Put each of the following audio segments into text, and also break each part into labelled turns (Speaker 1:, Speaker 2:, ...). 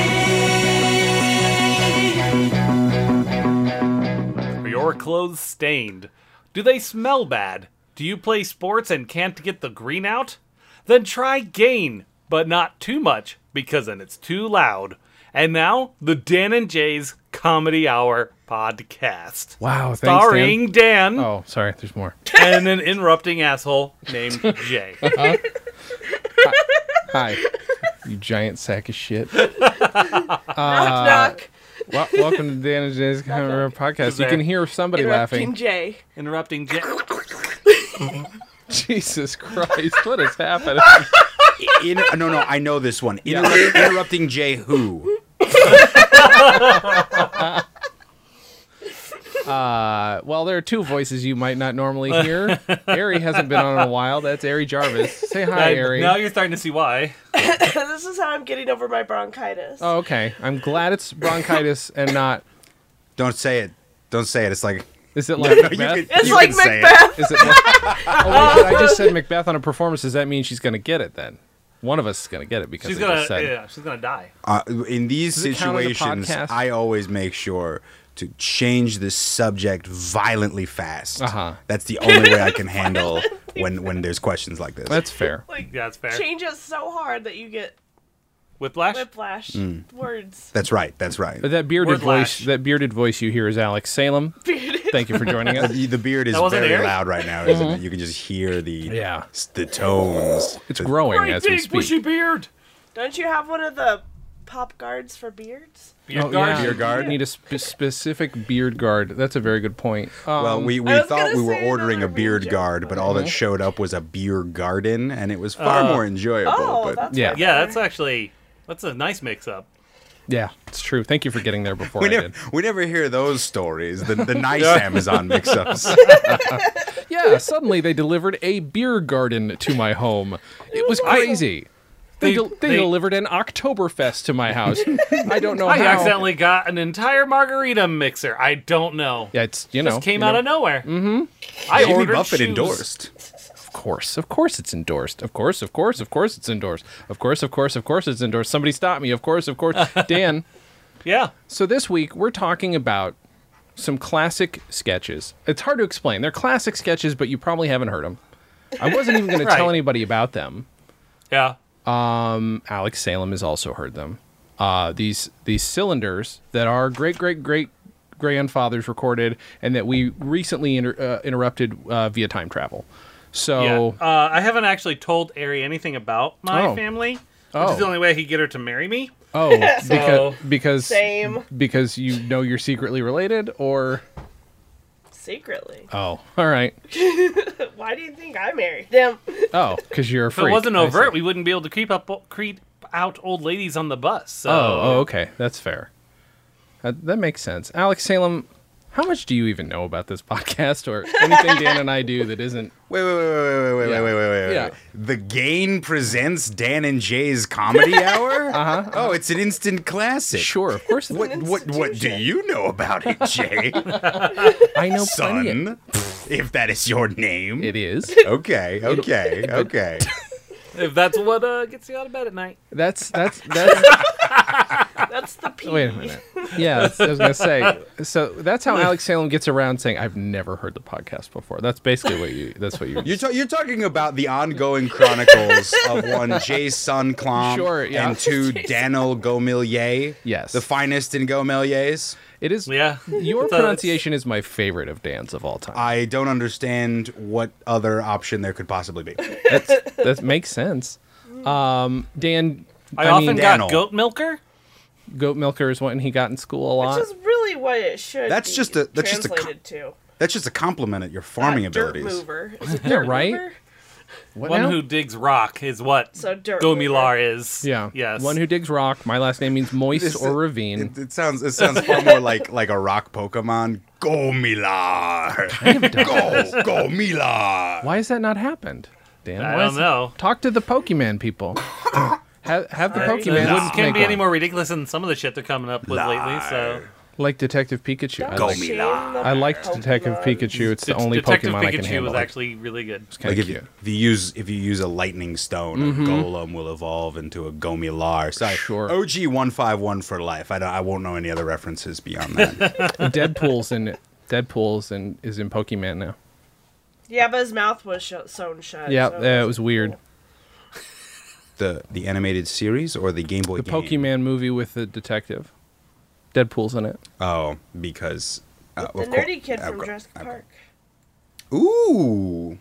Speaker 1: Mm-hmm.
Speaker 2: clothes stained? Do they smell bad? Do you play sports and can't get the green out? Then try gain, but not too much because then it's too loud. And now, the Dan and Jay's Comedy Hour podcast.
Speaker 1: Wow, thanks, Dan.
Speaker 2: Starring Dan,
Speaker 1: Oh, sorry. There's more.
Speaker 2: and an interrupting asshole named Jay.
Speaker 1: Hi, you giant sack of shit.
Speaker 3: knock.
Speaker 1: Wel- welcome to Dan and Jay's Camera podcast. You can hear somebody
Speaker 3: Interrupting
Speaker 1: laughing.
Speaker 3: Jay.
Speaker 2: interrupting Jay.
Speaker 1: Jesus Christ, what has happened?
Speaker 4: Inter- no, no, I know this one. Interrupt- interrupting Jay who?
Speaker 1: Uh, well, there are two voices you might not normally hear. Ari hasn't been on in a while. That's Ari Jarvis. Say hi, Ari.
Speaker 2: now you're starting to see why.
Speaker 3: this is how I'm getting over my bronchitis.
Speaker 1: Oh, okay. I'm glad it's bronchitis and not.
Speaker 4: Don't say it. Don't say it. It's like
Speaker 1: Is it like
Speaker 4: you
Speaker 1: Macbeth?
Speaker 4: can-
Speaker 3: it's
Speaker 4: you
Speaker 3: like
Speaker 4: can say it.
Speaker 3: Macbeth.
Speaker 1: Is it? Like... Oh wait, but I just said Macbeth on a performance. Does that mean she's gonna get it then? One of us is gonna get it because
Speaker 2: She's
Speaker 1: I just
Speaker 2: gonna,
Speaker 1: said it.
Speaker 2: yeah, she's gonna die.
Speaker 4: Uh, in these
Speaker 1: it count as a
Speaker 4: situations,
Speaker 1: podcast?
Speaker 4: I always make sure to change the subject violently fast.
Speaker 1: Uh-huh.
Speaker 4: That's the only way I can handle when when there's questions like this.
Speaker 1: That's fair.
Speaker 3: Like,
Speaker 2: Yeah, that's fair.
Speaker 3: changes so hard that you get
Speaker 2: Whiplash.
Speaker 3: whiplash
Speaker 1: Mm.
Speaker 3: words.
Speaker 4: That's right. That's right.
Speaker 1: But that bearded
Speaker 2: Wordlash.
Speaker 1: voice, that bearded voice you hear is Alex Salem. Thank you for joining us.
Speaker 4: The beard is
Speaker 2: That wasn't
Speaker 4: very
Speaker 2: air?
Speaker 4: loud right now, isn't it? You can just hear the
Speaker 1: Mm-hmm. Yeah.
Speaker 4: s- the tones.
Speaker 1: It's
Speaker 4: The-
Speaker 1: growing
Speaker 2: Great
Speaker 1: as
Speaker 2: big
Speaker 1: we speak.
Speaker 2: bushy beard.
Speaker 3: Don't you have one of the pop guards for beards?
Speaker 2: Beard
Speaker 1: Oh,
Speaker 2: guard.
Speaker 1: yeah.
Speaker 4: Beard guard.
Speaker 1: Need a spe- specific beard guard. That's a very good point. Um,
Speaker 4: Well, we, we
Speaker 3: I was
Speaker 4: thought
Speaker 3: gonna
Speaker 4: we were
Speaker 3: say
Speaker 4: ordering a
Speaker 3: another
Speaker 4: beard
Speaker 3: region.
Speaker 4: guard, but all
Speaker 1: Mm-hmm.
Speaker 4: that showed up was a beer garden, and it was far
Speaker 1: Uh,
Speaker 4: more enjoyable.
Speaker 3: Oh,
Speaker 4: but
Speaker 3: that's
Speaker 1: yeah.
Speaker 3: right.
Speaker 2: Yeah, that's actually that's a nice mix-up.
Speaker 1: yeah, it's true. Thank you for getting there before I
Speaker 4: we never,
Speaker 1: did.
Speaker 4: we never hear those stories. The, the nice Amazon mix-ups.
Speaker 1: Yeah, suddenly they delivered a beer garden to my home. It was crazy. they,
Speaker 2: They-
Speaker 1: del- they,
Speaker 2: they-
Speaker 1: delivered an Oktoberfest to my house. I don't know
Speaker 2: I
Speaker 1: how.
Speaker 2: accidentally got an entire margarita mixer. I don't know.
Speaker 1: Yeah, it's you know
Speaker 2: Just came
Speaker 1: you
Speaker 2: out
Speaker 1: know,
Speaker 2: of nowhere. Mm-hmm. I
Speaker 4: Jimmy
Speaker 2: ordered
Speaker 4: Buffett
Speaker 2: shoes.
Speaker 4: endorsed.
Speaker 1: Of course, of course, it's endorsed. Of course, of course, of course, it's endorsed. Of course, of course, of course, it's endorsed. Somebody stop me. Of course, of course, Dan.
Speaker 2: Yeah.
Speaker 1: So this week we're talking about some classic sketches. It's hard to explain. They're classic sketches, but you probably haven't heard them. I wasn't even going to tell
Speaker 2: Right.
Speaker 1: anybody about them.
Speaker 2: Yeah.
Speaker 1: Alex Salem has also heard them. Uh, these these cylinders that our great great great grandfathers recorded, and that we recently inter- uh, interrupted uh, via time travel. So
Speaker 2: Yeah. Uh, I haven't actually told Ari anything about my
Speaker 1: Oh.
Speaker 2: family, which
Speaker 1: Oh.
Speaker 2: is the only way he'd get her to marry me.
Speaker 1: oh,
Speaker 2: So-
Speaker 1: because because
Speaker 3: Same.
Speaker 1: because you know you're secretly related, or
Speaker 3: Secretly.
Speaker 1: oh, all right,
Speaker 3: Why do you think I married him?
Speaker 1: oh, because you're a
Speaker 2: If
Speaker 1: freak.
Speaker 2: it wasn't
Speaker 1: I see.
Speaker 2: overt, we wouldn't be able to creep up, creep out old ladies on the bus. So.
Speaker 1: Oh, oh, okay. That's fair. Uh, That, that makes sense. Alex Salem, how much do you even know about this podcast or anything Dan and I do that isn't?
Speaker 4: Wait, wait, wait, wait, wait, wait,
Speaker 1: Yeah.
Speaker 4: wait, wait, wait, wait.
Speaker 1: Yeah.
Speaker 4: The Gain presents Dan and Jay's Comedy Hour. uh-huh. Oh, it's an instant classic.
Speaker 1: Sure, of course. it
Speaker 4: What,
Speaker 1: is.
Speaker 4: what, what do
Speaker 3: institution.
Speaker 4: you know about it, Jay?
Speaker 1: I know plenty of-
Speaker 4: Son, if that is your name.
Speaker 1: It is.
Speaker 4: Okay, okay, okay.
Speaker 2: If that's what uh, gets you out of bed at night.
Speaker 1: That's that's that's.
Speaker 3: That's the P.
Speaker 1: Wait a minute. Yeah, that's- I was gonna say. So that's how Alex Salem gets around saying, "I've never heard the podcast before." That's basically what you. That's what you.
Speaker 4: You're, ta- you're talking about the ongoing chronicles of one Jay Sun Clom
Speaker 1: Sure, yeah.
Speaker 4: and two Daniel Gomelier.
Speaker 1: Yes.
Speaker 4: The finest in Gomeliers.
Speaker 1: It is.
Speaker 2: Yeah.
Speaker 1: Your
Speaker 2: So it's-
Speaker 1: pronunciation is my favorite of Dan's of all time.
Speaker 4: I don't understand what other option there could possibly be.
Speaker 1: That's, that makes sense. Um, Dan.
Speaker 2: I,
Speaker 1: I,
Speaker 2: often
Speaker 1: mean,
Speaker 2: got
Speaker 4: Daniel.
Speaker 2: goat milker.
Speaker 1: goat milker is one he got in school a lot.
Speaker 3: Which is really what it should
Speaker 4: That's
Speaker 3: be
Speaker 4: just a- that's just a co-
Speaker 3: translated to.
Speaker 4: That's just a compliment at your farming
Speaker 3: Uh,
Speaker 4: abilities.
Speaker 3: Dirt mover. Is it
Speaker 1: Yeah,
Speaker 3: dirt
Speaker 1: right?
Speaker 3: mover?
Speaker 1: What
Speaker 2: One
Speaker 1: now?
Speaker 2: who digs rock is what
Speaker 3: So dirt
Speaker 2: Gomilar is.
Speaker 1: Yeah.
Speaker 2: Yes.
Speaker 1: One who digs rock. My last name means moist
Speaker 4: This-
Speaker 1: or ravine.
Speaker 4: It, it sounds it sounds far more like like a rock Pokemon. Gomilar. Go Gomilar.
Speaker 1: Why has that not happened, Dan?
Speaker 2: I
Speaker 1: Why
Speaker 2: don't
Speaker 1: is-
Speaker 2: know.
Speaker 1: Talk to the Pokemon people. have have the Pokemon.
Speaker 2: It
Speaker 1: Wouldn't
Speaker 2: can't
Speaker 1: make
Speaker 2: be any
Speaker 1: one.
Speaker 2: more ridiculous than some of the shit they're coming up with lately. So
Speaker 1: Like Detective Pikachu. I
Speaker 3: Don't
Speaker 4: Go
Speaker 1: like,
Speaker 4: me
Speaker 3: shame
Speaker 4: lie.
Speaker 3: the
Speaker 1: I like
Speaker 3: Pokemon.
Speaker 1: Detective Pikachu. It's the
Speaker 2: Det-
Speaker 1: only
Speaker 2: Detective
Speaker 1: Pokemon
Speaker 2: Pikachu
Speaker 1: I can handle.
Speaker 2: was
Speaker 1: Like,
Speaker 2: actually really good.
Speaker 1: it's
Speaker 4: Like
Speaker 1: kinda
Speaker 4: if
Speaker 1: cute. Mm-hmm.
Speaker 4: you, if you use if you use a lightning stone, a golem will evolve into a gomilar. Sorry,
Speaker 1: Sure.
Speaker 4: OG one five one for life. I don't, I won't know any other references beyond that.
Speaker 1: Deadpool's in it. Deadpool's and is in Pokemon now.
Speaker 3: Yeah, but his mouth was sh- sewn shut.
Speaker 1: Yeah,
Speaker 3: so
Speaker 1: uh, it was weird.
Speaker 4: The the animated series or the Game Boy
Speaker 1: The
Speaker 4: game?
Speaker 1: Pokemon movie with the detective. Deadpool's in it.
Speaker 4: Oh, because uh,
Speaker 3: The
Speaker 4: of cour-
Speaker 3: nerdy kid
Speaker 4: of
Speaker 3: from
Speaker 4: cour-
Speaker 3: Jurassic Park.
Speaker 4: Ooh.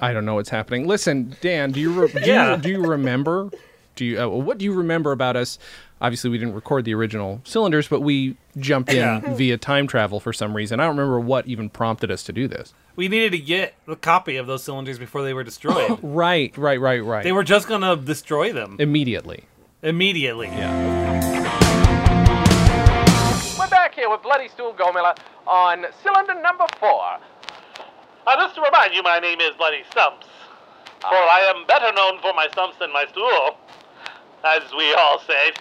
Speaker 1: I don't know what's happening. Listen, Dan, do you re- do,
Speaker 2: Yeah.
Speaker 1: you, do you remember? Do you uh, what do you remember about us? Obviously, we didn't record the original cylinders, but we jumped in
Speaker 2: Yeah.
Speaker 1: via time travel for some reason. I don't remember what even prompted us to do this.
Speaker 2: We needed to get a copy of those cylinders before they were
Speaker 1: Oh.
Speaker 2: destroyed.
Speaker 1: Right, right, right, right.
Speaker 2: they were just gonna destroy them
Speaker 1: immediately.
Speaker 2: immediately.
Speaker 1: Yeah.
Speaker 5: We're back here with Bloody Stu Gomila on cylinder number four.
Speaker 6: Uh, just to remind you, my name is Bloody Stumps. For I am better known for my stumps than my stool, as we all say.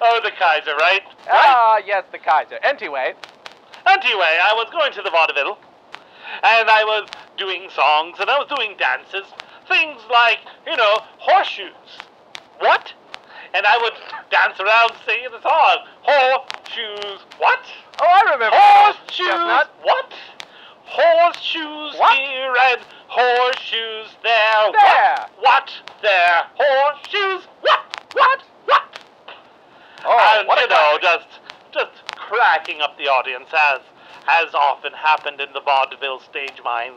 Speaker 6: oh, the Kaiser, right?
Speaker 5: Ah, yes, the Kaiser. Anyway,
Speaker 6: Anyway, I was going to the vaudeville, and I was doing songs, and I was doing dances, things like, you know, horseshoes. What? And I would dance around singing the song. Horseshoes, what?
Speaker 5: oh, I remember.
Speaker 6: Horseshoes,
Speaker 5: Chestnut.
Speaker 6: what? Horseshoes
Speaker 5: What?
Speaker 6: here and horseshoes there.
Speaker 5: There.
Speaker 6: What? What? There. Horseshoes, what? What? What?
Speaker 5: Oh,
Speaker 6: and
Speaker 5: what
Speaker 6: you
Speaker 5: a guy.
Speaker 6: know, just just cracking up the audience as as often happened in the vaudeville stage mines.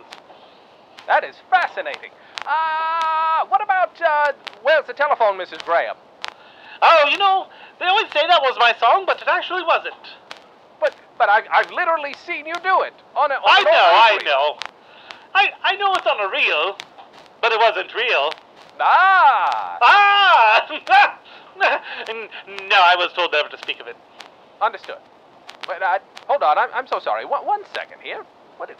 Speaker 5: That is fascinating. Ah, what about, uh, where's the telephone, Mrs. Graham?
Speaker 6: Oh, you know, they always say that was my song, but it actually wasn't.
Speaker 5: But, but I, I've literally seen you do it on a. On
Speaker 6: I
Speaker 5: an
Speaker 6: know, I
Speaker 5: old
Speaker 6: know. I I know it's on a reel, but it wasn't real.
Speaker 5: movie. Ah,
Speaker 6: Ah! N- no, I was told never to speak of it.
Speaker 5: understood. But uh, hold on, I'm, I'm so sorry. One, one second here. What is?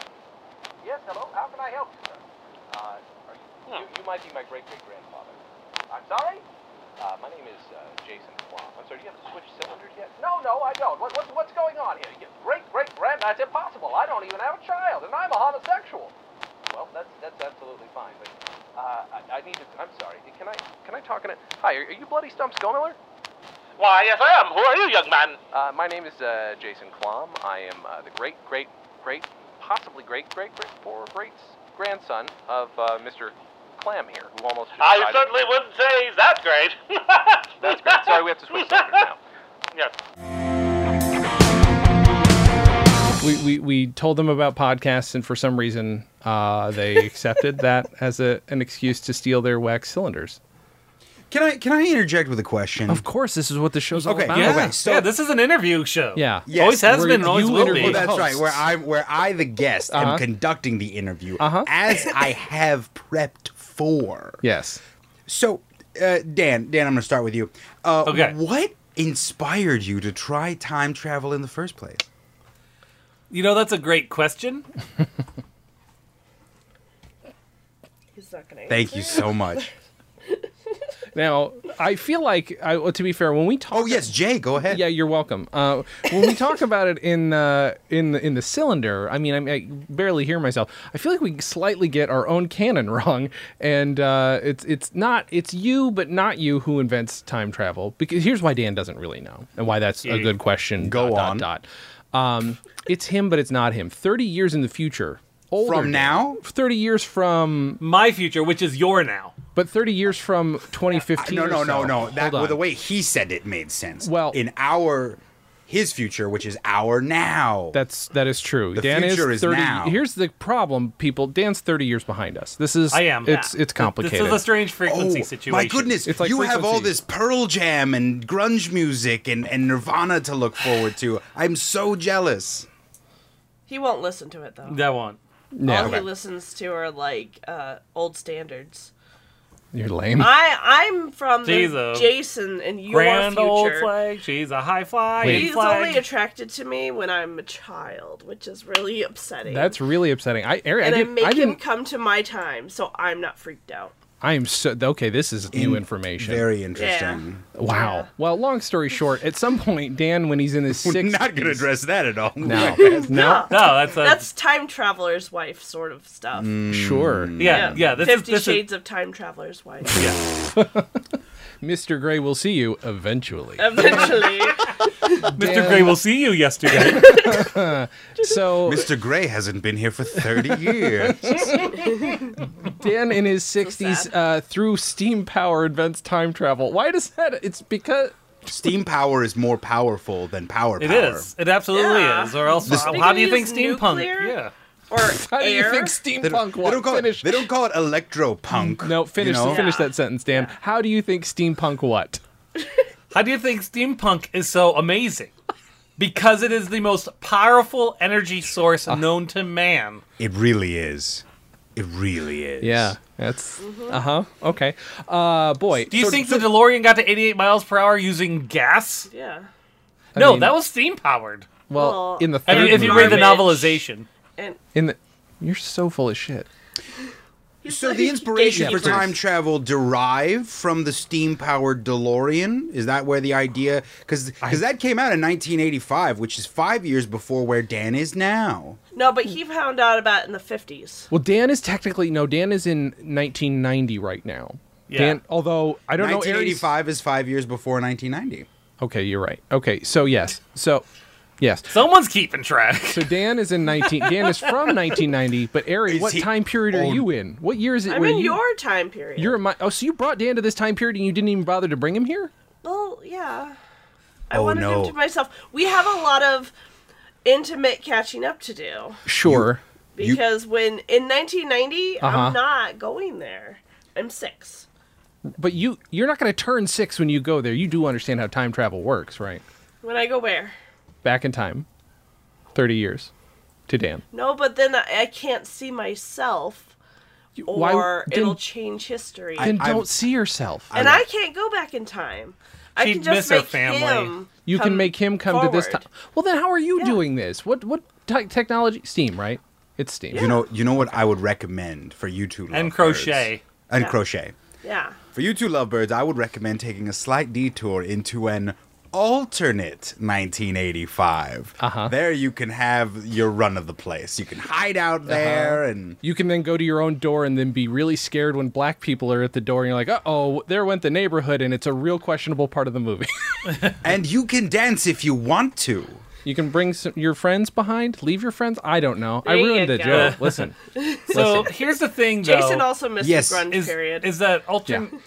Speaker 5: Yes, hello. How can I help you, sir? Uh, are you, you, you might be my great great grandfather. I'm sorry. Uh, my name is uh, Jason Kwan. I'm sorry. Do you have to switch cylinders yet? No, no, I don't. What, what's what's going on here? You, great great grand? That's impossible. I don't even have a child, and I'm a homosexual. Well, that's that's absolutely fine. But uh, I, I need to. I'm sorry. Can I can I talk in a? Hi, are, are you bloody Stump Skomiller?
Speaker 6: Why, yes, I am. Who are you, young man?
Speaker 5: Uh, my name is uh, Jason Klom. I am uh, the great, great, great, possibly great, great, great, or great grandson of uh, Mr. Clam here, who almost. just
Speaker 6: I
Speaker 5: died.
Speaker 6: certainly wouldn't say he's that great.
Speaker 5: That's great. Sorry, we have to switch subjects now.
Speaker 6: Yes.
Speaker 1: We, we we told them about podcasts, and for some reason, uh, they accepted that as a an excuse to steal their wax cylinders.
Speaker 4: Can I can I interject with a question?
Speaker 1: Of course, this is what the show's all
Speaker 4: Okay,
Speaker 1: about.
Speaker 2: Yeah,
Speaker 4: Okay, so-
Speaker 2: yeah, this is an interview show.
Speaker 1: Yeah.
Speaker 4: Yes,
Speaker 2: always has
Speaker 1: where
Speaker 2: been, and always
Speaker 1: you
Speaker 2: will
Speaker 1: interview
Speaker 2: be.
Speaker 4: Well, that's right. Where
Speaker 1: hosts.
Speaker 4: I where I the guest
Speaker 1: Uh-huh.
Speaker 4: am conducting the interview
Speaker 1: Uh-huh.
Speaker 4: as I have prepped for.
Speaker 1: Yes.
Speaker 4: So, uh, Dan, Dan, I'm going to start with you. Uh,
Speaker 2: Okay.
Speaker 4: What inspired you to try time travel in the first place?
Speaker 2: You know, that's a great question.
Speaker 3: He's not gonna.
Speaker 4: Thank you so much.
Speaker 1: Now, I feel like, I, well, to be fair, when we talk,
Speaker 4: Oh yes, Jay, go ahead.
Speaker 1: yeah, you're welcome. Uh, when we talk about it in uh, in the in the cylinder, I mean, I'm, I barely hear myself. I feel like we slightly get our own canon wrong, and uh, it's it's not it's you, but not you who invents time travel. Because here's why Dan doesn't really know, and why that's a good question.
Speaker 4: Go
Speaker 1: dot,
Speaker 4: on.
Speaker 1: Dot, dot. Um, it's him, but it's not him. Thirty years in the future. Older
Speaker 4: From
Speaker 1: Dan.
Speaker 4: now?
Speaker 1: Thirty years from,
Speaker 2: My future, which is your now.
Speaker 1: but thirty years from 2015.
Speaker 4: No,
Speaker 1: or
Speaker 4: no, no,
Speaker 1: so.
Speaker 4: no. That
Speaker 1: Hold
Speaker 4: well,
Speaker 1: on.
Speaker 4: the way he said it made sense.
Speaker 1: Well-
Speaker 4: in our his future, which is our now.
Speaker 1: That's that is true. Dan
Speaker 4: future
Speaker 1: is
Speaker 4: is
Speaker 1: thirty.
Speaker 4: now.
Speaker 1: Here's the problem, people. Dan's thirty years behind us. This is
Speaker 2: I am.
Speaker 1: It's
Speaker 2: Yeah.
Speaker 1: it's complicated.
Speaker 2: This is a strange
Speaker 4: Oh,
Speaker 2: frequency situation.
Speaker 4: my goodness.
Speaker 1: It's like
Speaker 4: you have all
Speaker 1: frequencies.
Speaker 4: this Pearl Jam and grunge music and, and Nirvana to look forward to. I'm so jealous.
Speaker 3: He won't listen to it though.
Speaker 2: That one.
Speaker 3: All
Speaker 1: no,
Speaker 3: he listens to are like uh, old standards.
Speaker 1: you're lame.
Speaker 3: I I'm from the
Speaker 2: She's a
Speaker 3: Jason and your
Speaker 2: Grand old
Speaker 3: future.
Speaker 2: flag. She's a high fly.
Speaker 1: Wait.
Speaker 3: He's only attracted to me when I'm a child, which is really upsetting.
Speaker 1: That's really upsetting. I, Ari,
Speaker 3: and
Speaker 1: I,
Speaker 3: I,
Speaker 1: did,
Speaker 3: make
Speaker 1: I
Speaker 3: him
Speaker 1: didn't.
Speaker 3: come to my time, so I'm not freaked out.
Speaker 1: I am so okay. This is new information.
Speaker 4: Very interesting.
Speaker 1: wow.
Speaker 3: Yeah.
Speaker 1: Well, long story short, at some point, Dan, when he's in his
Speaker 4: We're
Speaker 1: 60s
Speaker 4: not going to address that at all.
Speaker 1: No, no,
Speaker 3: No.
Speaker 2: no, that's a,
Speaker 3: That's time traveler's wife sort of stuff.
Speaker 1: sure.
Speaker 2: Mm. yeah, yeah. This is
Speaker 3: Fifty
Speaker 2: this is-
Speaker 3: Shades of Time Traveler's Wife.
Speaker 2: yeah.
Speaker 1: Mr. Gray will see you eventually.
Speaker 3: Eventually.
Speaker 2: Mr. Gray will see you yesterday.
Speaker 1: So
Speaker 4: Mr. Gray hasn't been here for 30 years.
Speaker 1: Dan in his 60s
Speaker 3: sad.
Speaker 1: uh, through steam power invents time travel. Why does that? It's because
Speaker 4: Steam power is more powerful than power
Speaker 2: It
Speaker 4: power.
Speaker 2: is. It absolutely
Speaker 3: Yeah.
Speaker 2: is. Or else,
Speaker 4: This-
Speaker 2: how,
Speaker 3: They
Speaker 2: how
Speaker 3: could
Speaker 2: do you think
Speaker 3: use
Speaker 2: steampunk?
Speaker 3: nuclear?
Speaker 2: Yeah.
Speaker 3: or
Speaker 1: how do you
Speaker 3: air.
Speaker 1: think
Speaker 4: They
Speaker 1: steampunk
Speaker 4: don't, they
Speaker 1: was?
Speaker 4: don't call it,
Speaker 1: Finish.
Speaker 4: they don't call it electropunk.
Speaker 1: no, finish
Speaker 4: You know?
Speaker 1: finish
Speaker 3: Yeah.
Speaker 1: that sentence, Dan. How do you think steampunk what?
Speaker 2: How do you think steampunk is so amazing? Because it is the most powerful energy source known to man.
Speaker 4: It really is. It really is.
Speaker 1: Yeah, that's
Speaker 3: Mm-hmm.
Speaker 1: uh huh. Okay, uh boy.
Speaker 2: Do you
Speaker 1: so-
Speaker 2: think the DeLorean got to 88 miles per hour using gas?
Speaker 3: Yeah.
Speaker 2: no,
Speaker 1: mean-
Speaker 2: that was steam powered.
Speaker 1: well,
Speaker 3: Well,
Speaker 1: in the
Speaker 2: I
Speaker 1: third
Speaker 2: mean, if you read the
Speaker 3: Garbage.
Speaker 2: novelization,
Speaker 3: And
Speaker 1: in the you're so full of shit.
Speaker 4: So the inspiration for
Speaker 3: gatekeeper.
Speaker 4: time travel derived from the steam-powered DeLorean. Is that where the idea? Because that came out in 1985, which is five years before where Dan is now.
Speaker 3: No, but he found out about it in the 50s.
Speaker 1: Well, Dan is technically no. Dan is in 1990 right now.
Speaker 2: Yeah.
Speaker 1: Dan, although I don't know. Aries-
Speaker 4: 1985 is five years before 1990.
Speaker 1: Okay, you're right. Okay, so yes, so yes.
Speaker 2: someone's keeping track.
Speaker 1: So Dan is in 19. Dan is from 1990, but Ari,
Speaker 4: Is
Speaker 1: what
Speaker 4: he
Speaker 1: time period are
Speaker 4: old?
Speaker 1: you in? What year is it?
Speaker 3: I'm
Speaker 1: where
Speaker 3: in
Speaker 1: you,
Speaker 3: your time period.
Speaker 1: You're in my. Oh, so you brought Dan to this time period and you didn't even bother to bring him here?
Speaker 3: Well, yeah. I
Speaker 4: Oh,
Speaker 3: wanted
Speaker 4: no.
Speaker 3: him to myself. We have a lot of intimate catching up to do
Speaker 1: Sure.
Speaker 4: You-
Speaker 3: because when in 1990,
Speaker 1: Uh-huh.
Speaker 3: I'm not going there. I'm six.
Speaker 1: But you you're not going to turn six when you go there. You do understand how time travel works, right?
Speaker 3: When I go where?
Speaker 1: Back in time, thirty years, to Dan.
Speaker 3: No, but then I, I can't see myself, or
Speaker 1: why- then-
Speaker 3: it'll change history,
Speaker 1: Then
Speaker 4: I'm-
Speaker 1: don't see yourself.
Speaker 3: and I can't go back in time. I
Speaker 2: She'd
Speaker 3: can just
Speaker 2: miss her
Speaker 3: make
Speaker 2: family.
Speaker 3: him.
Speaker 1: you can
Speaker 3: come
Speaker 1: make him come to this time.
Speaker 3: forward.
Speaker 1: Well, then how are you
Speaker 3: Yeah.
Speaker 1: doing this? What what te- technology? Steam, right? It's Steam.
Speaker 4: You know, you know what I would recommend for you two
Speaker 2: And
Speaker 4: lovebirds?
Speaker 2: crochet.
Speaker 4: and
Speaker 3: Yeah.
Speaker 4: crochet.
Speaker 3: Yeah.
Speaker 4: For you two lovebirds, I would recommend taking a slight detour into an alternate 1985.
Speaker 1: Uh-huh.
Speaker 4: There you can have your run of the place. You can hide
Speaker 1: Uh-huh.
Speaker 4: out there and
Speaker 1: You can then go to your own door and then be really scared when black people are at the door and you're like, uh oh, there went the neighborhood, and it's a real questionable part of the movie.
Speaker 4: and you can dance if you want to.
Speaker 1: you can bring some, your friends behind, leave your friends. I don't know. I
Speaker 3: There
Speaker 1: ruined
Speaker 3: you
Speaker 1: the
Speaker 3: go.
Speaker 1: joke. Listen,
Speaker 2: So here's the thing, though.
Speaker 3: Jason also missed
Speaker 4: Yes.
Speaker 3: the grunge
Speaker 2: is,
Speaker 3: period.
Speaker 2: is that alternate
Speaker 1: Yeah.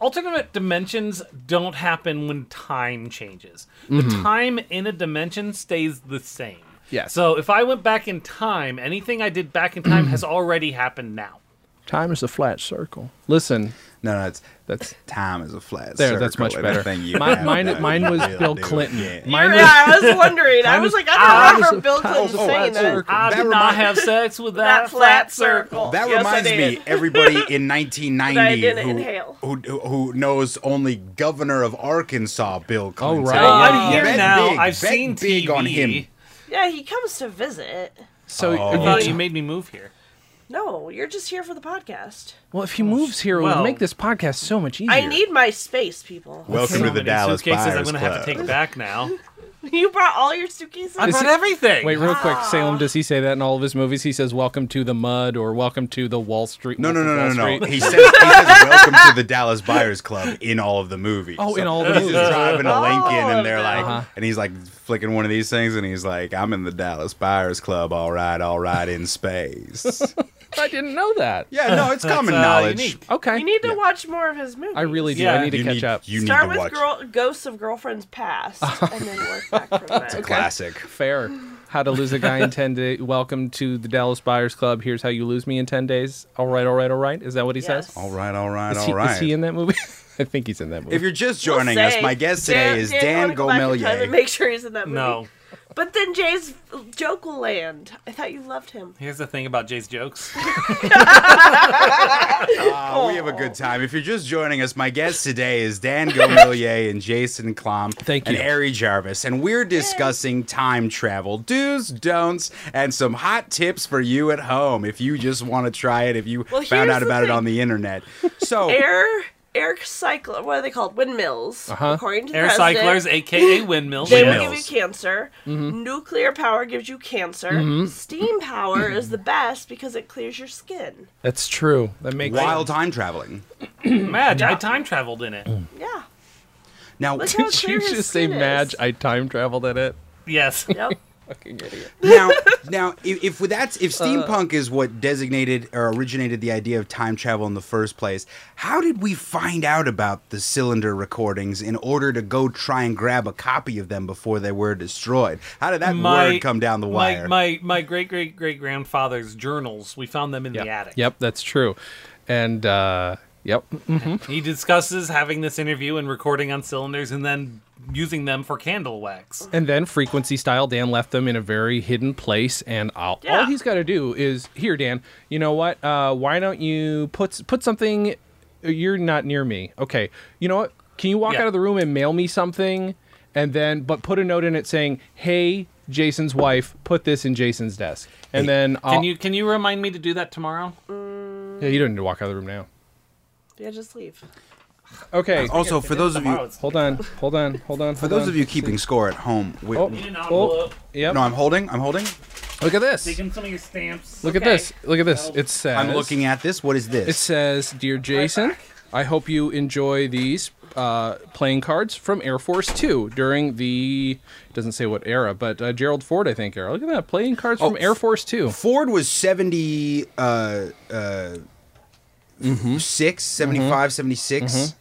Speaker 2: alternate dimensions don't happen when time changes. The
Speaker 4: Mm-hmm.
Speaker 2: time in a dimension stays the same.
Speaker 1: Yes.
Speaker 2: So if I went back in time, anything I did back in time has already happened now.
Speaker 1: time is a flat circle. Listen,
Speaker 4: No, no, it's
Speaker 1: that's
Speaker 4: time is a flat
Speaker 1: there. That's
Speaker 4: circle
Speaker 1: much
Speaker 4: and
Speaker 1: better.
Speaker 4: everything you
Speaker 1: Mine-
Speaker 4: have
Speaker 1: mine-
Speaker 4: done,
Speaker 1: mine
Speaker 4: you
Speaker 1: was
Speaker 4: will
Speaker 1: Bill
Speaker 4: do.
Speaker 1: Clinton.
Speaker 4: Yeah.
Speaker 1: Mine
Speaker 3: yeah, I was wondering. I
Speaker 1: Mine was-
Speaker 3: was like, I
Speaker 1: I
Speaker 3: don't remember
Speaker 1: was-
Speaker 3: Bill
Speaker 1: I was
Speaker 3: Clinton
Speaker 1: a
Speaker 3: saying
Speaker 1: flat
Speaker 3: that.
Speaker 1: circle.
Speaker 2: I
Speaker 4: That
Speaker 2: did not
Speaker 4: remi-
Speaker 2: have sex with that,
Speaker 3: That flat circle.
Speaker 4: That
Speaker 3: Yes, I
Speaker 4: reminds me,
Speaker 3: did.
Speaker 4: everybody in 1990
Speaker 3: That I didn't
Speaker 4: who,
Speaker 3: inhale.
Speaker 4: who who knows only Governor of Arkansas Bill Clinton.
Speaker 1: right.
Speaker 2: Well, Oh, I'm
Speaker 4: Yeah.
Speaker 2: here
Speaker 4: Bet
Speaker 2: now.
Speaker 4: big,
Speaker 2: I've
Speaker 4: bet
Speaker 2: seen
Speaker 4: big
Speaker 2: TV.
Speaker 4: on him.
Speaker 3: Yeah, he comes to visit.
Speaker 1: so.
Speaker 2: I
Speaker 4: Oh.
Speaker 1: you-
Speaker 2: thought you made me move here.
Speaker 3: No, you're just here for the podcast.
Speaker 1: well, if he moves here, it
Speaker 2: well-
Speaker 1: would make this podcast so much easier.
Speaker 3: I need my space, people.
Speaker 4: Welcome
Speaker 2: So
Speaker 4: to the
Speaker 2: many
Speaker 4: Dallas
Speaker 2: suitcases I'm
Speaker 4: Buyers
Speaker 2: gonna have to
Speaker 4: Club.
Speaker 2: take back now.
Speaker 3: You brought all your suitcases.
Speaker 2: I
Speaker 1: Is
Speaker 2: brought
Speaker 1: it-
Speaker 2: everything.
Speaker 1: Wait, real quick, Salem. Does he say that in all of his movies? He says, "Welcome to the mud" or "Welcome to the Wall Street."
Speaker 4: No, no,
Speaker 1: Wall
Speaker 4: no, no, no.
Speaker 1: Street."
Speaker 4: He says, he says welcome to the Dallas Buyers Club in all of the movies.
Speaker 1: Oh, in
Speaker 4: So
Speaker 1: all the
Speaker 4: He's
Speaker 1: movies.
Speaker 4: just driving a
Speaker 3: All
Speaker 4: Lincoln,
Speaker 3: of
Speaker 4: and
Speaker 2: Oh,
Speaker 4: they're like,
Speaker 3: them.
Speaker 1: Uh-huh.
Speaker 4: and he's like flicking one of these things, and he's like, "I'm in the Dallas Buyers Club, all right, all right, in space."
Speaker 1: I didn't know that.
Speaker 4: yeah, no, it's common
Speaker 2: uh,
Speaker 4: knowledge.
Speaker 2: unique.
Speaker 1: Okay.
Speaker 3: You need to watch more of his movies.
Speaker 1: I really do.
Speaker 2: Yeah.
Speaker 1: I need to
Speaker 4: You
Speaker 1: catch
Speaker 4: need,
Speaker 1: up.
Speaker 4: you need
Speaker 3: start
Speaker 4: to
Speaker 3: with
Speaker 4: watch.
Speaker 3: girl- ghosts of girlfriends past, and then work back from there.
Speaker 4: Classic.
Speaker 1: Fair. How to lose a guy in 10 days. Welcome to the Dallas Buyers Club. Here's how you lose me in 10 days. All right, all right, all right. Is that what he says?
Speaker 3: Yes.
Speaker 4: All right, all right,
Speaker 1: Is
Speaker 4: all
Speaker 1: he,
Speaker 4: right.
Speaker 1: Is he in that movie? I think he's in that movie.
Speaker 4: if you're just joining us,
Speaker 3: Say,
Speaker 4: my guest today
Speaker 3: Dan-
Speaker 4: is
Speaker 3: Dan,
Speaker 4: Dan,
Speaker 3: wanna go back in time and
Speaker 4: Gomelier.
Speaker 3: Make sure he's in that movie.
Speaker 2: No.
Speaker 3: But then Jay's joke will land. I thought you loved him.
Speaker 2: Here's the thing about Jay's jokes.
Speaker 4: Ah, we have a good time. If you're just joining us, my guest today is Dan Gomelier and Jason Klom.
Speaker 1: Thank you.
Speaker 4: And Ari Jarvis. And we're discussing time travel do's, don'ts, and some hot tips for you at home if you just want to try it, if you
Speaker 3: Well,
Speaker 4: found
Speaker 3: here's
Speaker 4: out
Speaker 3: the
Speaker 4: about it
Speaker 3: thing.
Speaker 4: on the internet. So,
Speaker 3: Air air cycle. What are they called? Windmills.
Speaker 1: Uh-huh.
Speaker 3: According to the
Speaker 2: Air
Speaker 3: president,
Speaker 2: cyclers, aka windmills.
Speaker 3: They will give
Speaker 1: Windmills. Mm-hmm.
Speaker 3: you cancer. Nuclear power gives you cancer. Steam power is the best because it clears your skin.
Speaker 1: That's true. That makes
Speaker 4: While time traveling.
Speaker 2: Madge, I time traveled in it.
Speaker 4: Mm.
Speaker 3: Yeah.
Speaker 4: Now,
Speaker 3: Look how
Speaker 1: Did you
Speaker 3: clear his
Speaker 1: just say
Speaker 3: skin is.
Speaker 1: Madge? I time traveled in it.
Speaker 2: Yes.
Speaker 3: Yep.
Speaker 1: Fucking idiot.
Speaker 4: now, now, if, if that's if
Speaker 2: Uh.
Speaker 4: steampunk is what designated or originated the idea of time travel in the first place, how did we find out about the cylinder recordings in order to go try and grab a copy of them before they were destroyed? How did that word come down the
Speaker 2: my-
Speaker 4: wire?
Speaker 2: My my great great great grandfather's journals. We found them in the attic.
Speaker 1: Yep, that's true. And uh, yep,
Speaker 2: He discusses having this interview and recording on cylinders, and then using them for candle wax.
Speaker 1: and then frequency style, Dan left them in a very hidden place, and all, all
Speaker 6: Yeah.
Speaker 1: he's got to do is here, Dan. You know what? Uh, why don't you put put something? You're not near me. Okay. You know what? Can you walk
Speaker 2: Yeah.
Speaker 1: out of the room and mail me something? And then, but put a note in it saying, "Hey, Jason's wife, put this in Jason's desk." And then, I'll,
Speaker 2: Can you can you remind me to do that tomorrow?
Speaker 1: Yeah, you don't need to walk out of the room now.
Speaker 3: Yeah, just leave.
Speaker 1: Okay.
Speaker 4: also, for those of you
Speaker 1: Hold on. Hold on. Hold on.
Speaker 4: for those of you keeping score at home, we,
Speaker 1: Oh,
Speaker 2: an
Speaker 1: oh,
Speaker 2: envelope.
Speaker 1: yep.
Speaker 4: no, I'm holding, I'm holding,
Speaker 1: Look at this.
Speaker 2: some of your stamps.
Speaker 1: Look at
Speaker 3: Okay.
Speaker 1: this. Look at this. It says.
Speaker 4: I'm looking at this. What is this?
Speaker 1: It says, "Dear Jason, I hope you enjoy these uh, playing cards from Air Force Two during the it doesn't say what era, but uh, Gerald Ford, I think era. Look at that playing cards
Speaker 4: Oh,
Speaker 1: from Air Force Two.
Speaker 4: Ford was 70, uh, uh,
Speaker 2: Mm-hmm.
Speaker 4: six, 75, 76.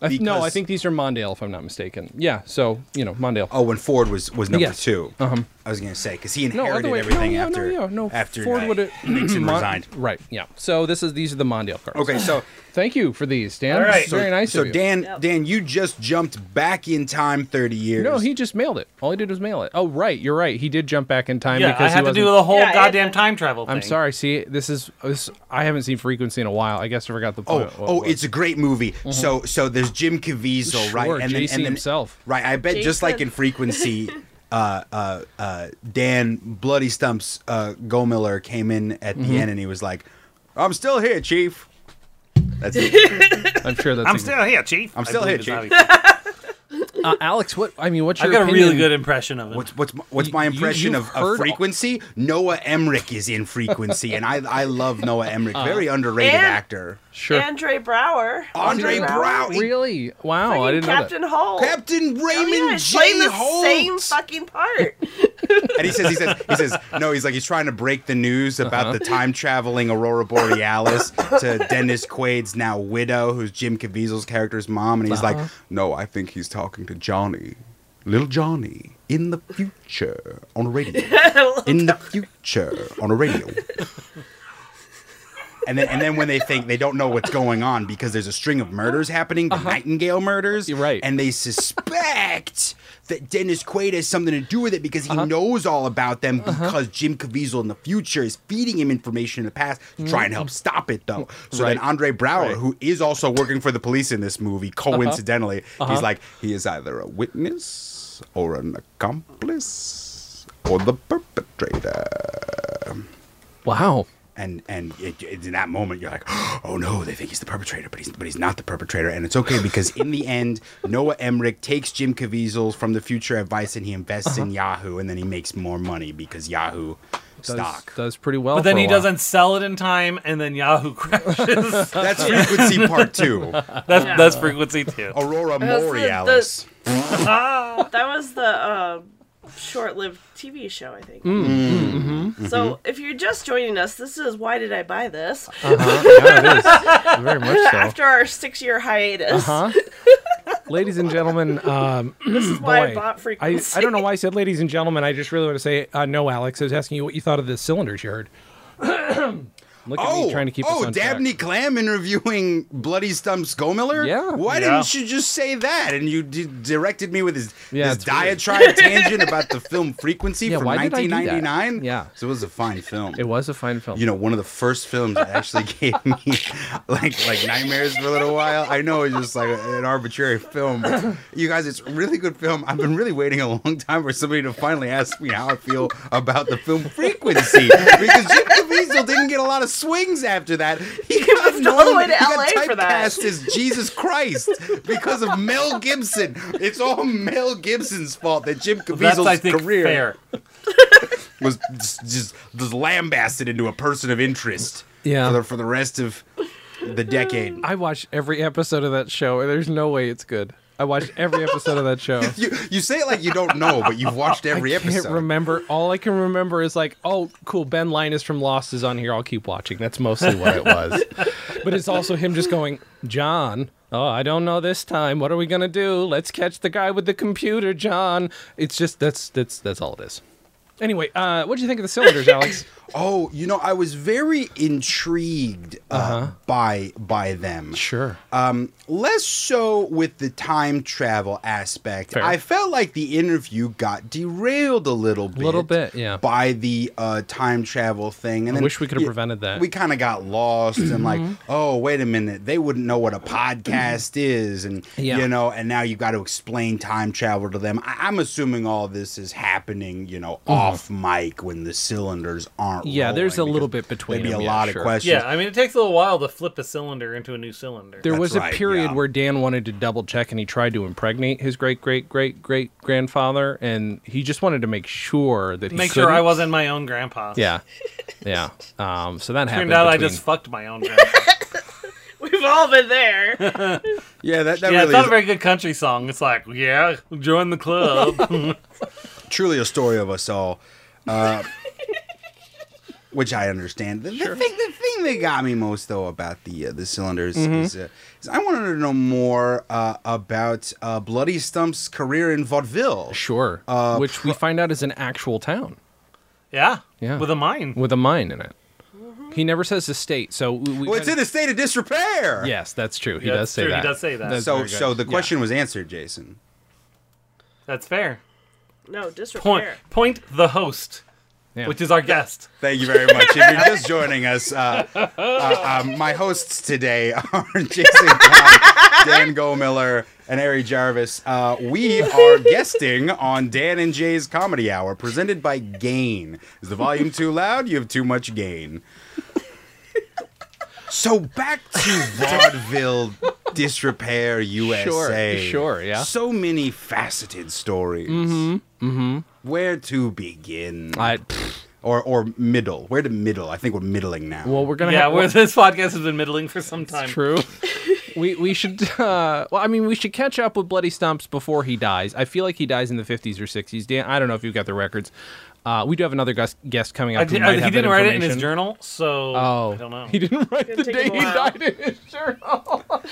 Speaker 1: I th- no, I
Speaker 4: Because-
Speaker 1: think these are Mondale, if I'm not mistaken. Yeah. So you know, Mondale.
Speaker 4: Oh, when Ford was was number
Speaker 1: Yes. Uh-huh.
Speaker 4: two. I was gonna say because he
Speaker 1: No,
Speaker 4: inherited
Speaker 1: other way.
Speaker 4: everything
Speaker 1: no,
Speaker 4: after
Speaker 1: no, no, no, no.
Speaker 4: after
Speaker 1: Ford
Speaker 4: uh,
Speaker 1: would have
Speaker 4: Nixon resigned.
Speaker 1: Right. Yeah. So this is these are the Mondale cards.
Speaker 4: Okay, so
Speaker 1: Thank you for these, Dan.
Speaker 2: All right.
Speaker 1: Very nice
Speaker 4: so
Speaker 1: of you.
Speaker 4: Dan,
Speaker 3: Yep.
Speaker 4: Dan, you just jumped back in time thirty years.
Speaker 1: No, he just mailed it. All he did was mail it. Oh, right, you're right. He did jump back in time
Speaker 2: Yeah,
Speaker 1: because
Speaker 2: I had
Speaker 1: he
Speaker 2: to do
Speaker 1: wasn't-
Speaker 2: the whole
Speaker 3: Yeah, I had
Speaker 2: goddamn
Speaker 3: to-
Speaker 2: time travel thing.
Speaker 1: I'm sorry. See, this is this, I haven't seen Frequency in a while. I guess I forgot the
Speaker 4: Oh,
Speaker 1: point.
Speaker 4: oh, it's a great movie. So, so there's Jim Caviezel, right?
Speaker 1: Mm-hmm. Sure, JC himself.
Speaker 4: Right. I bet just like
Speaker 3: Jason.
Speaker 4: in Frequency, uh, uh, uh, Dan Bloody Stumps uh, Go Miller came in at
Speaker 1: Mm-hmm.
Speaker 4: the end and he was like, "I'm still here, Chief." That's it.
Speaker 1: I'm sure that's.
Speaker 2: I'm
Speaker 1: ex-
Speaker 2: still here, Chief.
Speaker 4: I'm still
Speaker 2: I
Speaker 4: here,
Speaker 2: believe it's
Speaker 4: Chief.
Speaker 2: how he-
Speaker 1: Uh, Alex, what I mean, what's
Speaker 2: I
Speaker 1: your?
Speaker 2: got a really
Speaker 1: opinion?
Speaker 2: good impression of him.
Speaker 4: What's what's my, what's my
Speaker 1: You- you-
Speaker 4: impression
Speaker 1: you've
Speaker 4: of,
Speaker 1: heard all-
Speaker 4: of frequency? Noah Emmerich is in frequency, and I I love Noah Emmerich,
Speaker 1: Uh,
Speaker 4: very underrated
Speaker 3: And-
Speaker 4: actor.
Speaker 1: Sure.
Speaker 3: Andre Brower.
Speaker 4: Andre Brow,
Speaker 1: really? Wow, Oh, I
Speaker 3: Freaking
Speaker 1: didn't
Speaker 3: Captain
Speaker 1: know
Speaker 3: Holt.
Speaker 4: Captain
Speaker 3: Oh,
Speaker 4: Raymond
Speaker 3: yeah, he's playing
Speaker 4: J.
Speaker 3: the same
Speaker 4: Holt.
Speaker 3: fucking part.
Speaker 4: and he says he says he says no. He's like he's trying to break the news
Speaker 1: Uh-huh.
Speaker 4: about the time traveling aurora borealis to Dennis Quaid's now widow, who's Jim Caviezel's character's mom, and he's
Speaker 1: Uh-huh.
Speaker 4: like, no, I think he's talking to Johnny, little Johnny, in the future on a radio. in the future on a radio. And then, and then when they think they don't know what's going on because there's a string of murders happening, the Nightingale murders,
Speaker 1: Uh-huh. You're right.
Speaker 4: And they suspect that Dennis Quaid has something to do with it because he
Speaker 1: Uh-huh.
Speaker 4: knows all about them because Jim Caviezel in the future is feeding him information in the past to try and help stop it though.
Speaker 1: Mm-hmm.
Speaker 4: So
Speaker 1: Right.
Speaker 4: then Andre Brower,
Speaker 1: Right. Uh-huh.
Speaker 4: who is also working for the police in this movie, coincidentally, he's like he is either a witness or an accomplice or the perpetrator
Speaker 1: that. Wow.
Speaker 4: and and it, it's in that moment you're like, oh no, they think he's the perpetrator, but he's but he's not the perpetrator, and it's okay because in the end, Noah Emmerich takes Jim Caviezel from the future advice, and he invests in Yahoo, and then he makes more money because Yahoo
Speaker 1: Does,
Speaker 4: stock.
Speaker 1: does pretty well.
Speaker 2: but then
Speaker 1: for a
Speaker 2: he
Speaker 1: while.
Speaker 2: doesn't sell it in time, and then Yahoo crashes.
Speaker 4: That's frequency part two.
Speaker 2: That's that's frequency too.
Speaker 4: Aurora
Speaker 3: That's the-
Speaker 4: Borealis.
Speaker 3: That was the uh, short-lived TV show, I think.
Speaker 2: Mm,
Speaker 4: Mm.
Speaker 2: mm-hmm.
Speaker 4: Mm-hmm.
Speaker 3: So, if you're just joining us, this is why did I buy this?
Speaker 4: Uh-huh.
Speaker 1: Uh-huh. Yeah, it is. Very much so.
Speaker 3: After our six-year hiatus,
Speaker 2: Uh-huh.
Speaker 1: Huh? ladies and gentlemen, um,
Speaker 3: this is why I
Speaker 1: boy,
Speaker 3: bought
Speaker 1: I,
Speaker 3: frequency.
Speaker 1: I don't know why I said ladies and gentlemen. I just really want to say uh, no, Alex. I was asking you what you thought of the cylinders you heard. Look at
Speaker 4: Oh,
Speaker 1: me trying to keep
Speaker 4: oh,
Speaker 1: this on track.
Speaker 4: Dabney Clam interviewing Bloody Stumps Gomiller.
Speaker 1: Yeah.
Speaker 4: why
Speaker 2: Yeah.
Speaker 4: didn't you just say that? And you d- directed me with his,
Speaker 1: Yeah,
Speaker 4: his
Speaker 1: it's weird.
Speaker 4: diatribe tangent about the film Frequency
Speaker 1: Yeah,
Speaker 4: from
Speaker 1: why did I do that?
Speaker 4: 1999.
Speaker 1: Yeah.
Speaker 4: so it was a fine film.
Speaker 1: It was a fine film.
Speaker 4: you know, one of the first films that actually gave me like like nightmares for a little while. I know it's just like an arbitrary film, but you guys, it's a really good film. I've been really waiting a long time for somebody to finally ask me how I feel about the film Frequency because Jim Caviezel didn't get a lot of swings after that. He
Speaker 3: moved all the way to LA
Speaker 4: got
Speaker 3: for that.
Speaker 4: typecast as Jesus Christ because of Mel Gibson. It's all Mel Gibson's fault that Jim
Speaker 2: That's
Speaker 4: Caviezel's
Speaker 2: I think
Speaker 4: career
Speaker 2: fair.
Speaker 4: was just, just was lambasted into a person of interest.
Speaker 1: Yeah.
Speaker 4: For the, for the rest of the decade.
Speaker 1: I watch every episode of that show, and there's no way it's good. I watched every episode of that show.
Speaker 4: You, you say it like you don't know, but you've watched every
Speaker 1: I
Speaker 4: episode.
Speaker 1: can't remember. All I can remember is like, oh, cool. Ben Linus from Lost is on here. I'll keep watching. That's mostly what it was. but it's also him just going, John. Oh, I don't know this time. What are we gonna do? Let's catch the guy with the computer, John. It's just that's that's that's all it is. Anyway, uh, what do you think of the cylinders, Alex?
Speaker 4: Oh, you know, I was very intrigued uh,
Speaker 1: Uh-huh.
Speaker 4: by by them.
Speaker 1: sure.
Speaker 4: Um, less so with the time travel aspect.
Speaker 1: Fair.
Speaker 4: I felt like the interview got derailed a little bit.
Speaker 1: Little bit, yeah.
Speaker 4: By the uh, time travel thing, and I
Speaker 1: wish we could have prevented that.
Speaker 4: We kind of got lost and
Speaker 1: Mm-hmm.
Speaker 4: like, oh, wait a minute, they wouldn't know what a podcast is, and
Speaker 1: Yeah.
Speaker 4: you know, and now you've got to explain time travel to them. I- I'm assuming all this is happening, you know, off mic when the cylinders aren't.
Speaker 1: Mm-hmm. Yeah, there's a
Speaker 4: rolling,
Speaker 1: little
Speaker 4: because
Speaker 1: bit between
Speaker 4: There'd be
Speaker 1: them,
Speaker 4: a
Speaker 1: yeah,
Speaker 4: lot
Speaker 1: sure.
Speaker 4: of questions.
Speaker 2: Yeah, I mean, it takes a little while to flip a cylinder into a new cylinder.
Speaker 1: There
Speaker 4: That's
Speaker 1: was a
Speaker 4: right,
Speaker 1: period
Speaker 4: yeah.
Speaker 1: where Dan wanted to double check and he tried to impregnate his great great great great grandfather, and he just wanted to make sure that he
Speaker 2: Make sure I
Speaker 1: couldn't-
Speaker 2: wasn't my own grandpa.
Speaker 1: Yeah, yeah. Um, so that happened.
Speaker 2: Turned out I
Speaker 1: between-
Speaker 2: just fucked my own grandpa.
Speaker 3: We've all been there.
Speaker 4: yeah, that, that
Speaker 2: yeah,
Speaker 4: really
Speaker 2: it's not
Speaker 4: is
Speaker 2: a very good country song. It's like, yeah, join the club.
Speaker 4: truly a story of us all, uh, which I understand. The, the thing, the thing that got me most though about the uh, the cylinders
Speaker 1: Mm-hmm.
Speaker 4: is, uh, is I wanted to know more uh, about uh, Bloody Stump's career in vaudeville.
Speaker 1: Sure.
Speaker 4: Uh,
Speaker 1: Which we find out is an actual town
Speaker 2: yeah,
Speaker 1: Yeah.
Speaker 2: with a mine.
Speaker 1: with a mine in it. He never says the state, so we, we
Speaker 4: Well, it's in a state of disrepair.
Speaker 1: Yes, that's true. He
Speaker 2: Yeah,
Speaker 1: does
Speaker 2: it's
Speaker 1: say
Speaker 2: true, he
Speaker 1: that.
Speaker 2: does say that.
Speaker 1: That's
Speaker 4: So
Speaker 1: very good.
Speaker 4: so the
Speaker 1: Yeah.
Speaker 4: question was answered, Jason.
Speaker 2: That's fair.
Speaker 3: No, disrepair.
Speaker 2: Point, point the host,
Speaker 1: Yeah.
Speaker 2: which is our guest.
Speaker 4: Thank you very much. If you're just joining us, uh, uh, uh, my hosts today are Jason Kahn, Dan Gomiller, and Ari Jarvis. Uh, we are guesting on Dan and Jay's Comedy Hour, presented by Gain. Is the volume too loud? You have too much gain. So back to vaudeville disrepair USA.
Speaker 1: sure, yeah. Mm-hmm,
Speaker 4: So many faceted stories. Where to begin?
Speaker 1: I, pfft.
Speaker 4: or or middle. Where to middle? I think we're middling now.
Speaker 1: well, we're gonna
Speaker 2: Yeah,
Speaker 1: have,
Speaker 2: where this podcast has been middling for some time.
Speaker 1: True. we we should uh, well I mean we should catch up with Bloody Stumps before he dies. I feel like he dies in the 50s or 60s. Dan, I don't know if you've got the records. Uh, we do have another guest guest coming up.
Speaker 2: I
Speaker 1: who
Speaker 2: did,
Speaker 1: might
Speaker 2: I,
Speaker 1: have
Speaker 2: he
Speaker 1: that
Speaker 2: didn't write it in his
Speaker 1: information.
Speaker 2: journal, so
Speaker 1: Oh,
Speaker 2: I don't know.
Speaker 1: He didn't write
Speaker 3: Gonna
Speaker 1: the
Speaker 3: take
Speaker 1: day
Speaker 3: him a
Speaker 1: he
Speaker 3: while.
Speaker 1: died in his journal.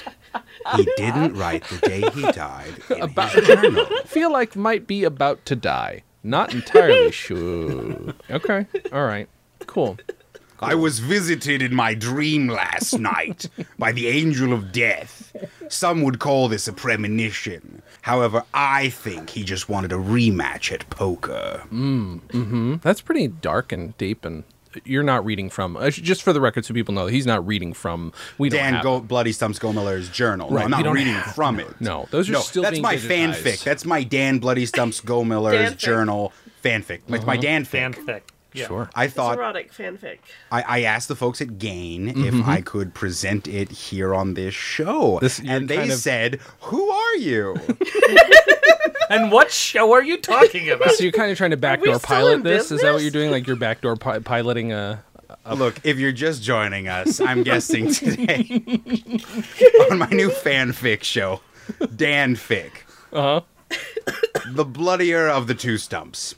Speaker 4: he didn't write the day he died in his journal.
Speaker 1: feel like might be about to die. Not entirely sure. Okay. All right. Cool.
Speaker 4: I was visited in my dream last night by the angel of death. Some would call this a premonition. However, I think he just wanted a rematch at poker.
Speaker 1: Hmm, That's pretty dark and deep and you're not reading from uh, just for the record so people know he's not reading from we don't
Speaker 4: Dan
Speaker 1: have-
Speaker 4: Go- Bloody Stumps Gomiller's journal.
Speaker 1: Right, we
Speaker 4: no, I'm
Speaker 1: don't
Speaker 4: not reading
Speaker 1: have-
Speaker 4: from it.
Speaker 1: no, those are
Speaker 4: no,
Speaker 1: still
Speaker 4: That's
Speaker 1: being
Speaker 4: my
Speaker 1: digitized.
Speaker 4: fanfic. That's my Dan Bloody Stumps Gomiller's
Speaker 3: Danfic.
Speaker 4: journal fanfic. That's
Speaker 1: Uh-huh.
Speaker 4: my Dan
Speaker 2: Dan
Speaker 4: fic.
Speaker 2: Thick. Yeah.
Speaker 1: Sure.
Speaker 4: I
Speaker 3: It's
Speaker 4: thought
Speaker 3: erotic fanfic.
Speaker 4: I, I asked the folks at Gain if I could present it here on this show.
Speaker 1: Mm-hmm. This- you're
Speaker 4: and they
Speaker 1: kind of-
Speaker 4: said, Who are you?
Speaker 2: And what show are you talking about?
Speaker 1: So you're kind of trying to
Speaker 3: we
Speaker 1: backdoor
Speaker 3: still
Speaker 1: pilot
Speaker 3: in
Speaker 1: this? Is that what
Speaker 3: business?
Speaker 1: you're doing? Like you're backdoor pi- piloting a?
Speaker 4: Look, if you're just joining us, I'm guessing today on my new fanfic show, Dan Fic,
Speaker 1: Uh huh.
Speaker 4: the bloodier of the two stumps.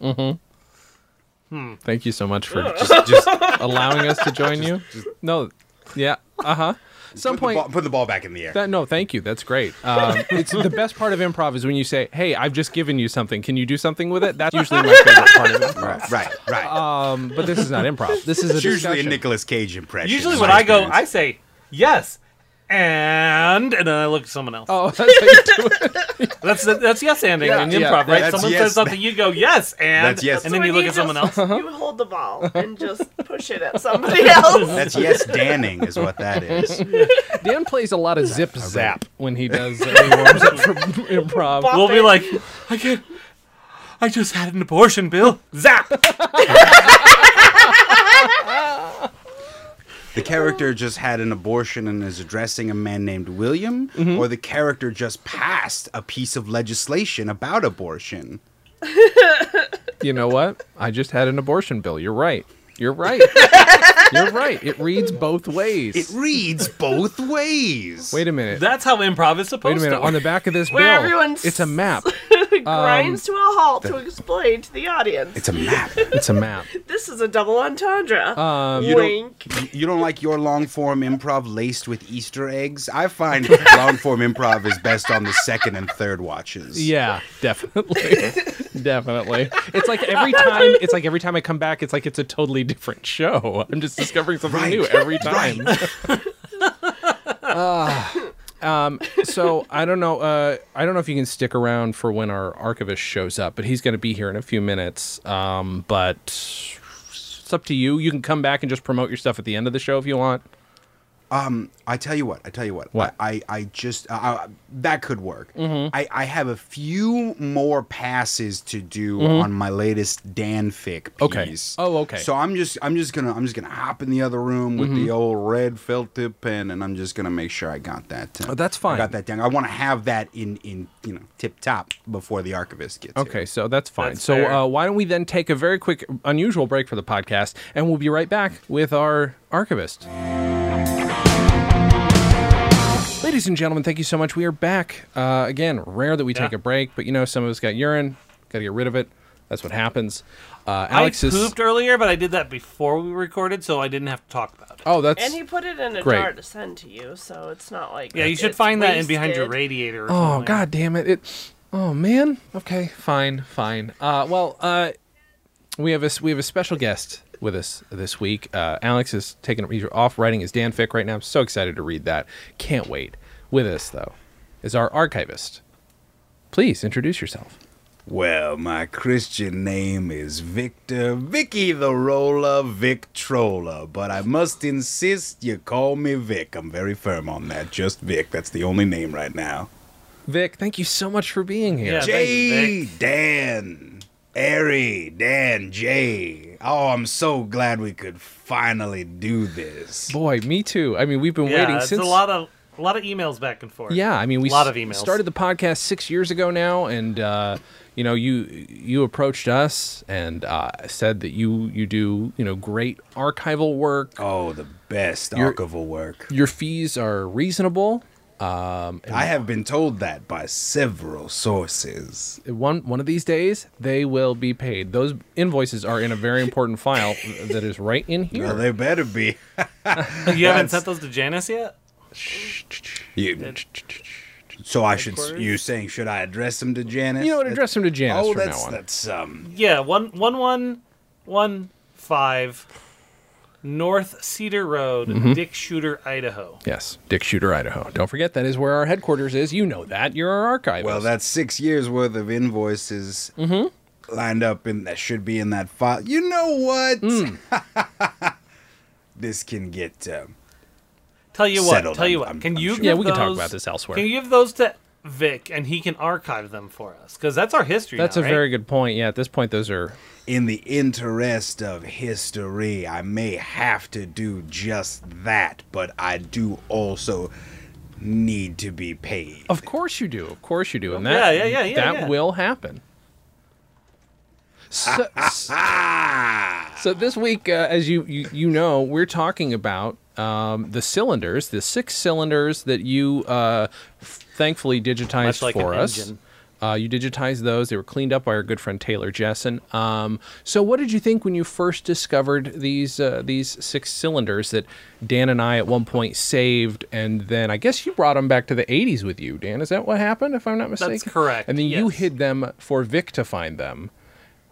Speaker 1: Thank you so much for just
Speaker 4: Just, just
Speaker 1: allowing us to join you. No, yeah, uh huh. Some
Speaker 4: put, the
Speaker 1: point.
Speaker 4: ball, put the ball back in the air.
Speaker 1: That, no, thank you. That's great. Um, it's the best part of improv is when you say, "Hey, I've just given you something. Can you do something with it?" That's usually my favorite part of improv.
Speaker 4: right, right, right.
Speaker 1: Um, but this is not improv. This is a
Speaker 4: it's usually a
Speaker 1: discussion.
Speaker 4: Nicolas Cage impression.
Speaker 2: Usually
Speaker 4: in
Speaker 2: when
Speaker 4: my
Speaker 2: I go, I
Speaker 4: experience.
Speaker 2: say yes, and and then I look at someone else.
Speaker 1: Oh, that's how you do it.
Speaker 2: That's that's yes anding in
Speaker 1: yeah,
Speaker 2: improv, right?
Speaker 4: that's
Speaker 2: Someone
Speaker 4: yes.
Speaker 2: says something, you go yes and,
Speaker 4: That's yes.
Speaker 2: and then
Speaker 3: So
Speaker 2: you
Speaker 3: when
Speaker 2: look at someone else.
Speaker 3: just- You hold the ball and just push it at somebody else.
Speaker 4: That's yes, Danning is what that is.
Speaker 1: Dan plays a lot of zip zap when he does uh, when he warms up for improv.
Speaker 3: Bop
Speaker 2: We'll be
Speaker 3: it.
Speaker 2: like, I can't. I just had an abortion, Bill. Zap.
Speaker 4: the character just had an abortion and is addressing a man named William,
Speaker 1: Mm-hmm.
Speaker 4: or the character just passed a piece of legislation about abortion.
Speaker 1: You know what? I just had an abortion bill. You're right. You're right. You're right. It reads both ways.
Speaker 4: It reads both ways.
Speaker 1: Wait a minute.
Speaker 2: That's how improv is
Speaker 1: Wait
Speaker 2: supposed
Speaker 1: a minute.
Speaker 2: to
Speaker 1: On the back of this bill,
Speaker 3: Where everyone's-
Speaker 1: it's a map.
Speaker 3: grinds
Speaker 2: um,
Speaker 3: to a halt to explain to the audience.
Speaker 4: it's a map.
Speaker 1: It's a map.
Speaker 3: This is a double entendre.
Speaker 1: Um,
Speaker 4: You
Speaker 3: Wink.
Speaker 4: don't, you don't like your long form improv laced with Easter eggs? I find long form improv is best on the second and third watches.
Speaker 1: Yeah, definitely. definitely. It's like every time it's like every time I come back, it's like it's a totally different show. I'm just discovering something
Speaker 4: Right.
Speaker 1: new every time. Ah. um so I don't know uh I don't know if you can stick around for when our archivist shows up, but he's going to be here in a few minutes. Um but it's up to you. You can come back and just promote your stuff at the end of the show if you want.
Speaker 4: I tell you what. I tell you what.
Speaker 1: What? Mm-hmm.
Speaker 4: I I, I just I, I- that could work. I I have a few more passes to do on my latest Danfic
Speaker 1: Mm-hmm. Okay.
Speaker 4: piece.
Speaker 1: Oh, okay. Mm-hmm.
Speaker 4: So I'm just I'm just gonna I'm just gonna hop in the other room with the old red felt tip pen, and I'm just gonna make sure I got that. uh,
Speaker 1: Oh, that's
Speaker 4: I
Speaker 1: fine.
Speaker 4: got that down. I want to have that in in you know tip top before the archivist gets here.
Speaker 1: Okay, so that's fine.
Speaker 2: That's
Speaker 1: so
Speaker 2: fair.
Speaker 1: uh, why don't we then take a very quick, unusual break for the podcast, and we'll be right back with our archivist. Ladies and gentlemen, thank you so much. We are back uh, again. Rare that we take
Speaker 2: Yeah.
Speaker 1: a break, but you know, some of us got urine. Got to get rid of it. That's what happens. Uh,
Speaker 2: I
Speaker 1: Alex is.
Speaker 2: pooped earlier, but I did that before we recorded, so I didn't have to talk about it.
Speaker 1: Oh, that's.
Speaker 3: And he put it in a
Speaker 1: Great.
Speaker 3: jar to send to you, so it's not like
Speaker 2: Yeah, you should
Speaker 3: it's
Speaker 2: find that in behind your
Speaker 3: wasted.
Speaker 2: radiator. or
Speaker 1: Oh
Speaker 2: something.
Speaker 1: god damn it! It. Oh man. Okay. Fine. Fine. Uh. Well. Uh. We have a s- we have a special guest with us this week. Uh, Alex is taking he's off writing his Danfic right now. I'm so excited to read that. Can't wait. With us though, is our archivist. Please introduce yourself.
Speaker 4: Well, my Christian name is Victor Vicky the Roller Vic Troller, but I must insist you call me Vic. I'm very firm on that. Just Vic. That's the only name right now.
Speaker 1: Vic, thank you so much for being here.
Speaker 2: Yeah. Uh, thank you,
Speaker 4: Jay, Dan, Ari, Dan, Jay. Oh, I'm so glad we could finally do this.
Speaker 1: Boy, me too. I mean, we've been
Speaker 2: Yeah,
Speaker 1: waiting
Speaker 2: it's
Speaker 1: since
Speaker 2: a lot of a lot of emails back and forth.
Speaker 1: Yeah, I mean, we
Speaker 2: A lot
Speaker 1: s-
Speaker 2: of emails.
Speaker 1: started the podcast six years ago now, and uh, you know, you you approached us and uh, said that you you do you know great archival work.
Speaker 4: Oh, the best
Speaker 1: You're-
Speaker 4: archival work.
Speaker 1: Your fees are reasonable. Um, and
Speaker 4: I have been told that by several sources.
Speaker 1: one one of these days they will be paid. Those invoices are in a very important file that is right in here.
Speaker 4: Well, they better be.
Speaker 2: you haven't
Speaker 4: That's-
Speaker 2: sent those to Janice yet.
Speaker 4: You, so I should. You saying should I address him to Janice?
Speaker 1: you know what? Address them to Janice
Speaker 4: Oh,
Speaker 1: from
Speaker 4: that's
Speaker 1: now on.
Speaker 4: that's um.
Speaker 2: Yeah, one one one one five North Cedar Road,
Speaker 1: Mm-hmm.
Speaker 2: Dick Shooter, Idaho.
Speaker 1: Yes, Dick Shooter, Idaho. Don't forget that is where our headquarters is. You know that. You're our archivist.
Speaker 4: Well, that's six years worth of invoices
Speaker 1: Mm-hmm.
Speaker 4: lined up, and that should be in that file. You know what?
Speaker 1: Mm.
Speaker 4: this can get. Uh,
Speaker 2: Tell you what.
Speaker 4: Settled,
Speaker 2: Tell you
Speaker 4: I'm-
Speaker 2: what.
Speaker 4: I'm-
Speaker 2: can
Speaker 4: I'm
Speaker 2: you?
Speaker 4: sure.
Speaker 2: give
Speaker 1: yeah, we can talk
Speaker 2: those-
Speaker 1: about this elsewhere.
Speaker 2: Can you give those to Vic and he can archive them for us? Because that's our history.
Speaker 1: That's
Speaker 2: now,
Speaker 1: a
Speaker 2: right?
Speaker 1: very good point. Yeah, at this point, those are
Speaker 4: in the interest of history, I may have to do just that, but I do also need to be paid.
Speaker 1: Of course you do. Of course you do. And that
Speaker 2: yeah, yeah, yeah,
Speaker 1: that
Speaker 2: yeah.
Speaker 1: will happen. So,
Speaker 4: Ah!
Speaker 1: so this week, uh, as you, you you know, we're talking about um, the cylinders, the six cylinders that you uh, f- thankfully digitized
Speaker 2: Much like
Speaker 1: for
Speaker 2: an
Speaker 1: us.
Speaker 2: engine.
Speaker 1: Uh, you digitized those. They were cleaned up by our good friend Taylor Jessen. Um, so, what did you think when you first discovered these uh, these six cylinders that Dan and I at one point saved, and then I guess you brought them back to the '80s with you, Dan? Is that what happened? If I'm not mistaken,
Speaker 2: correct,
Speaker 1: And then you
Speaker 2: yes.
Speaker 1: hid them for Vic to find them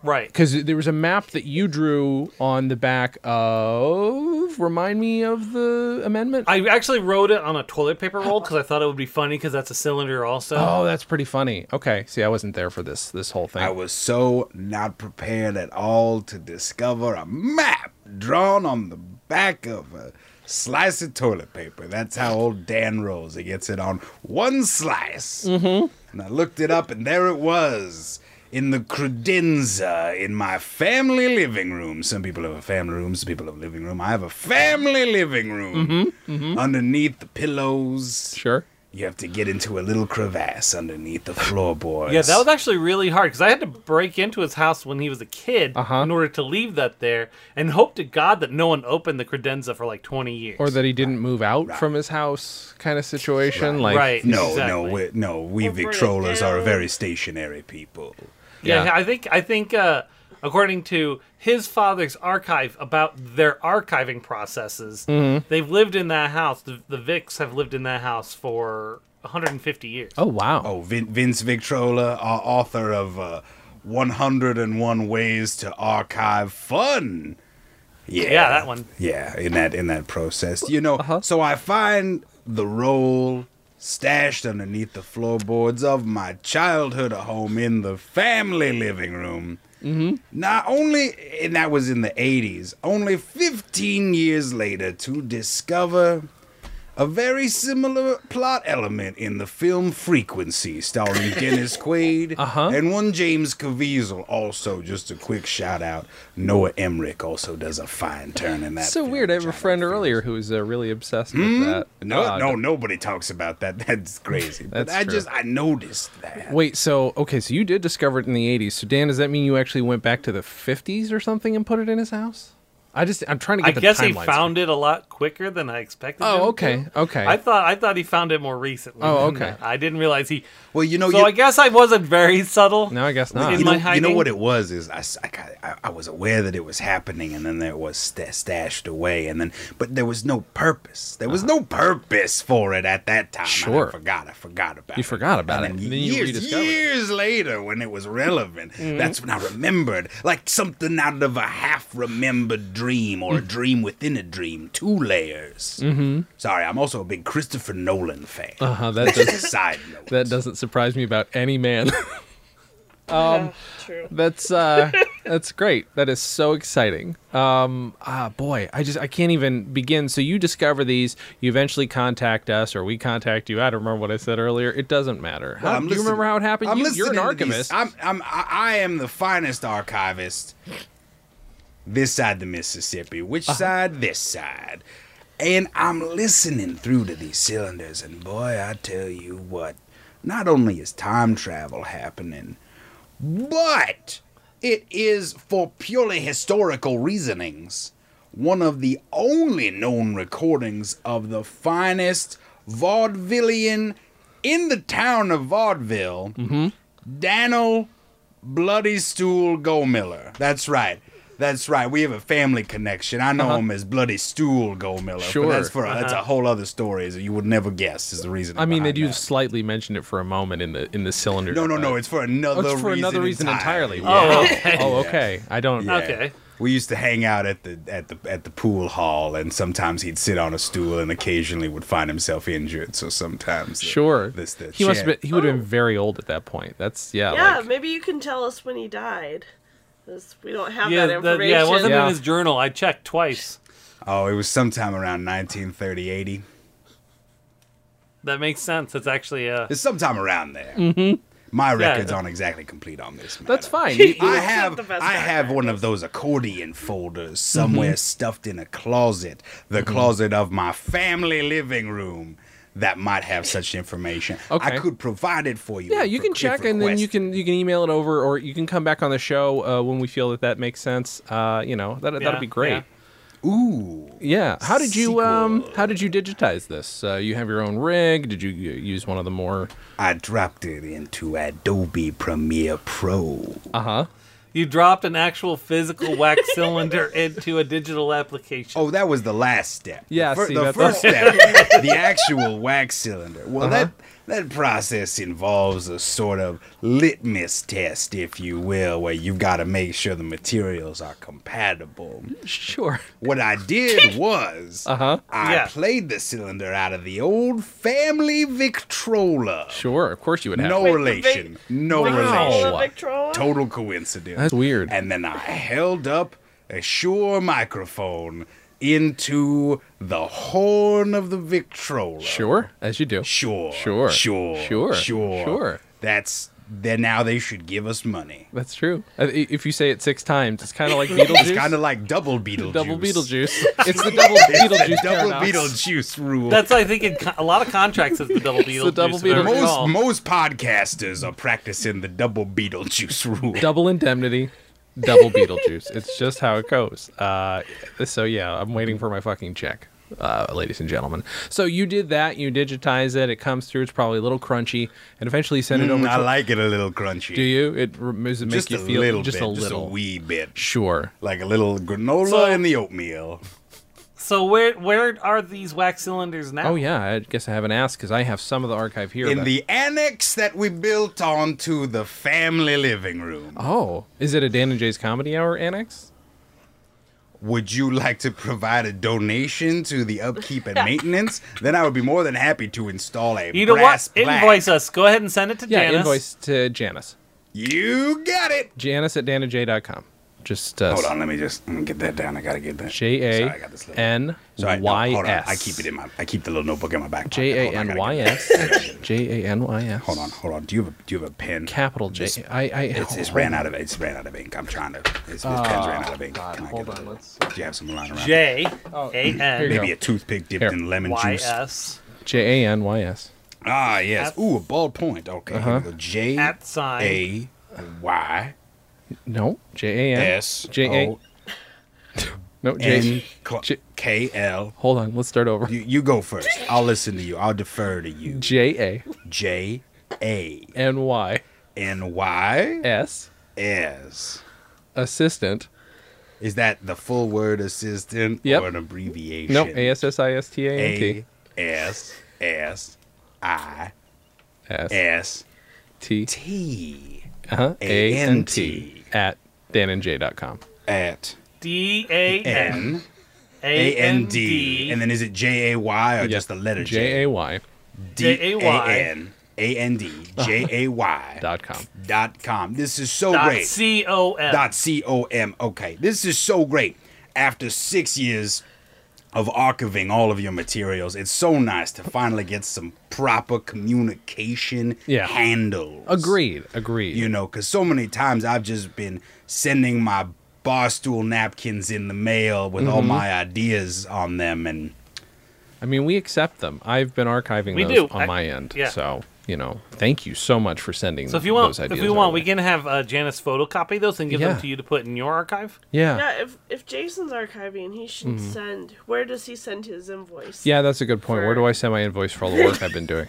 Speaker 2: right.
Speaker 1: because there was a map that you drew on the back of. Remind me of the amendment.
Speaker 2: I actually wrote it on a toilet paper roll because I thought it would be funny because that's a cylinder also.
Speaker 1: oh, that's pretty funny. Okay, see, I wasn't there for this this whole thing.
Speaker 4: I was so not prepared at all to discover a map drawn on the back of a slice of toilet paper. That's how old Dan rolls. He gets it on one slice. Mm-hmm. And I looked it up, and there it was. in the credenza in my family living room. Some people have a family room, some people have a living room. I have a family living room.
Speaker 2: Mm-hmm,
Speaker 4: Underneath the pillows,
Speaker 1: Sure.
Speaker 4: you have to get into a little crevasse underneath the floorboards.
Speaker 2: Yeah, that was actually really hard because I had to break into his house when he was a kid
Speaker 1: Uh-huh.
Speaker 2: in order to leave that there and hope to God that no one opened the credenza for like 20 years.
Speaker 1: Or that he didn't move out from his house, kind of situation. Like,
Speaker 2: right.
Speaker 4: no, no,
Speaker 2: exactly.
Speaker 4: we no. We
Speaker 3: Or burn it
Speaker 4: Victrolas are
Speaker 3: down.
Speaker 4: very stationary people.
Speaker 2: Yeah,
Speaker 1: Yeah.
Speaker 2: I think I think uh, according to his father's archive about their archiving processes,
Speaker 1: Mm-hmm.
Speaker 2: they've lived in that house. The, the Vicks have lived in that house for 150 years.
Speaker 1: Oh wow.
Speaker 4: Oh, Vin- Vince Victrola, uh, author of uh, 101 Ways to Archive Fun. Yeah,
Speaker 2: Yeah, that one.
Speaker 4: Yeah, in that in that process, you know.
Speaker 1: Uh-huh.
Speaker 4: So I find the roll stashed underneath the floorboards of my childhood home in the family living room. Not only, and that was in the 80s, only 15 years later to discover a very similar plot element in the film Frequency, starring Dennis Quaid
Speaker 1: Uh-huh.
Speaker 4: and one James Caviezel. Also, just a quick shout out, Noah Emmerich also does a fine turn in that.
Speaker 1: It's so
Speaker 4: film,
Speaker 1: weird. I have a
Speaker 4: which
Speaker 1: friend
Speaker 4: don't feel
Speaker 1: earlier who was uh, really obsessed
Speaker 2: Hmm?
Speaker 1: with that.
Speaker 4: no,
Speaker 1: God.
Speaker 4: no, nobody talks about that. That's crazy. but
Speaker 1: That's
Speaker 4: I
Speaker 1: true.
Speaker 4: just I noticed that.
Speaker 1: Wait, so okay, so you did discover it in the '80s. So Dan, does that mean you actually went back to the '50s or something and put it in his house? I just, I'm trying to get
Speaker 2: I
Speaker 1: the
Speaker 2: guess he
Speaker 1: timelines.
Speaker 2: found it a lot quicker than I expected. him
Speaker 1: Oh,
Speaker 2: to.
Speaker 1: okay, okay.
Speaker 2: I thought I thought he found it more recently.
Speaker 1: Oh,
Speaker 2: than
Speaker 1: okay.
Speaker 2: that. I didn't realize he.
Speaker 4: Well, you know,
Speaker 2: so
Speaker 4: you,
Speaker 2: I guess I wasn't very subtle.
Speaker 1: no, I guess not.
Speaker 2: in
Speaker 4: you,
Speaker 2: my
Speaker 4: know, you know
Speaker 2: hiding?
Speaker 4: what it was is I, s- I got- I- I was aware that it was happening and then there was st- stashed away and then but there was no purpose there was no purpose for it at that time and
Speaker 1: Uh-huh. Sure.
Speaker 4: I forgot I forgot about
Speaker 1: You
Speaker 4: it
Speaker 1: forgot about
Speaker 4: and
Speaker 1: it,
Speaker 4: then
Speaker 1: and then you
Speaker 4: years
Speaker 1: rediscovered it. Mm-hmm.
Speaker 4: years later when it was relevant that's when I remembered like something out of a half remembered dream
Speaker 1: Mm.
Speaker 4: or a dream within a dream two layers mm-hmm. sorry I'm also a big Christopher Nolan fan
Speaker 1: uh-huh, that
Speaker 4: just a
Speaker 1: does,
Speaker 4: side note
Speaker 1: that doesn't surprise me about any man.
Speaker 3: True.
Speaker 1: that's uh, that's great. That is so exciting. Um, ah, boy, I just I can't even begin. So you discover these, you eventually contact us, or we contact you. I don't remember what I said earlier. It doesn't matter. How,
Speaker 4: Well, I'm
Speaker 1: do you
Speaker 4: listening-
Speaker 1: remember how it happened?
Speaker 4: I'm
Speaker 1: you, you're an
Speaker 4: listening to these-
Speaker 1: archivist.
Speaker 4: I'm, I'm, I, I am the finest archivist this side the Mississippi. Which
Speaker 1: Uh-huh.
Speaker 4: side? This side. And I'm listening through to these cylinders, and boy, I tell you what, not only is time travel happening, but it is for purely historical reasonings one of the only known recordings of the finest vaudevillian in the town of Vaudeville,
Speaker 1: Mm-hmm.
Speaker 4: Daniel Bloody Stool Goldmiller. That's right. That's right. We have a family connection. I know him as Bloody Stool Goldmiller.
Speaker 1: Uh-huh. Sure. Uh-huh.
Speaker 4: But that's for that's a whole other story that you would never guess is the reason.
Speaker 1: I mean, they
Speaker 4: behind
Speaker 1: do
Speaker 4: that.
Speaker 1: slightly mention it for a moment in the in the cylinder.
Speaker 4: No, no, no.
Speaker 1: but-
Speaker 4: It's for another.
Speaker 1: Oh, it's for another reason entirely.
Speaker 2: Oh, okay.
Speaker 1: Oh, okay. I don't.
Speaker 4: Yeah.
Speaker 2: Okay.
Speaker 4: We used to hang out at the at the at the pool hall, and sometimes he'd sit on a stool, and occasionally would find himself injured. So sometimes, the-
Speaker 1: Sure.
Speaker 4: this the
Speaker 1: he must have
Speaker 4: chant-
Speaker 1: been, he would have been very old at that point. That's yeah.
Speaker 3: Yeah,
Speaker 1: like-
Speaker 3: maybe you can tell us when he died. 'cause we don't have
Speaker 2: Yeah,
Speaker 3: that
Speaker 2: that-
Speaker 3: information.
Speaker 2: yeah, it wasn't
Speaker 1: Yeah.
Speaker 2: in his journal. I checked twice.
Speaker 4: Oh, it was sometime around 1930, 80.
Speaker 2: That makes sense. It's actually uh,
Speaker 4: It's sometime around there. My records
Speaker 2: yeah.
Speaker 4: aren't exactly complete on this.
Speaker 1: Mm-hmm.
Speaker 4: Matter.
Speaker 1: that's fine. You-
Speaker 4: I
Speaker 3: It's not
Speaker 4: have
Speaker 3: the best
Speaker 4: I have
Speaker 3: background.
Speaker 4: one of those accordion folders somewhere
Speaker 1: Mm-hmm.
Speaker 4: stuffed in a closet, the closet of my family living room that might have such information.
Speaker 1: Okay.
Speaker 4: I could provide it for you.
Speaker 1: yeah,
Speaker 4: if
Speaker 1: you
Speaker 4: re-
Speaker 1: can
Speaker 4: if
Speaker 1: check and then you
Speaker 4: requested.
Speaker 1: can you can email it over or you can come back on the show uh, when we feel that that makes sense. Uh, you know that
Speaker 2: Yeah,
Speaker 1: that'd be great.
Speaker 2: yeah.
Speaker 4: Ooh.
Speaker 1: Yeah. How did you um How did you digitize this? Uh, you have your own rig? Did you uh, use one of the more?
Speaker 4: I dropped it into Adobe Premiere Pro.
Speaker 1: Uh huh.
Speaker 2: you dropped an actual physical wax cylinder into a digital application.
Speaker 4: Oh, that was the last step. The
Speaker 1: Yeah,
Speaker 4: fir-
Speaker 1: see,
Speaker 4: the
Speaker 1: that's-
Speaker 4: first step, the actual wax cylinder. Well,
Speaker 1: Uh-huh.
Speaker 4: that that process involves a sort of litmus test, if you will, where you've got to make sure the materials are compatible.
Speaker 1: Sure.
Speaker 4: What I did was
Speaker 1: Uh huh.
Speaker 4: I
Speaker 2: Yeah.
Speaker 4: played the cylinder out of the old family Victrola.
Speaker 1: Sure. Of cocourse you would have.
Speaker 4: No
Speaker 1: to.
Speaker 3: Wait, the Vic-
Speaker 4: relation. no
Speaker 1: Wow.
Speaker 4: relation.
Speaker 3: Victrola, Victrola?
Speaker 4: Total coincidence.
Speaker 1: That's weird.
Speaker 4: And then I held up a Shure microphone into the horn of the Victrola.
Speaker 1: Sure. As you do.
Speaker 4: Sure.
Speaker 1: Sure.
Speaker 4: Sure.
Speaker 1: Sure.
Speaker 4: Sure.
Speaker 1: Sure.
Speaker 4: That's then now they should give us money.
Speaker 1: That's true. Uh, i- If you say it six times, it's kind of like Beetlejuice.
Speaker 4: It's kind of like double Beetlejuice.
Speaker 1: double Beetlejuice. It's the double Beetlejuice
Speaker 4: Double
Speaker 1: paradox.
Speaker 4: Beetlejuice rule.
Speaker 2: That's I think in co- a lot of contracts is the double beetle.
Speaker 1: double
Speaker 2: juice, if I
Speaker 1: Beetlejuice.
Speaker 2: recall.
Speaker 4: most most podcasters are practicing the double Beetlejuice rule.
Speaker 1: Double indemnity. Double Beetlejuice. It's just how it goes. Uh, so yeah, I'm waiting for my fucking check, uh, ladies and gentlemen. So you did that. You digitize it. It comes through. It's probably a little crunchy, and eventually you send it over.
Speaker 4: Mm, I
Speaker 1: to,
Speaker 4: like it a little crunchy.
Speaker 1: do you? It re- does it make
Speaker 4: Just
Speaker 1: you
Speaker 4: a
Speaker 1: feel
Speaker 4: little
Speaker 1: just
Speaker 4: bit,
Speaker 1: a little.
Speaker 4: just a wee bit,
Speaker 1: Sure.
Speaker 4: like a little granola
Speaker 2: So-
Speaker 4: in the oatmeal.
Speaker 2: So where where are these wax cylinders now?
Speaker 1: Oh yeah, I guess I haven't asked because I have some of the archive here.
Speaker 4: In
Speaker 1: but-
Speaker 4: the annex that we built onto the family living room,
Speaker 1: oh, is it a Dan and Jay's Comedy Hour annex?
Speaker 4: would you like to provide a donation to the upkeep and maintenance? then I would be more than happy to install a
Speaker 2: You know
Speaker 4: brass
Speaker 2: what?
Speaker 4: plaque.
Speaker 2: Invoice us. Go ahead and send it to
Speaker 1: Yeah,
Speaker 2: Janice.
Speaker 1: invoice to Janice.
Speaker 4: You got it.
Speaker 1: Janice at danandjay.com. Just uh,
Speaker 4: Hold on, let me just let me get that down. I gotta get that.
Speaker 1: J
Speaker 4: Sorry,
Speaker 1: A
Speaker 4: I got this little-
Speaker 1: N
Speaker 4: Sorry, no,
Speaker 1: Y
Speaker 4: hold on.
Speaker 1: S.
Speaker 4: I keep it in my. I keep the little notebook in my back. pocket.
Speaker 1: J
Speaker 4: Hold
Speaker 1: A
Speaker 4: on, I
Speaker 1: N
Speaker 4: gotta
Speaker 1: Y
Speaker 4: get-
Speaker 1: S. J A N Y S.
Speaker 4: Hold on, hold on. Do you have a Do you have a pen?
Speaker 1: Capital J. I. I oh.
Speaker 4: It's, it's ran out of it's ran out of ink. I'm trying to. It's, this pen's ran out of ink. Can I
Speaker 1: hold
Speaker 4: get
Speaker 1: on,
Speaker 4: the-
Speaker 1: let's-
Speaker 4: Do you have some lying around?
Speaker 2: J
Speaker 1: Oh,
Speaker 2: A
Speaker 1: here you
Speaker 2: N
Speaker 4: Maybe
Speaker 1: go.
Speaker 4: a toothpick dipped
Speaker 1: Here.
Speaker 4: in lemon
Speaker 2: Y
Speaker 4: juice.
Speaker 2: S
Speaker 1: J A N Y S.
Speaker 4: Ah yes.
Speaker 2: At-
Speaker 4: Ooh, a bald point. Okay. here we
Speaker 1: Uh-huh.
Speaker 4: go. J
Speaker 2: at sign.
Speaker 4: A Y
Speaker 1: No. J A N.
Speaker 4: S
Speaker 1: J A.
Speaker 4: O
Speaker 1: No. J.
Speaker 4: N
Speaker 1: J-
Speaker 4: K L.
Speaker 1: Hold on. Let's start over.
Speaker 4: You you go first. I'll listen to you. I'll defer to you.
Speaker 1: J
Speaker 4: J A
Speaker 1: A N Y
Speaker 4: N Y
Speaker 1: S.
Speaker 4: S.
Speaker 1: Assistant.
Speaker 4: Is that the full word assistant
Speaker 1: Yep.
Speaker 4: or an abbreviation?
Speaker 1: No. A S S I S T A N T.
Speaker 4: A S S I
Speaker 1: S
Speaker 4: S
Speaker 1: T.
Speaker 4: T
Speaker 1: Uh-huh. A N T.
Speaker 4: A-N-T.
Speaker 1: At danandj.com.
Speaker 4: at
Speaker 2: D A N
Speaker 4: N
Speaker 2: A
Speaker 4: A
Speaker 2: N
Speaker 4: N D.
Speaker 2: D
Speaker 4: And then is it J A Y or
Speaker 1: Yeah.
Speaker 4: just the letter
Speaker 1: J A Y
Speaker 4: D A
Speaker 2: J-A-Y.
Speaker 4: N A N D J A Y
Speaker 1: dot com.
Speaker 4: dot com. This is so
Speaker 2: dot
Speaker 4: great.
Speaker 2: C O M.
Speaker 4: dot com. Okay, this is so great. After six years of archiving all of your materials, it's so nice to finally get some proper communication
Speaker 1: Yeah.
Speaker 4: handles.
Speaker 1: Agreed. Agreed.
Speaker 4: You know, because so many times I've just been sending my barstool napkins in the mail with
Speaker 1: Mm-hmm.
Speaker 4: all my ideas on them, and
Speaker 1: I mean, we accept them. I've been archiving
Speaker 2: We
Speaker 1: those
Speaker 2: do.
Speaker 1: on
Speaker 2: I-
Speaker 1: my end.
Speaker 2: yeah.
Speaker 1: So, you know, thank you so much for sending
Speaker 2: So if you want,
Speaker 1: those ideas.
Speaker 2: if we
Speaker 1: our
Speaker 2: want, we
Speaker 1: way.
Speaker 2: can have uh, Janice photocopy those and give
Speaker 1: Yeah.
Speaker 2: them to you to put in your archive.
Speaker 1: Yeah. yeah.
Speaker 3: Yeah, if if Jason's archiving, he should
Speaker 2: Mm-hmm.
Speaker 3: send. Where does he send his invoice?
Speaker 1: that's a good point. Where do I send my invoice for all the work I've been doing?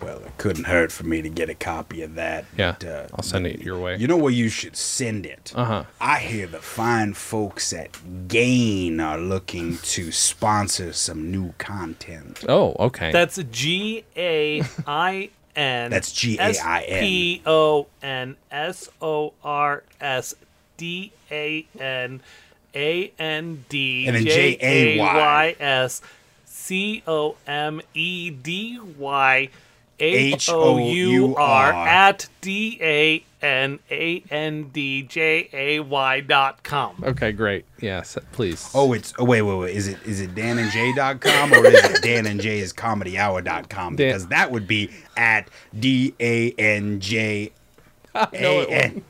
Speaker 4: well, it couldn't hurt for me to get a copy of that.
Speaker 1: Yeah.
Speaker 4: but, uh,
Speaker 1: I'll send it your way.
Speaker 4: You know where you should send it?
Speaker 1: Uh-huh.
Speaker 4: I hear the fine folks at Gain are looking to sponsor some new content.
Speaker 1: oh, okay.
Speaker 2: That's G A I N.
Speaker 4: That's G-A-I-N.
Speaker 2: S P O N S O R S D A N A N D
Speaker 4: And then
Speaker 2: J
Speaker 4: J A
Speaker 2: A
Speaker 4: Y.
Speaker 2: Y S C O M E D Y H O U R
Speaker 4: H-O-U-R.
Speaker 2: at D A N A N D J A Y dot com.
Speaker 1: okay, great. Yes, please.
Speaker 4: Oh, it's oh wait, wait, wait. Is it is it danandjay.com or is it
Speaker 1: Dan-
Speaker 4: danandjay'scomedyhour.com? Because that would be at D A N J A N.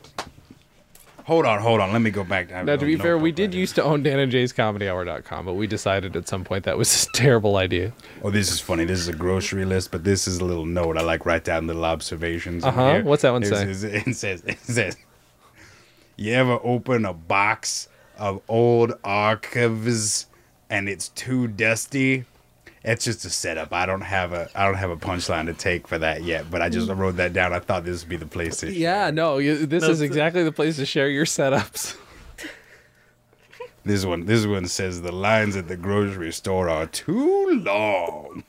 Speaker 4: Hold on, hold on. Let me go back. I have
Speaker 1: now, to
Speaker 4: no
Speaker 1: be fair, we
Speaker 4: notebook right
Speaker 1: did
Speaker 4: here.
Speaker 1: used to own danandjayscomedyhour.com, but we decided at some point that was a terrible idea.
Speaker 4: Oh, this is funny. This is a grocery list, but this is a little note. I like write down little observations. in
Speaker 1: Uh-huh.
Speaker 4: here.
Speaker 1: What's that one
Speaker 4: It
Speaker 1: say?
Speaker 4: says- It says, it says, you ever open a box of old archives and it's too dusty? It's just a setup. I don't have a I don't have a punchline to take for that yet, but I just wrote that down. I thought this would be the place to
Speaker 1: Hmm. Yeah, no, you, this is exactly the place to share your setups.
Speaker 4: This one this one says the lines at the grocery store are too long.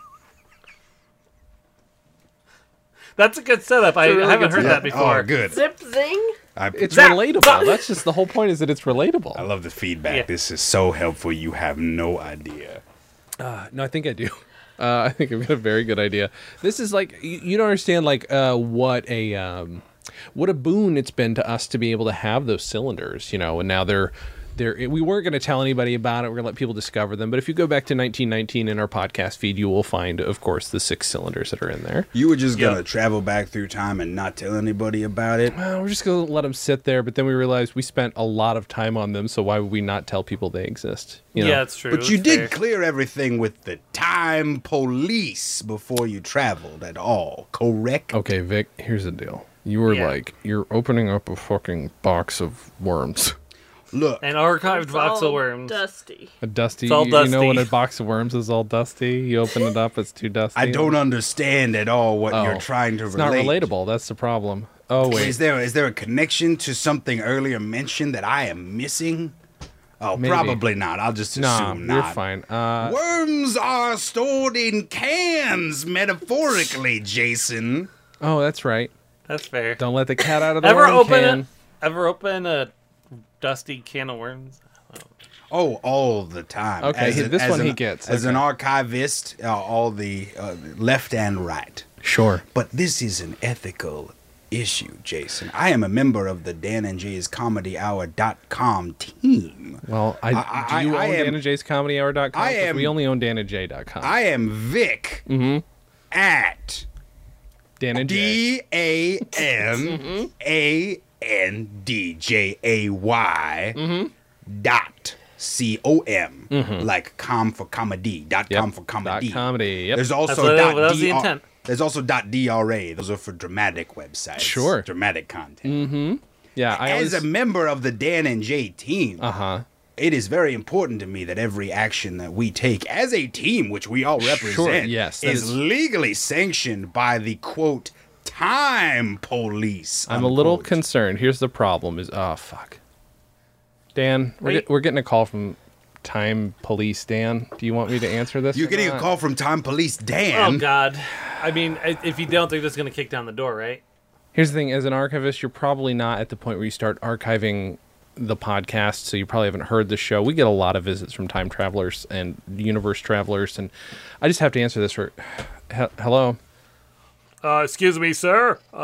Speaker 2: That's a good setup. I,
Speaker 1: a really
Speaker 2: I haven't
Speaker 1: good
Speaker 2: heard
Speaker 4: Yeah.
Speaker 2: that before.
Speaker 4: Oh, good.
Speaker 3: Zip zing.
Speaker 4: I,
Speaker 1: It's
Speaker 2: Zap,
Speaker 1: relatable.
Speaker 2: zap.
Speaker 1: That's just the whole point is that it's relatable.
Speaker 4: I love the feedback.
Speaker 2: Yeah.
Speaker 4: This is so helpful. You have no idea.
Speaker 1: No, I think I do. Uh, I think I've got a very good idea. This is like you, you don't understand like uh, what a um, what a boon it's been to us to be able to have those cylinders, you know, and now they're there we weren't going to tell anybody about it. We're going to let people discover them. But if you go back to 1919 in our podcast feed, you will find, of course, the six cylinders that are in there.
Speaker 4: You were just gonna
Speaker 2: Yep.
Speaker 4: travel back through time and not tell anybody about it.
Speaker 1: Uh, we're just going to let them sit there. But then we realized we spent a lot of time on them, so why would we not tell people they exist? You know?
Speaker 2: Yeah, it's true.
Speaker 4: But you
Speaker 2: It's
Speaker 4: did
Speaker 2: fair.
Speaker 4: clear everything with the time police before you traveled at all, correct?
Speaker 1: Okay, Vic. Here's the deal. You were
Speaker 2: Yeah.
Speaker 1: like you're opening up a fucking box of worms.
Speaker 4: Look,
Speaker 2: An archived
Speaker 3: It's
Speaker 2: box
Speaker 3: all
Speaker 2: of worms.
Speaker 3: Dusty.
Speaker 1: A dusty.
Speaker 2: It's all
Speaker 1: you- You know when a
Speaker 2: dusty.
Speaker 1: box of worms is all dusty, you open it up, it's too dusty.
Speaker 4: I don't understand at all what
Speaker 1: Oh.
Speaker 4: you're trying to
Speaker 1: It's not
Speaker 4: relate.
Speaker 1: relatable. That's the problem. Oh
Speaker 4: Is
Speaker 1: wait.
Speaker 4: there is there a connection to something earlier mentioned that I am missing? Oh,
Speaker 1: Maybe.
Speaker 4: probably not. I'll just
Speaker 1: Nah,
Speaker 4: assume
Speaker 1: you're
Speaker 4: not.
Speaker 1: fine. Uh,
Speaker 4: Worms are stored in cans, metaphorically, Jason.
Speaker 1: oh, that's right.
Speaker 2: That's fair.
Speaker 1: Don't let the cat out of the
Speaker 2: Ever
Speaker 1: worm
Speaker 2: open
Speaker 1: can.
Speaker 2: a, ever open a dusty can of worms?
Speaker 4: Oh, all the time.
Speaker 1: Okay, he- this one
Speaker 4: an,
Speaker 1: he gets,
Speaker 4: As an
Speaker 1: okay.
Speaker 4: archivist, uh, all the uh, left and right.
Speaker 1: Sure.
Speaker 4: But this is an ethical issue, Jason. I am a member of the Dan and Jay's Comedy Hour.com team.
Speaker 1: Well, I,
Speaker 4: I- I-
Speaker 1: do you
Speaker 4: I
Speaker 1: own
Speaker 4: am-
Speaker 1: Dan and Jay's Comedy Hour.com?
Speaker 4: I
Speaker 1: 'Cause
Speaker 4: am-
Speaker 1: We only own Dan and Jay.com.
Speaker 4: I am Vic
Speaker 1: Mm-hmm.
Speaker 4: at
Speaker 1: Dan and Jay.
Speaker 4: D A M A N D J A Y
Speaker 1: Mm-hmm.
Speaker 4: dot C O M. Like com for comedy. Dot
Speaker 1: Yep.
Speaker 4: com for comedy.
Speaker 1: Dot comedy. Yep.
Speaker 4: There's also
Speaker 2: what- that
Speaker 4: dot
Speaker 2: was the
Speaker 4: DR
Speaker 2: intent.
Speaker 4: There's also dot DRA. Those are for dramatic websites.
Speaker 1: Sure.
Speaker 4: Dramatic content.
Speaker 1: yeah. I
Speaker 4: As
Speaker 1: always.
Speaker 4: a member of the Dan and Jay team,
Speaker 1: uh huh.
Speaker 4: it is very important to me that every action that we take as a team, which we all represent,
Speaker 1: yes, that
Speaker 4: is,
Speaker 1: is-
Speaker 4: legally sanctioned by the quote time police.
Speaker 1: I'm a little
Speaker 4: unquote.
Speaker 1: concerned. Here's the problem: is oh fuck, Dan, we're,
Speaker 2: Wait.
Speaker 1: get, we're getting a call from Time Police. Dan, do you want me to answer this?
Speaker 4: You're
Speaker 1: or
Speaker 4: getting a
Speaker 1: not?
Speaker 4: call from time police
Speaker 2: Oh
Speaker 4: Dan.
Speaker 2: God! I mean, i- if you don't think this is gonna kick down the door, right?
Speaker 1: Here's the thing: as an archivist, you're probably not at the point where you start archiving the podcast, so you probably haven't heard the show. We get a lot of visits from time travelers and universe travelers, and I just have to answer this. For he- hello,
Speaker 2: Uh, excuse me, sir. Uh,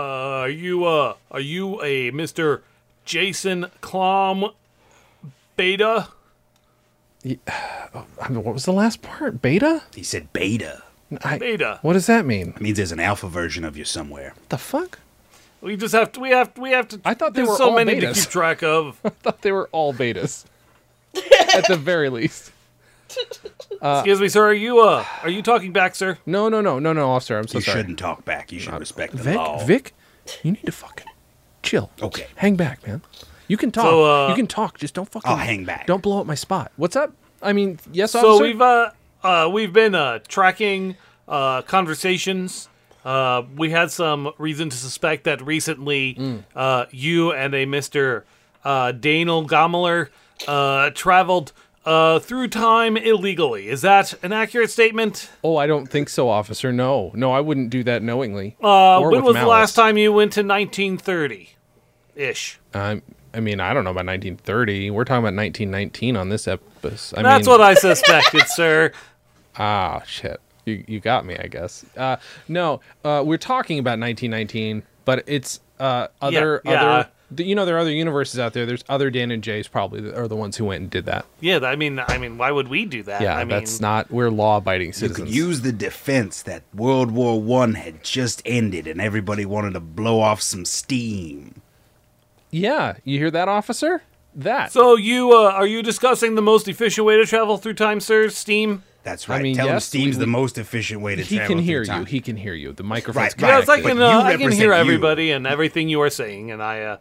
Speaker 2: are you uh, are you a Mister Jason Klom Beta?
Speaker 1: I mean, what was the last part? Beta?
Speaker 4: He said beta.
Speaker 1: I-
Speaker 2: Beta.
Speaker 1: What does that mean?
Speaker 4: Means there's an alpha version of you somewhere.
Speaker 1: What the fuck?
Speaker 2: We just have to. We have. We have to.
Speaker 1: I thought they
Speaker 2: there's
Speaker 1: were
Speaker 2: so
Speaker 1: all
Speaker 2: many
Speaker 1: betas. Uh.
Speaker 2: to keep track of.
Speaker 1: thought they were all betas, at the very least.
Speaker 2: excuse me, sir. Are you uh, are you talking back, sir?
Speaker 1: No, no, no, no, no, officer. I'm so
Speaker 4: you
Speaker 1: sorry. Uh,
Speaker 4: shouldn't talk back. You should respect the
Speaker 1: Vic,
Speaker 4: law.
Speaker 1: Vic, you need to fucking chill.
Speaker 4: Okay.
Speaker 1: Hang back, man. You can talk.
Speaker 2: So, uh,
Speaker 1: you can talk. Just don't fucking.
Speaker 4: I'll hang back.
Speaker 1: Don't blow up my spot. What's up? I mean, yes, officer.
Speaker 2: So we've uh, uh, we've been uh, tracking uh, conversations. Uh, we had some reason to suspect that recently
Speaker 1: Hmm.
Speaker 2: uh, you and a Mister uh, Daniel Gommeler uh, traveled uh, through time illegally. Is that an accurate statement?
Speaker 1: oh, I don't think so, officer. No, no, I wouldn't do that knowingly.
Speaker 2: Uh,
Speaker 1: Or
Speaker 2: when
Speaker 1: with
Speaker 2: was the
Speaker 1: malice.
Speaker 2: last time you went to 1930 ish?
Speaker 1: I'm- I mean, I don't know about 1930. We're talking about 1919 on this episode. I
Speaker 2: That's
Speaker 1: mean,
Speaker 2: what I suspected, sir.
Speaker 1: Ah, shit. You, you got me, I guess. Uh, no, uh, we're talking about 1919, but it's uh, other
Speaker 2: yeah.
Speaker 1: other. th- You know, there are other universes out there. There's other Dan and Jays probably that are the ones who went and did that.
Speaker 2: Yeah, I mean, I mean, why would we do that?
Speaker 1: Yeah,
Speaker 2: I mean,
Speaker 1: that's not we're law-abiding
Speaker 4: You could
Speaker 1: citizens.
Speaker 4: use the defense that World War One had just ended and everybody wanted to blow off some steam.
Speaker 1: yeah, you hear that, officer? That.
Speaker 2: So you uh, are you discussing the most efficient way to travel through time, sir? Steam.
Speaker 4: That's right.
Speaker 1: mean,
Speaker 4: Tell him
Speaker 1: yes,
Speaker 4: steam's
Speaker 1: we-
Speaker 4: the
Speaker 1: we-
Speaker 4: most efficient way to
Speaker 1: he
Speaker 4: travel
Speaker 1: can
Speaker 4: through
Speaker 1: hear you.
Speaker 4: time.
Speaker 1: He can hear you. The microphone's
Speaker 4: right.
Speaker 2: Yes, I
Speaker 1: connected.
Speaker 2: can.
Speaker 4: But you
Speaker 2: Uh, I can
Speaker 4: represent
Speaker 2: hear
Speaker 4: you.
Speaker 2: everybody and everything you are saying, and I. Uh,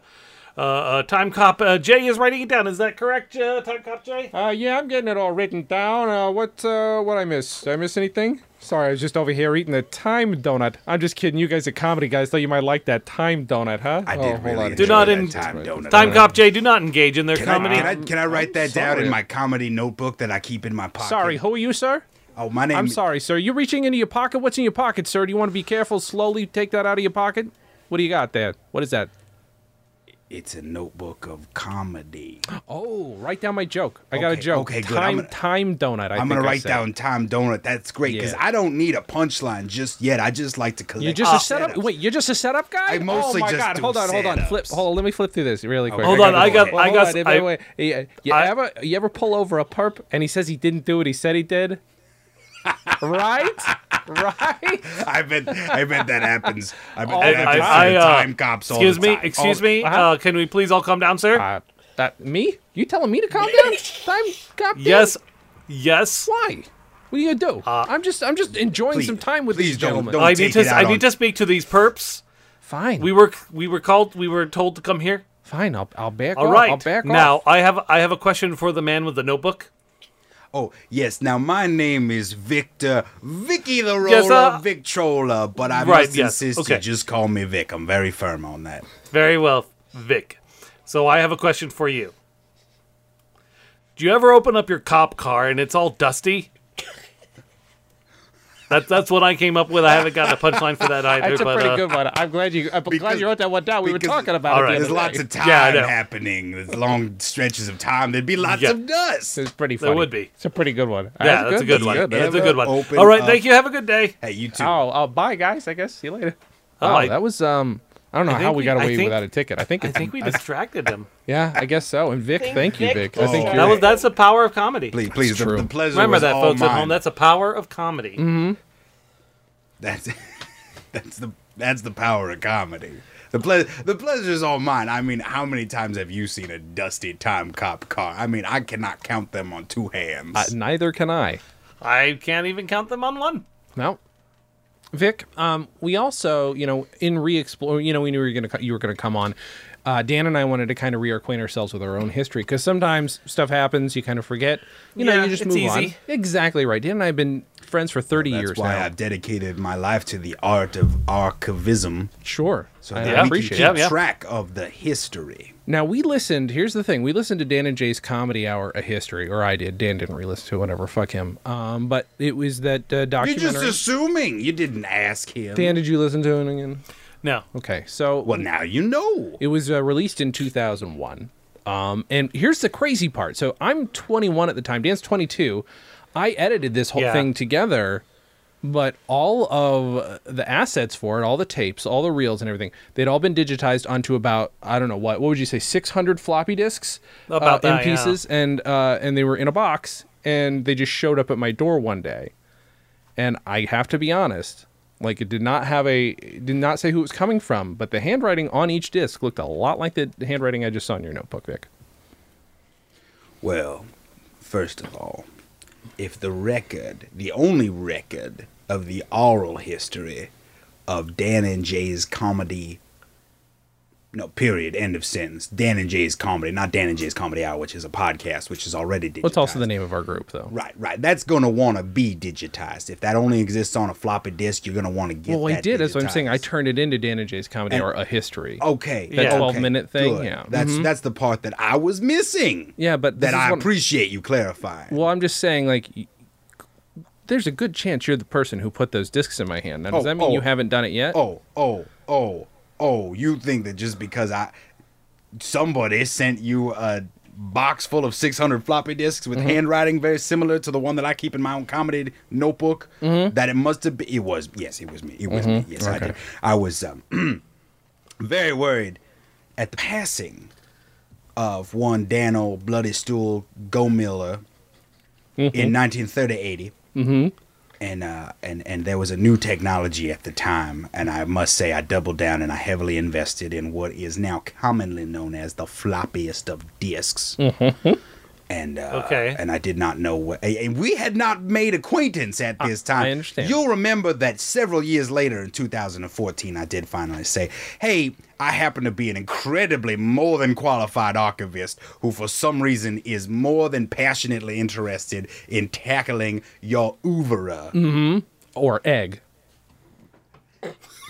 Speaker 2: uh, uh, time cop uh, Jay is writing it down. Is that correct, uh, time cop Jay?
Speaker 1: Uh, yeah, I'm getting it all written down. Uh, what uh, what I miss? Did I miss anything? Sorry, I was just over here eating the time donut. I'm just kidding. You guys are comedy guys. Thought you might like that time donut, huh?
Speaker 4: I
Speaker 1: Oh,
Speaker 4: did
Speaker 1: hold
Speaker 4: really
Speaker 1: on.
Speaker 4: enjoy
Speaker 2: Do not
Speaker 4: that
Speaker 2: in-
Speaker 4: time donut.
Speaker 2: Time cop Jay, do not engage in their
Speaker 4: Can I,
Speaker 2: comedy.
Speaker 4: can, I, can I write that down
Speaker 1: sorry.
Speaker 4: in my comedy notebook that I keep in my pocket?
Speaker 1: Sorry, who are you, sir?
Speaker 4: Oh, my name.
Speaker 1: I'm sorry, sir. You're reaching into your pocket. What's in your pocket, sir? Do you want to be careful? Slowly take that out of your pocket. What do you got there? What is that?
Speaker 4: It's a notebook of comedy.
Speaker 1: Oh, write down my joke. I got a
Speaker 4: Okay,
Speaker 1: joke.
Speaker 4: okay, good.
Speaker 1: Time
Speaker 4: I'm gonna-
Speaker 1: time donut. I
Speaker 4: I'm
Speaker 1: think
Speaker 4: gonna
Speaker 1: I
Speaker 4: write
Speaker 1: said.
Speaker 4: down Tom Donut. That's great because
Speaker 1: Yeah.
Speaker 4: I don't need a punchline just yet. I just like to collect.
Speaker 1: You're just
Speaker 4: the
Speaker 1: a setup.
Speaker 4: setups.
Speaker 1: Wait, you're just a setup guy.
Speaker 4: I mostly
Speaker 1: oh my
Speaker 4: just
Speaker 1: god!
Speaker 4: do
Speaker 1: hold on, hold on.
Speaker 4: setups.
Speaker 1: Flip. Hold on. Let me flip through this really quick.
Speaker 2: Hold on, I
Speaker 1: gotta
Speaker 2: got-
Speaker 1: pull it.
Speaker 2: I got-
Speaker 1: Hold on, wait,
Speaker 2: I-
Speaker 1: wait, wait. You, you
Speaker 2: I-
Speaker 1: ever you ever pull over a perp and he says he didn't do what he said he did? right, right.
Speaker 4: I bet. I bet that happens. I bet
Speaker 1: All
Speaker 4: that
Speaker 1: the
Speaker 4: happens
Speaker 2: time.
Speaker 4: to
Speaker 2: I,
Speaker 4: the
Speaker 2: uh,
Speaker 4: time cops all the
Speaker 2: Excuse me,
Speaker 4: time. Oh,
Speaker 2: excuse
Speaker 4: All-
Speaker 2: me.
Speaker 1: uh-huh.
Speaker 2: Uh, can we please all calm down, sir?
Speaker 1: Uh, that me? You telling me to calm down? Time. God damn.
Speaker 2: yes, Uh, yes.
Speaker 1: Why? What are you gonna do? I'm just I'm just enjoying
Speaker 4: please-
Speaker 1: some time with
Speaker 4: please
Speaker 1: these
Speaker 4: don't-
Speaker 1: gentlemen.
Speaker 4: don't-
Speaker 2: I need
Speaker 4: take
Speaker 2: to.
Speaker 4: it out
Speaker 2: I need
Speaker 4: on-
Speaker 2: to speak to these perps.
Speaker 1: Fine.
Speaker 2: We were we were called. We were told to come here.
Speaker 1: Fine, I'll I'll back
Speaker 2: All
Speaker 1: off.
Speaker 2: right.
Speaker 1: Oh, I'll back
Speaker 2: now
Speaker 1: off.
Speaker 2: I have I have a question for the man with the notebook.
Speaker 4: Oh yes. Now my name is Victor Vicky the Roller
Speaker 2: Yes, uh,
Speaker 4: Victrola, but I
Speaker 2: Right,
Speaker 4: must
Speaker 2: yes,
Speaker 4: insist
Speaker 2: okay.
Speaker 4: you just call me Vic. I'm very firm on that.
Speaker 2: Very well, Vic. So I have a question for you. Do you ever open up your cop car and it's all dusty? That, that's what I came up with. I haven't gotten a punchline for that either.
Speaker 1: That's a
Speaker 2: but,
Speaker 1: pretty
Speaker 2: uh,
Speaker 1: good one. I'm glad you I'm glad
Speaker 4: Because-
Speaker 1: you wrote that one down. We were
Speaker 4: because-
Speaker 1: talking about
Speaker 2: all
Speaker 1: it.
Speaker 2: right.
Speaker 1: the
Speaker 4: There's
Speaker 1: other
Speaker 4: lots
Speaker 1: day.
Speaker 4: of
Speaker 2: Yeah,
Speaker 4: time
Speaker 2: I know.
Speaker 4: happening. There's long stretches of time. There'd be lots
Speaker 2: Yeah.
Speaker 4: of dust.
Speaker 1: It's pretty
Speaker 2: There
Speaker 1: funny.
Speaker 2: would be.
Speaker 1: It's a pretty good one.
Speaker 2: yeah, that's a good one.
Speaker 4: good.
Speaker 2: That's a
Speaker 4: Never
Speaker 2: good one.
Speaker 4: open
Speaker 2: All right,
Speaker 4: up-
Speaker 2: thank you. Have a good day.
Speaker 4: Hey, you too.
Speaker 1: Oh, oh, bye guys. I guess see you later.
Speaker 2: Oh,
Speaker 1: Wow,
Speaker 2: I-
Speaker 1: that was um. I don't know
Speaker 2: I
Speaker 1: how
Speaker 2: think
Speaker 1: we
Speaker 2: we-
Speaker 1: got
Speaker 2: I
Speaker 1: away
Speaker 2: think-
Speaker 1: without a ticket. I think.
Speaker 2: I think we distracted him.
Speaker 1: yeah, I guess so. And Vic,
Speaker 3: Think
Speaker 1: thank you,
Speaker 3: Vic
Speaker 1: Vic. I
Speaker 3: was
Speaker 1: think
Speaker 3: right.
Speaker 1: you're
Speaker 2: That was
Speaker 1: right.
Speaker 2: that's the power of comedy.
Speaker 4: Please, please, the,
Speaker 1: true.
Speaker 4: the pleasure
Speaker 2: Remember
Speaker 4: was
Speaker 2: that,
Speaker 4: all
Speaker 2: folks
Speaker 4: mine.
Speaker 2: at home. That's a power of comedy.
Speaker 4: That's that's the that's the power of comedy. The ple- the pleasure is all mine. I mean, how many times have you seen a dusty time cop car? I mean, I cannot count them on two hands.
Speaker 1: Uh, neither can I.
Speaker 2: I can't even count them on one.
Speaker 1: No. Vic, um, we also, you know, in re-explore, you know, we knew you were gonna co- you were gonna come on. Uh, Dan and I wanted to kind of reacquaint ourselves with our own history because sometimes stuff happens, you kind of forget. You know,
Speaker 2: Yeah,
Speaker 1: you just
Speaker 2: it's
Speaker 1: move on.
Speaker 2: easy.
Speaker 1: Exactly right. Dan and I have been friends for thirty
Speaker 4: that's
Speaker 1: years
Speaker 4: why
Speaker 1: now.
Speaker 4: I've dedicated my life to the art of archivism,
Speaker 1: Sure.
Speaker 4: so
Speaker 1: I
Speaker 4: that
Speaker 2: Yeah.
Speaker 4: we can
Speaker 1: appreciate
Speaker 4: keep
Speaker 1: it.
Speaker 2: Yeah, yeah.
Speaker 4: track of the history.
Speaker 1: Now we listened. Here's the thing: we listened to Dan and Jay's comedy hour, a history, or I did. Dan didn't re-listen to it, whatever. Fuck him. Um, but it was that uh,
Speaker 4: You're
Speaker 1: documentary.
Speaker 4: just assuming. You didn't ask him.
Speaker 1: Dan, did you listen to it again?
Speaker 2: No.
Speaker 1: Okay, so
Speaker 4: well, now you know.
Speaker 1: it was uh, released in 2001. Um, and here's the crazy part. So I'm 21 at the time. Dan's 22. I edited this whole
Speaker 2: Yeah.
Speaker 1: thing together, but all of the assets for it, all the tapes, all the reels, and everything, they'd all been digitized onto about I don't know what. What would you say? 600 floppy disks
Speaker 2: About
Speaker 1: uh, in
Speaker 2: that, yeah.
Speaker 1: pieces, and uh, and they were in a box, and they just showed up at my door one day. And I have to be honest, like it did not have a it did not say who it was coming from, but the handwriting on each disc looked a lot like the handwriting I just saw in your notebook, Vic.
Speaker 4: Well, first of all, if the record, the only record of the oral history of Dan and Jay's comedy, no, period, end of sentence, Dan and Jay's comedy, not Dan and Jay's Comedy Hour, which is a podcast, which is already digitized.
Speaker 1: What's also the name of our group though?
Speaker 4: Right, right. That's going to want to be digitized. If that only exists on a floppy disk, you're going to want to get
Speaker 1: Well, I
Speaker 4: that
Speaker 1: did. That's what I'm saying. I
Speaker 4: digitized.
Speaker 1: turned it into Dan and Jay's comedy
Speaker 4: And- Oh,
Speaker 1: or a history.
Speaker 4: Okay.
Speaker 2: That
Speaker 4: okay,
Speaker 1: 12-minute thing,
Speaker 4: good.
Speaker 1: yeah. Mm-hmm.
Speaker 4: That's that's the part that I was missing.
Speaker 1: Yeah, but this
Speaker 4: that
Speaker 1: is
Speaker 4: I
Speaker 1: what-
Speaker 4: appreciate you clarifying.
Speaker 1: Well, I'm just saying, like, y- there's a good chance you're the person who put those discs in my hand. Now, does
Speaker 4: Oh,
Speaker 1: that mean
Speaker 4: oh,
Speaker 1: you haven't done it yet?
Speaker 4: oh, oh, oh, oh, you think that just because I somebody sent you a box full of 600 floppy disks with handwriting very similar to the one that I keep in my own comedy notebook that it must have been it was yes, it was me. It was me. Yes, I did. I was um, very worried at the passing of one Dano Bloody Stool Go Miller in 1930 80 and uh, and and there was a new technology at the time, and I must say I doubled down and I heavily invested in what is now commonly known as the floppiest of disks. And uh,
Speaker 2: Okay.
Speaker 4: and I did not know what, and- and we had not made acquaintance at this time.
Speaker 1: I understand.
Speaker 4: You'll remember that several years later in 2014, I did finally say, "Hey, I happen to be an incredibly more than qualified archivist who, for some reason, is more than passionately interested in tackling your oeuvre."
Speaker 1: Mm-hmm. Or egg.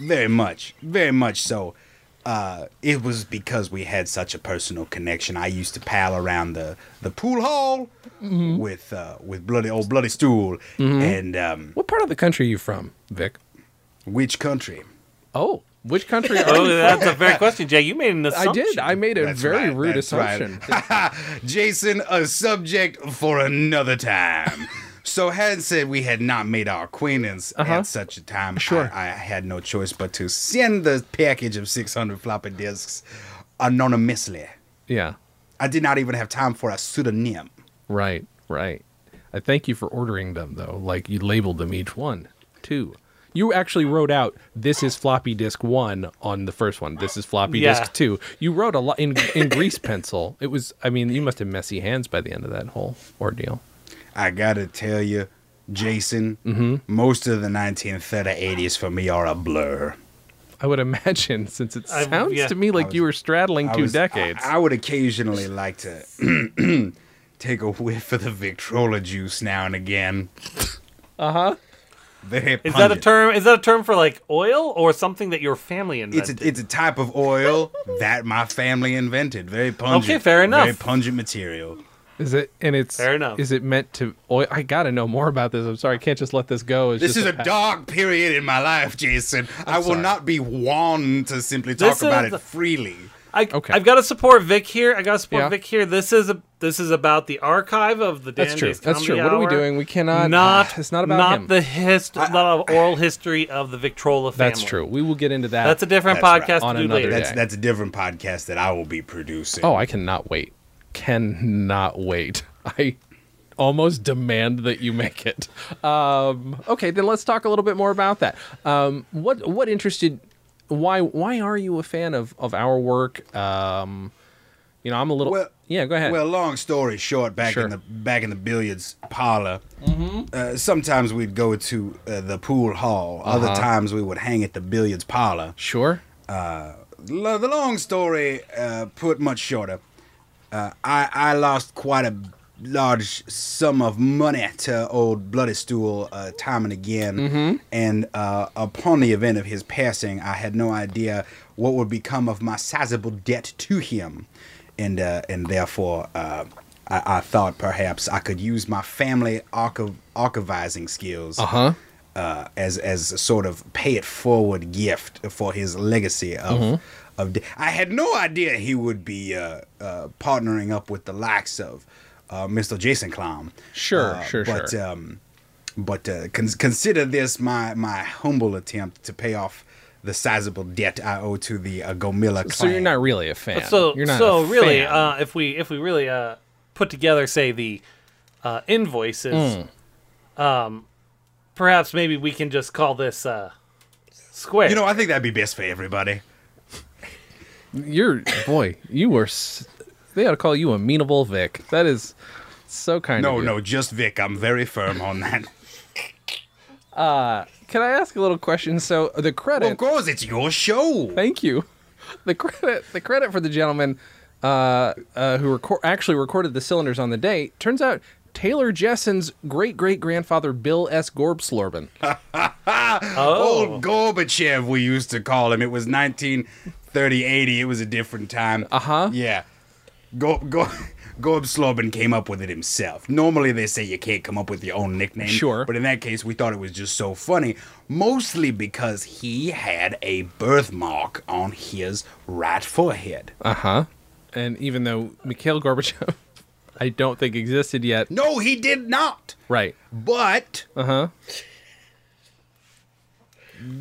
Speaker 4: Very much, very much so. Uh, it was because we had such a personal connection. I used to pal around the, the pool hall
Speaker 1: Mm-hmm.
Speaker 4: with uh, with bloody old bloody stool. And um,
Speaker 1: What part of the country are you from, Vic?
Speaker 4: which country?
Speaker 1: Oh, Which country are
Speaker 2: Oh,
Speaker 1: you
Speaker 2: that's a fair question, Jay. You made an
Speaker 1: I
Speaker 2: assumption.
Speaker 1: did. I made a
Speaker 4: That's
Speaker 1: very
Speaker 4: right,
Speaker 1: rude
Speaker 4: that's
Speaker 1: assumption.
Speaker 4: right. Jason, a subject for another time. so, had said we had not made our acquaintance at such a time,
Speaker 1: Sure.
Speaker 4: I, I had no choice but to send the package of 600 floppy disks anonymously.
Speaker 1: Yeah.
Speaker 4: I did not even have time for a pseudonym.
Speaker 1: Right. Right. I thank you for ordering them though. Like you labeled them each one, two. You actually wrote out this is floppy disk one on the first one. This is floppy
Speaker 2: Yeah.
Speaker 1: disk two. You wrote a lot in in grease pencil. It was. I mean, you must have messy hands by the end of that whole ordeal.
Speaker 4: I gotta tell you, Jason, most of the 1930 80s for me are a blur.
Speaker 1: I would imagine since it
Speaker 2: I-
Speaker 1: sounds
Speaker 2: yeah.
Speaker 1: to me like you were straddling
Speaker 4: I
Speaker 1: two
Speaker 4: was-
Speaker 1: decades.
Speaker 4: I, I would occasionally like to take a whiff of the Victrola juice now and again. Uh huh.
Speaker 2: Uh-huh.
Speaker 4: Very
Speaker 2: Is that a
Speaker 4: pungent.
Speaker 2: term? Is that a term for like oil or something that your family
Speaker 4: It's
Speaker 2: invented?
Speaker 4: a, it's a type of oil that my family invented. Very pungent.
Speaker 2: Okay, fair
Speaker 4: Very
Speaker 2: enough.
Speaker 4: pungent material.
Speaker 1: Is it and it's
Speaker 2: Fair enough.
Speaker 1: Is it meant to? Oil? I gotta know more about this. I'm sorry, I can't just let this go. It's
Speaker 4: This
Speaker 1: just
Speaker 4: is a dark period in my life, Jason. i will
Speaker 1: sorry.
Speaker 4: not be won to simply talk
Speaker 2: This
Speaker 4: about
Speaker 2: is-
Speaker 4: it freely.
Speaker 2: I,
Speaker 1: okay.
Speaker 2: I've got to support Vic here. I got to support
Speaker 1: Yeah.
Speaker 2: Vic here. This is a this is about the archive of the Dan
Speaker 1: That's true.
Speaker 2: Days
Speaker 1: That's true.
Speaker 2: Comedy
Speaker 1: What are we
Speaker 2: Hour.
Speaker 1: doing? We cannot.
Speaker 2: Not
Speaker 1: it's not about
Speaker 2: not
Speaker 1: him.
Speaker 2: the hist not oral history of the Victrola family.
Speaker 1: That's true. We will get into that.
Speaker 2: That's a different
Speaker 4: That's right.
Speaker 2: podcast
Speaker 1: On
Speaker 2: to do
Speaker 1: another
Speaker 2: later.
Speaker 1: day.
Speaker 4: That's that's a different podcast that I will be producing.
Speaker 1: oh, I cannot wait. Cannot wait. I almost demand that you make it. Um, okay, then let's talk a little bit more about that. Um, what what interested? Why why are you a fan of of our work? Um, you know, I'm a little.
Speaker 4: Well-
Speaker 1: yeah, go ahead.
Speaker 4: Well, long story short, back
Speaker 1: Sure. Mm-hmm.
Speaker 4: in the back in the billiards parlor, uh, sometimes we'd go to uh, the pool hall. Other
Speaker 1: Uh-huh.
Speaker 4: times we would hang at the billiards parlor.
Speaker 1: sure.
Speaker 4: Lo- the long story, uh, put much shorter, uh, I I lost quite a large sum of money to old Bloody Stool uh, time and again, and uh, upon the event of his passing, I had no idea what would become of my sizable debt to him, and uh, and therefore. Uh, I, I thought perhaps I could use my family archiv- archivizing skills
Speaker 1: Huh.
Speaker 4: uh, as as a sort of pay it forward gift for his legacy of
Speaker 1: Mm-hmm.
Speaker 4: of. de- I had no idea he would be uh, uh, partnering up with the likes of uh, Mr. Jason Clown.
Speaker 1: Sure,
Speaker 4: Uh,
Speaker 1: sure,
Speaker 4: but,
Speaker 1: sure.
Speaker 4: Um, but uh, con- consider this my my humble attempt to pay off the sizable debt I owe to the uh, Gomilla clan.
Speaker 1: So you're not really a fan.
Speaker 2: So
Speaker 1: you're not
Speaker 2: so
Speaker 1: a
Speaker 2: really,
Speaker 1: fan.
Speaker 2: uh, if we if we really uh, put together, say the uh, invoices, um,
Speaker 1: Hmm.
Speaker 2: perhaps maybe we can just call this uh, square.
Speaker 4: You know, I think that'd be best for everybody.
Speaker 1: You're boy, you were. s- They ought to call you amenable, Vic. That is so kind. of
Speaker 4: No,
Speaker 1: you.
Speaker 4: no, just Vic. I'm very firm on that.
Speaker 1: Can I ask a little question? So uh, the credit.
Speaker 4: of course, it's your show.
Speaker 1: Thank you. The credit. The credit for the gentleman uh, uh, who recor- actually recorded the cylinders on the day. Turns out Taylor Jessen's great great grandfather Bill S. Gorbslorben.
Speaker 4: Uh-huh. Old
Speaker 1: Oh.
Speaker 4: Gorbachev, we used to call him. It was 1930, 80. It was a different time. Uh
Speaker 1: Uh-huh.
Speaker 4: Yeah. Go, go, Gorb Slobin came up with it himself. Normally, they say you can't come up with your own nickname.
Speaker 1: Sure.
Speaker 4: But in that case, we thought it was just so funny, mostly because he had a birthmark on his right forehead.
Speaker 1: Uh huh. And even though Mikhail Gorbachev, I don't think existed yet.
Speaker 4: no, he did not.
Speaker 1: Right.
Speaker 4: But
Speaker 1: Uh huh.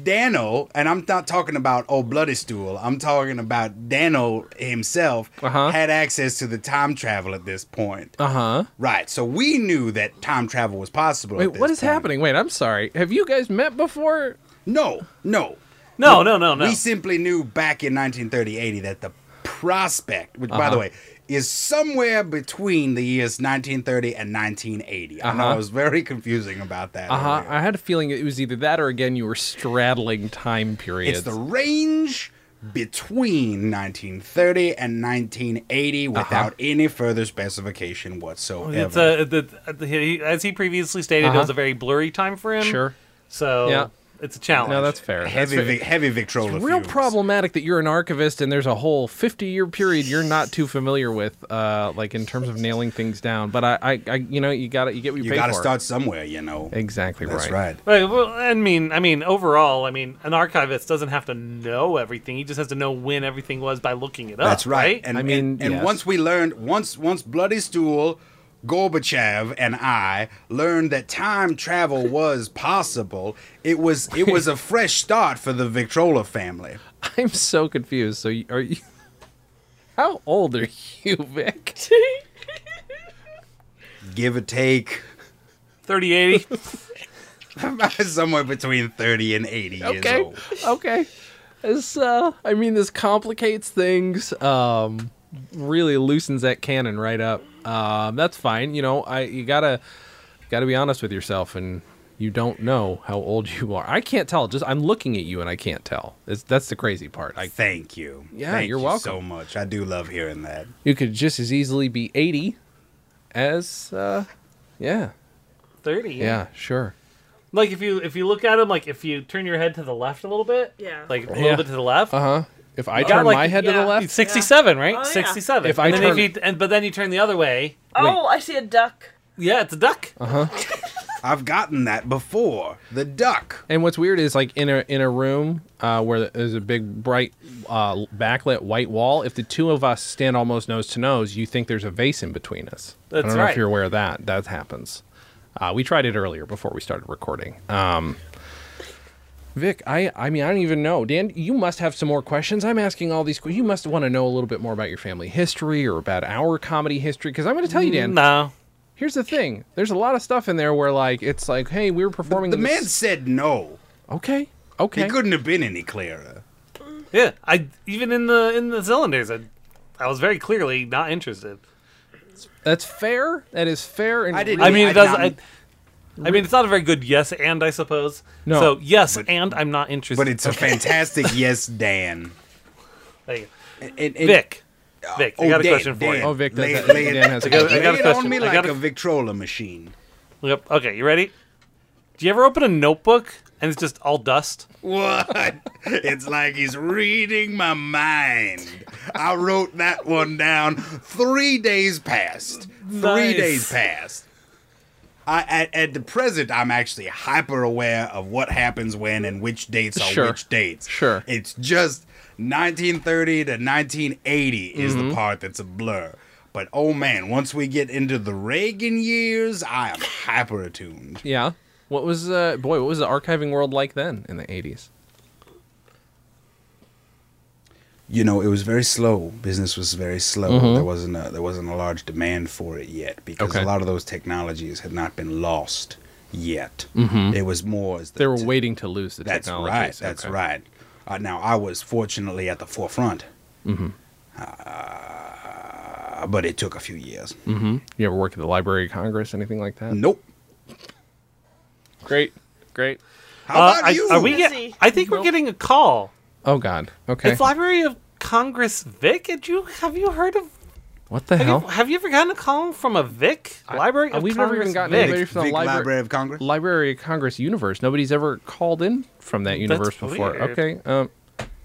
Speaker 4: Dano, and I'm not talking about old bloody stool. I'm talking about Dano himself
Speaker 1: Uh-huh.
Speaker 4: had access to the time travel at this point.
Speaker 1: Uh huh.
Speaker 4: Right. So we knew that time travel was possible. Uh-huh. at
Speaker 1: Wait,
Speaker 4: this
Speaker 1: what is
Speaker 4: point.
Speaker 1: happening? Wait, I'm sorry. Have you guys met before?
Speaker 4: No, no.
Speaker 2: no, no, no, no.
Speaker 4: We simply knew back in 1930-80 that the prospect, which by the
Speaker 1: Uh-huh.
Speaker 4: way is somewhere between the years 1930 and 1980. I know I
Speaker 1: Uh-huh.
Speaker 4: was very confusing about that.
Speaker 1: Uh huh.
Speaker 4: earlier.
Speaker 1: I had a feeling it was either that or again you were straddling time periods.
Speaker 4: It's the range between 1930 and 1980
Speaker 1: Uh-huh.
Speaker 4: without any further specification whatsoever.
Speaker 2: It's a, the, the, he- as he previously stated, it was a very blurry time for him.
Speaker 1: Uh-huh. sure.
Speaker 2: So
Speaker 1: Yeah.
Speaker 2: It's a challenge.
Speaker 1: No, that's fair. That's
Speaker 4: Heavy,
Speaker 1: fair.
Speaker 4: vi- heavy Victrola.
Speaker 1: Real
Speaker 4: fumes.
Speaker 1: problematic that you're an archivist and there's a whole 50 year period you're not too familiar with, uh, like in terms of nailing things down. But I, I, I you know, you got to you get what you,
Speaker 4: You
Speaker 1: pay
Speaker 4: got to
Speaker 1: for.
Speaker 4: start somewhere, you know.
Speaker 1: exactly
Speaker 4: That's
Speaker 1: right.
Speaker 4: right.
Speaker 2: Right, well, I mean, I mean, overall, I mean, an archivist doesn't have to know everything. He just has to know when everything was by looking it up.
Speaker 4: That's right. And
Speaker 1: I
Speaker 4: I
Speaker 1: mean,
Speaker 4: mean, and, and
Speaker 1: yes.
Speaker 4: once we learned, once once Bloody Stool, Gorbachev, and I learned that time travel was possible, it was it was a fresh start for the Victrola family.
Speaker 1: I'm so confused. So you- are you? How old are you, Vic?
Speaker 4: Give or take,
Speaker 2: Thirty eighty.
Speaker 4: somewhere between thirty and eighty years
Speaker 1: okay
Speaker 4: old.
Speaker 1: okay this uh i mean this complicates things um really loosens that cannon right up um that's fine you know i you gotta gotta be honest with yourself and you don't know how old you are i can't tell just i'm looking at you and i can't tell it's, that's the crazy part I,
Speaker 4: Thank you.
Speaker 1: Yeah,
Speaker 4: Thank
Speaker 1: you're
Speaker 4: you
Speaker 1: welcome.
Speaker 4: so much. I do love hearing that.
Speaker 1: you could just as easily be 80 as uh yeah
Speaker 2: Thirty.
Speaker 1: yeah sure
Speaker 2: Like if you if you look at him, like if you turn your head to the left a little bit.
Speaker 3: Yeah.
Speaker 2: Like a
Speaker 1: Yeah.
Speaker 2: little bit to the left.
Speaker 1: uh-huh if i
Speaker 2: got
Speaker 1: turn
Speaker 2: like-
Speaker 1: my head to
Speaker 3: yeah.
Speaker 1: the left
Speaker 2: It's Sixty-seven, right?
Speaker 3: Oh, yeah.
Speaker 2: Sixty-seven.
Speaker 1: If I
Speaker 2: and then
Speaker 1: turn-
Speaker 2: if you, and but then you turn the other way.
Speaker 3: Oh, I see a duck.
Speaker 2: Yeah, it's a duck.
Speaker 1: Uh-huh.
Speaker 4: I've gotten that before. The duck.
Speaker 1: And what's weird is like in a in a room uh, where there's a big bright uh, backlit white wall. If the two of us stand almost nose to nose, you think there's a vase in between us. I
Speaker 2: That's
Speaker 1: don't know if
Speaker 2: right.
Speaker 1: you're aware of that. That happens. Uh, we tried it earlier before we started recording. Um, Vic, I I mean I don't even know. Dan, you must have some more questions. I'm asking all these. que- You must want to know a little bit more about your family history or about our comedy history. Because I'm going to tell you, Dan.
Speaker 2: No.
Speaker 1: Here's the thing. There's a lot of stuff in there where like it's like, hey, we were performing.
Speaker 4: The
Speaker 1: in this-
Speaker 4: man said no.
Speaker 1: Okay. Okay.
Speaker 4: It couldn't have been any clearer.
Speaker 2: Yeah, I even in the in the cylinders, I, I was very clearly not interested.
Speaker 1: That's fair. That is fair. And
Speaker 4: I didn't-
Speaker 2: I mean,
Speaker 4: I
Speaker 2: it does.
Speaker 4: not-
Speaker 2: I, I mean, it's not a very good yes and, I suppose.
Speaker 1: No.
Speaker 2: So yes, and I'm not interested.
Speaker 4: But it's a fantastic yes, Dan.
Speaker 2: There you go.
Speaker 4: And, and-
Speaker 2: Vic. Vic, I
Speaker 4: oh,
Speaker 2: got a
Speaker 4: Dan,
Speaker 2: question for
Speaker 4: Dan.
Speaker 1: Oh,
Speaker 2: you.
Speaker 1: Vic,
Speaker 4: Lay-
Speaker 1: that's,
Speaker 4: lay it-
Speaker 1: Dan has a
Speaker 2: Together- I
Speaker 1: question.
Speaker 2: got a
Speaker 4: Lay it
Speaker 2: question.
Speaker 4: on me
Speaker 2: I
Speaker 4: like
Speaker 2: got a-
Speaker 4: a Victrola machine.
Speaker 2: Yep. Okay, you ready? Do you ever open a notebook and it's just all dust?
Speaker 4: What? it's like he's reading my mind. I wrote that one down three days past. Three
Speaker 2: Nice.
Speaker 4: days past. I, at, at the present, I'm actually hyper aware of what happens when and which dates are
Speaker 1: Sure.
Speaker 4: which dates.
Speaker 1: Sure.
Speaker 4: It's just 1930 to 1980 is
Speaker 1: Mm-hmm.
Speaker 4: the part that's a blur. But oh man, once we get into the Reagan years, I am hyper attuned.
Speaker 1: Yeah. What was uh, boy? What was the archiving world like then in the eighties?
Speaker 4: you know, it was very slow. Business was very slow. There wasn't a, there wasn't a large demand for it yet because
Speaker 1: Mm-hmm. Okay.
Speaker 4: a lot of those technologies had not been lost yet. It was more as the
Speaker 1: They Mm-hmm. were
Speaker 4: te-
Speaker 1: waiting to lose the
Speaker 4: That's
Speaker 1: technology.
Speaker 4: right. That's right. Uh, now I was fortunately at the forefront,
Speaker 1: Mm-hmm.
Speaker 4: uh, but it took a few years.
Speaker 1: Mm-hmm. You ever work at the Library of Congress, anything like that?
Speaker 4: Nope.
Speaker 1: Great. Great.
Speaker 4: How
Speaker 2: Uh,
Speaker 4: about
Speaker 2: I,
Speaker 4: you?
Speaker 2: Are we get-
Speaker 3: Let's see.
Speaker 2: I think we're getting a call.
Speaker 1: Oh God. Okay.
Speaker 2: It's Library of Congress Vic. Did you have you heard of?
Speaker 1: what the
Speaker 2: Have you,
Speaker 1: hell?
Speaker 2: have you ever gotten a call from a Vic? Library of
Speaker 1: We've
Speaker 2: Congress
Speaker 1: never even gotten
Speaker 2: Vic.
Speaker 1: anybody from the
Speaker 4: Vic
Speaker 1: libra-
Speaker 4: Library of Congress?
Speaker 1: Library of Congress universe. Nobody's ever called in from that universe before.
Speaker 2: weird.
Speaker 1: Okay. Um.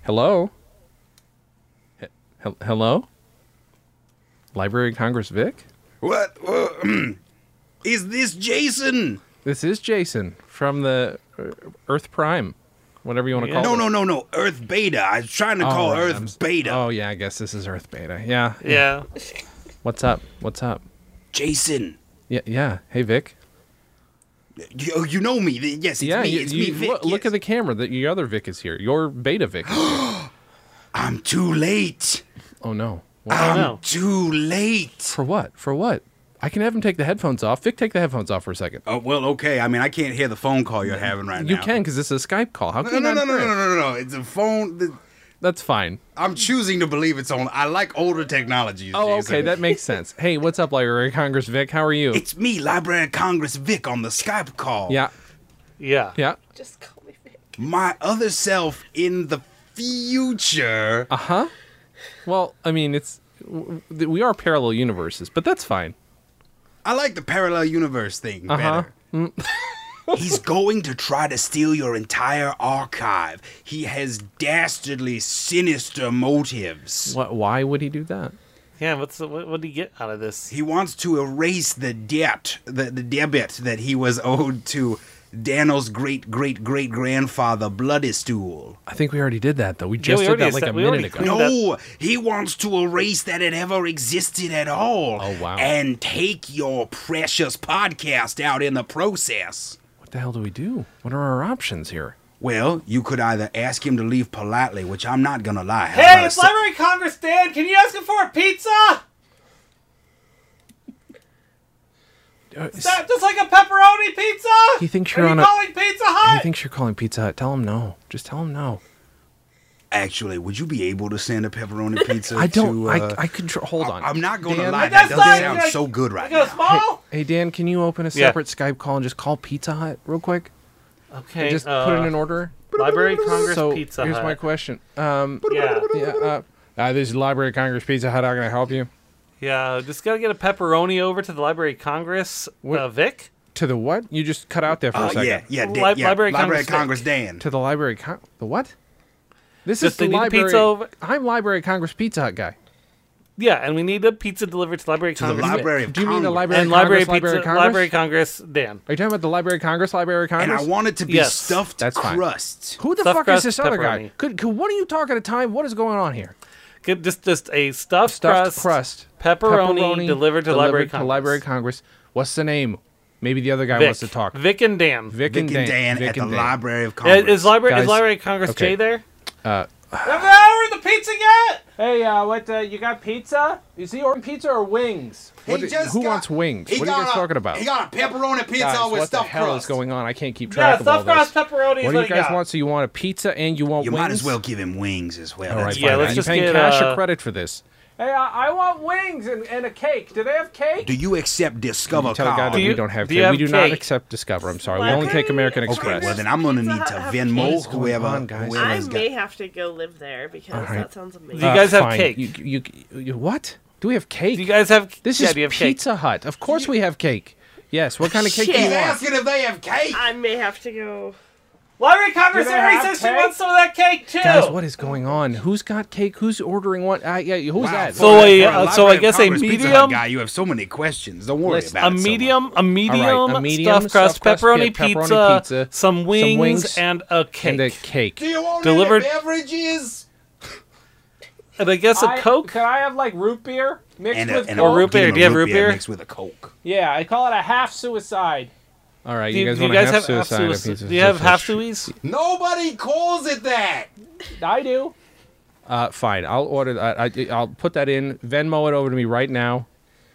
Speaker 1: Hello. He- hel- hello. Library of Congress, Vic.
Speaker 4: What? what- Is this Jason?
Speaker 1: This is Jason from the uh, Earth Prime, whatever you want to
Speaker 2: Yeah.
Speaker 1: call
Speaker 4: No,
Speaker 1: it.
Speaker 4: no, no, no. Earth Beta. I was trying to
Speaker 1: Oh,
Speaker 4: call
Speaker 1: right,
Speaker 4: Earth
Speaker 1: I'm s-
Speaker 4: Beta.
Speaker 1: Oh yeah, I guess this is Earth Beta. Yeah.
Speaker 2: Yeah.
Speaker 1: What's up? What's up?
Speaker 4: Jason.
Speaker 1: Yeah, yeah. Hey Vic.
Speaker 4: You, you know me. Th- Yes, it's
Speaker 1: yeah,
Speaker 4: me.
Speaker 1: you,
Speaker 4: it's
Speaker 1: you-
Speaker 4: me, Vic.
Speaker 1: look, look
Speaker 4: yes.
Speaker 1: at the camera. That your other Vic is here. Your Beta Vic. is here.
Speaker 4: I'm too late.
Speaker 1: oh no. What?
Speaker 2: I
Speaker 4: I'm
Speaker 2: know.
Speaker 4: too late.
Speaker 1: For what? For what? I can have him take the headphones off. Vic, take the headphones off for a second.
Speaker 4: Oh well, okay. I mean, I can't hear the phone call you're having right
Speaker 1: You
Speaker 4: now.
Speaker 1: can because this is a Skype call. How
Speaker 4: No,
Speaker 1: can
Speaker 4: no,
Speaker 1: you
Speaker 4: no,
Speaker 1: not
Speaker 4: no,
Speaker 1: hear
Speaker 4: no,
Speaker 1: it?
Speaker 4: no, no, no. It's a phone. That
Speaker 1: That's fine.
Speaker 4: I'm choosing to believe it's on. I like older technologies.
Speaker 1: Oh,
Speaker 4: Jason.
Speaker 1: okay, that makes sense. Hey, what's up, Library of Congress, Vic? How are you?
Speaker 4: It's me, Library of Congress Vic, on the Skype call.
Speaker 1: yeah,
Speaker 2: Yeah.
Speaker 1: yeah.
Speaker 3: Just call me Vic.
Speaker 4: My other self in the future.
Speaker 1: Uh huh. Well, I mean, it's w- w- we are parallel universes, but that's fine.
Speaker 4: I like the parallel universe thing
Speaker 1: Uh-huh.
Speaker 4: better. He's going to try to steal your entire archive. He has dastardly, sinister motives.
Speaker 1: What, why would he do that?
Speaker 2: Yeah, what's the, what, what do you get out of this?
Speaker 4: He wants to erase the debt, the, the debit that he was owed to Daniel's great great great grandfather, Bloodistool.
Speaker 1: I think we already did that though. We just
Speaker 2: we
Speaker 1: did that
Speaker 2: already
Speaker 1: like
Speaker 2: said-
Speaker 1: a
Speaker 2: we already
Speaker 1: minute ago.
Speaker 2: cleaned-
Speaker 4: No, he wants to erase that it ever existed at all.
Speaker 1: Oh, wow.
Speaker 4: And take your precious podcast out in the process.
Speaker 1: What the hell do we do? What are our options here?
Speaker 4: Well, you could either ask him to leave politely, which I'm not gonna lie. How about
Speaker 2: Hey,
Speaker 4: a
Speaker 2: it's
Speaker 4: se-
Speaker 2: Library of Congress, Dan. Can you ask him for a pizza?
Speaker 1: Uh,
Speaker 2: Is that just like a pepperoni pizza?
Speaker 1: He thinks
Speaker 2: Are
Speaker 1: you're
Speaker 2: you
Speaker 1: on a-
Speaker 2: calling Pizza
Speaker 1: he
Speaker 2: Hut?
Speaker 1: thinks you're calling Pizza Hut. Tell him no. Just tell him no.
Speaker 4: Actually, would you be able to send a pepperoni pizza?
Speaker 1: I don't.
Speaker 4: To, uh,
Speaker 1: I, I could. Tr- hold on.
Speaker 4: am not gonna
Speaker 1: Dan,
Speaker 4: lie.
Speaker 2: But that's
Speaker 4: That doesn't
Speaker 2: not-
Speaker 4: sound
Speaker 2: like-
Speaker 4: so good
Speaker 2: I
Speaker 4: right
Speaker 2: go
Speaker 4: now.
Speaker 2: small.
Speaker 1: Hey Dan, can you open a
Speaker 2: Yeah.
Speaker 1: separate Skype call and just call Pizza Hut real quick?
Speaker 2: Okay,
Speaker 1: just
Speaker 2: uh,
Speaker 1: put in an order.
Speaker 2: Library of Congress
Speaker 1: So
Speaker 2: Pizza
Speaker 1: here's
Speaker 2: Hut.
Speaker 1: my question. Um,
Speaker 2: Yeah,
Speaker 1: yeah, uh, uh, this is Library of Congress Pizza Hut. How can I help you?
Speaker 2: yeah. Just gotta get a pepperoni over to the Library of Congress.
Speaker 1: What-
Speaker 2: Uh, Vic.
Speaker 1: To the what? You just cut out there for
Speaker 4: Uh,
Speaker 1: a second.
Speaker 4: yeah, yeah, Dan,
Speaker 2: Li-
Speaker 4: yeah.
Speaker 2: Library of
Speaker 4: Library, of
Speaker 2: Congress
Speaker 4: Congress, Dan.
Speaker 1: To the Library of Con- the what? This
Speaker 2: Just
Speaker 1: is the
Speaker 2: they need a
Speaker 1: Library.
Speaker 2: pizza over-
Speaker 1: I'm Library of Congress Pizza Hut guy.
Speaker 2: Yeah, and we need a pizza delivered to Library of
Speaker 4: To the
Speaker 2: Congress.
Speaker 4: Library of
Speaker 1: Do you mean the
Speaker 4: Congress.
Speaker 1: Library
Speaker 2: and
Speaker 1: of
Speaker 2: Library
Speaker 1: Congress?
Speaker 2: of Pizza,
Speaker 1: Library of Congress.
Speaker 2: Library of Congress. Dan.
Speaker 1: Are you talking about the Library of Congress? Library of Congress.
Speaker 4: And I want it to be
Speaker 2: Yes.
Speaker 4: stuffed
Speaker 1: That's fine.
Speaker 4: crust.
Speaker 1: Who the
Speaker 2: Stuffed
Speaker 1: fuck
Speaker 2: crust,
Speaker 1: is this other guy?
Speaker 2: pepperoni.
Speaker 1: Could, could one of you talk at a time? What is going on here?
Speaker 2: Get Just just a stuffed,
Speaker 1: Stuffed
Speaker 2: crust,
Speaker 1: crust,
Speaker 2: pepperoni, delivered to Library of
Speaker 1: to
Speaker 2: Congress.
Speaker 1: Library of Congress. What's the name? Maybe the other guy
Speaker 2: Vic.
Speaker 1: wants to talk.
Speaker 2: Vic and Dan.
Speaker 1: Vic,
Speaker 4: Vic and Dan
Speaker 1: Vic
Speaker 4: at the
Speaker 1: and Dan.
Speaker 4: Library of
Speaker 2: Yeah,
Speaker 4: Congress.
Speaker 2: is library
Speaker 1: Guys.
Speaker 2: is library of Congress
Speaker 1: Okay.
Speaker 2: Jay there? Have they ordered the pizza yet?
Speaker 7: Hey, uh, what, uh, you got pizza? Is he ordering pizza or wings?
Speaker 4: He
Speaker 1: What do-
Speaker 4: just
Speaker 1: who
Speaker 4: got-
Speaker 1: wants wings?
Speaker 4: he
Speaker 1: What are you
Speaker 4: got
Speaker 1: guys
Speaker 4: a-
Speaker 1: talking about?
Speaker 4: He got a pepperoni pizza
Speaker 1: Guys,
Speaker 4: with
Speaker 1: what the
Speaker 4: stuffed
Speaker 1: hell
Speaker 4: crust.
Speaker 1: is going on? I can't keep
Speaker 2: Yeah,
Speaker 1: track of all
Speaker 2: stuffed crust
Speaker 1: this.
Speaker 2: pepperoni. is
Speaker 1: What do you
Speaker 2: what I
Speaker 1: guys
Speaker 2: got.
Speaker 1: want? So you want a pizza and you want
Speaker 4: You
Speaker 1: wings?
Speaker 4: might as well give him wings as well.
Speaker 1: All right,
Speaker 4: That's
Speaker 2: Yeah,
Speaker 1: fine.
Speaker 2: let's
Speaker 1: Are you
Speaker 2: just
Speaker 1: paying
Speaker 2: get,
Speaker 1: cash
Speaker 2: uh,
Speaker 1: or credit for this?
Speaker 7: Hey, uh, I want wings and, and a cake. Do they have cake?
Speaker 4: Do you accept Discover
Speaker 1: Tell the guy
Speaker 4: Card?
Speaker 1: that
Speaker 2: you-
Speaker 1: we don't have.
Speaker 2: do you
Speaker 1: cake.
Speaker 2: have
Speaker 1: we do not
Speaker 2: cake?
Speaker 1: accept Discover. I'm sorry. We
Speaker 3: Well,
Speaker 1: only take
Speaker 3: okay.
Speaker 1: American
Speaker 3: Okay,
Speaker 1: Express.
Speaker 4: Okay, well then I'm gonna
Speaker 3: Pizza
Speaker 4: need to
Speaker 3: Hut have
Speaker 1: What
Speaker 4: Venmo
Speaker 1: is going
Speaker 4: whoever.
Speaker 1: on, guys?
Speaker 3: I
Speaker 4: whoever's got-
Speaker 3: may have to go live there because
Speaker 1: All right.
Speaker 3: that sounds amazing.
Speaker 2: Do you guys have
Speaker 1: Ah, fine.
Speaker 2: cake?
Speaker 1: You, you, you, what? Do we have cake?
Speaker 2: Do you guys have
Speaker 1: this
Speaker 2: yeah,
Speaker 1: is
Speaker 2: do you have cake?
Speaker 1: Pizza Hut. Of course we have cake. Yes. What kind of cake do you
Speaker 4: He's
Speaker 1: want?
Speaker 4: asking if they have cake.
Speaker 3: I may have to go.
Speaker 2: Library of Congress
Speaker 7: Do they
Speaker 2: Harry
Speaker 7: have
Speaker 2: says she
Speaker 7: cake?
Speaker 2: wants some of that cake too.
Speaker 1: Guys, what is going on? Who's got cake? Who's ordering what? Uh, yeah, who's
Speaker 4: Wow,
Speaker 1: that?
Speaker 4: for-
Speaker 2: So
Speaker 4: for
Speaker 2: a-
Speaker 4: a
Speaker 2: uh, so I
Speaker 4: Library of
Speaker 2: guess a
Speaker 4: Congress Pizza Hut
Speaker 2: medium-
Speaker 4: guy. You have so many questions. Don't worry
Speaker 1: Listen,
Speaker 4: about
Speaker 2: a
Speaker 4: it. so much.
Speaker 2: medium, a medium,
Speaker 1: a medium
Speaker 2: stuffed crust,
Speaker 1: stuffed crust,
Speaker 2: pepperoni,
Speaker 1: yeah, pepperoni
Speaker 2: pizza,
Speaker 1: pizza,
Speaker 2: some,
Speaker 1: some
Speaker 2: wings,
Speaker 1: wings,
Speaker 2: and a cake.
Speaker 1: And
Speaker 2: And,
Speaker 1: the cake.
Speaker 4: Do you want
Speaker 2: Delivered-
Speaker 4: any beverages?
Speaker 2: I guess a
Speaker 7: I-
Speaker 2: Coke.
Speaker 7: Can I have like root beer mixed
Speaker 4: And
Speaker 7: with
Speaker 4: a, and
Speaker 2: Or
Speaker 4: a,
Speaker 7: Coke?
Speaker 2: root
Speaker 4: give
Speaker 2: beer.
Speaker 4: him a
Speaker 2: Do you have root beer?
Speaker 4: mixed with a coke?
Speaker 7: Yeah, I call it a half suicide.
Speaker 1: All right,
Speaker 2: Do
Speaker 1: you
Speaker 2: you,
Speaker 1: guys
Speaker 2: do you
Speaker 1: want
Speaker 2: guys
Speaker 1: to
Speaker 2: have
Speaker 1: have
Speaker 2: half
Speaker 1: suicide? and
Speaker 2: suis-
Speaker 1: pizza
Speaker 2: Do you have
Speaker 1: suicide?
Speaker 2: half suites?
Speaker 4: Nobody calls it that.
Speaker 7: I do.
Speaker 1: Uh, fine, I'll order. that. I, I, I'll put that in. Venmo it over to me right now.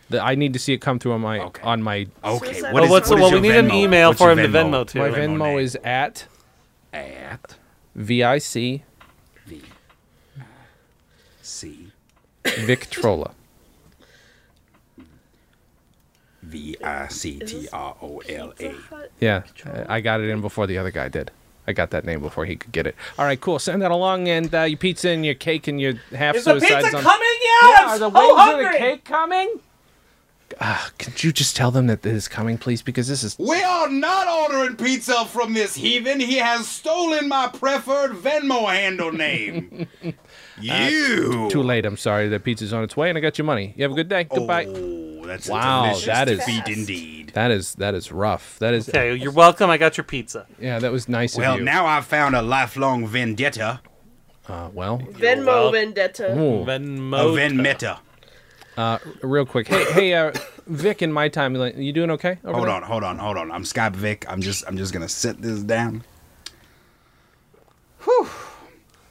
Speaker 1: The, I need to see it come through on my
Speaker 4: Okay.
Speaker 1: on my.
Speaker 4: Okay.
Speaker 3: Suicide
Speaker 4: What is,
Speaker 2: Well, what's-
Speaker 4: what is
Speaker 2: well,
Speaker 4: your
Speaker 2: we need an
Speaker 4: Venmo?
Speaker 2: email
Speaker 4: What's
Speaker 2: for
Speaker 4: your
Speaker 2: him to Venmo to.
Speaker 1: My
Speaker 2: Venmo
Speaker 1: Venmo
Speaker 4: name.
Speaker 1: is at
Speaker 4: at
Speaker 1: V I C
Speaker 4: the C
Speaker 1: Victrola.
Speaker 4: V I C T R O L A.
Speaker 3: Pizza Hut?
Speaker 1: Yeah, I I got it in before the other guy did. I got that name before he could get it. All right, cool. Send that along, and uh, your pizza and your cake and your half
Speaker 2: Is the pizza
Speaker 1: suicides on.
Speaker 2: coming yet?
Speaker 7: Yeah,
Speaker 2: I'm
Speaker 7: are the
Speaker 2: so
Speaker 4: Oh,
Speaker 7: wings
Speaker 2: hungry.
Speaker 7: and the cake coming?
Speaker 1: Ah, Could you just tell them that it is coming, please? Because this is
Speaker 4: We are not ordering pizza from this heathen. He has stolen my preferred Venmo handle name. you.
Speaker 1: Uh, too late. I'm sorry. The pizza's on its way, and I got your money. You have a good day. Goodbye.
Speaker 4: Oh, that's
Speaker 1: Wow,
Speaker 4: a delicious
Speaker 1: that is-
Speaker 4: defeat indeed.
Speaker 1: That is that is rough. That is
Speaker 2: Okay, you're welcome. I got your pizza.
Speaker 1: yeah. That was nice
Speaker 4: Well,
Speaker 1: of you.
Speaker 4: now I've found a lifelong vendetta,
Speaker 1: uh, well,
Speaker 3: Venmo
Speaker 2: well.
Speaker 3: Vendetta.
Speaker 1: Ooh.
Speaker 4: a
Speaker 1: Oh,
Speaker 2: Venmo.
Speaker 4: vendetta.
Speaker 1: real quick. Hey, hey, uh, Vic, in my time, like, you doing okay? Over
Speaker 4: Hold
Speaker 1: there?
Speaker 4: on, hold on, hold on. I'm Skype Vic. I'm just, I'm just gonna set this down. Whew.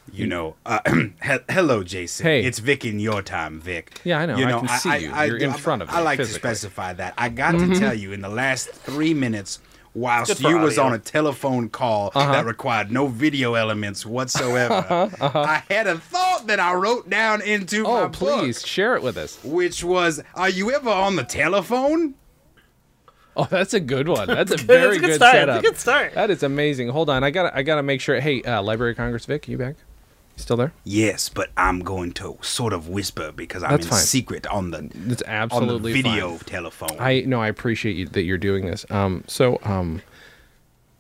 Speaker 4: You know, uh, he- hello, Jason.
Speaker 1: Hey.
Speaker 4: it's Vic in your time, Vic.
Speaker 1: Yeah, I know. I can see you. You're in front of
Speaker 4: I
Speaker 1: me
Speaker 4: like
Speaker 1: physically.
Speaker 4: to specify that. I got
Speaker 1: Mm-hmm.
Speaker 4: to tell you, in the last three minutes, whilst
Speaker 2: Good for
Speaker 4: you was
Speaker 2: audio.
Speaker 4: on a telephone call
Speaker 1: Uh-huh.
Speaker 4: that required no video elements whatsoever, I had a thought that I wrote down into my
Speaker 1: Uh-huh. Oh,
Speaker 4: book,
Speaker 1: please share it with us.
Speaker 4: which was, "Are you ever on the telephone?"
Speaker 1: Oh, that's a good one. That's a
Speaker 2: That's
Speaker 1: very
Speaker 2: a
Speaker 1: good,
Speaker 2: good start. That's a
Speaker 1: setup.
Speaker 2: good start.
Speaker 1: That is amazing. Hold on, I got to I got to make sure. Hey, uh, Library of Congress, Vic, you back? You still there?
Speaker 4: Yes, but I'm going to sort of whisper because I'm
Speaker 1: That's
Speaker 4: in
Speaker 1: fine.
Speaker 4: secret on the
Speaker 1: That's
Speaker 4: on the
Speaker 1: absolutely
Speaker 4: video
Speaker 1: fine.
Speaker 4: telephone.
Speaker 1: I no, I appreciate you that you're doing this. Um, so um,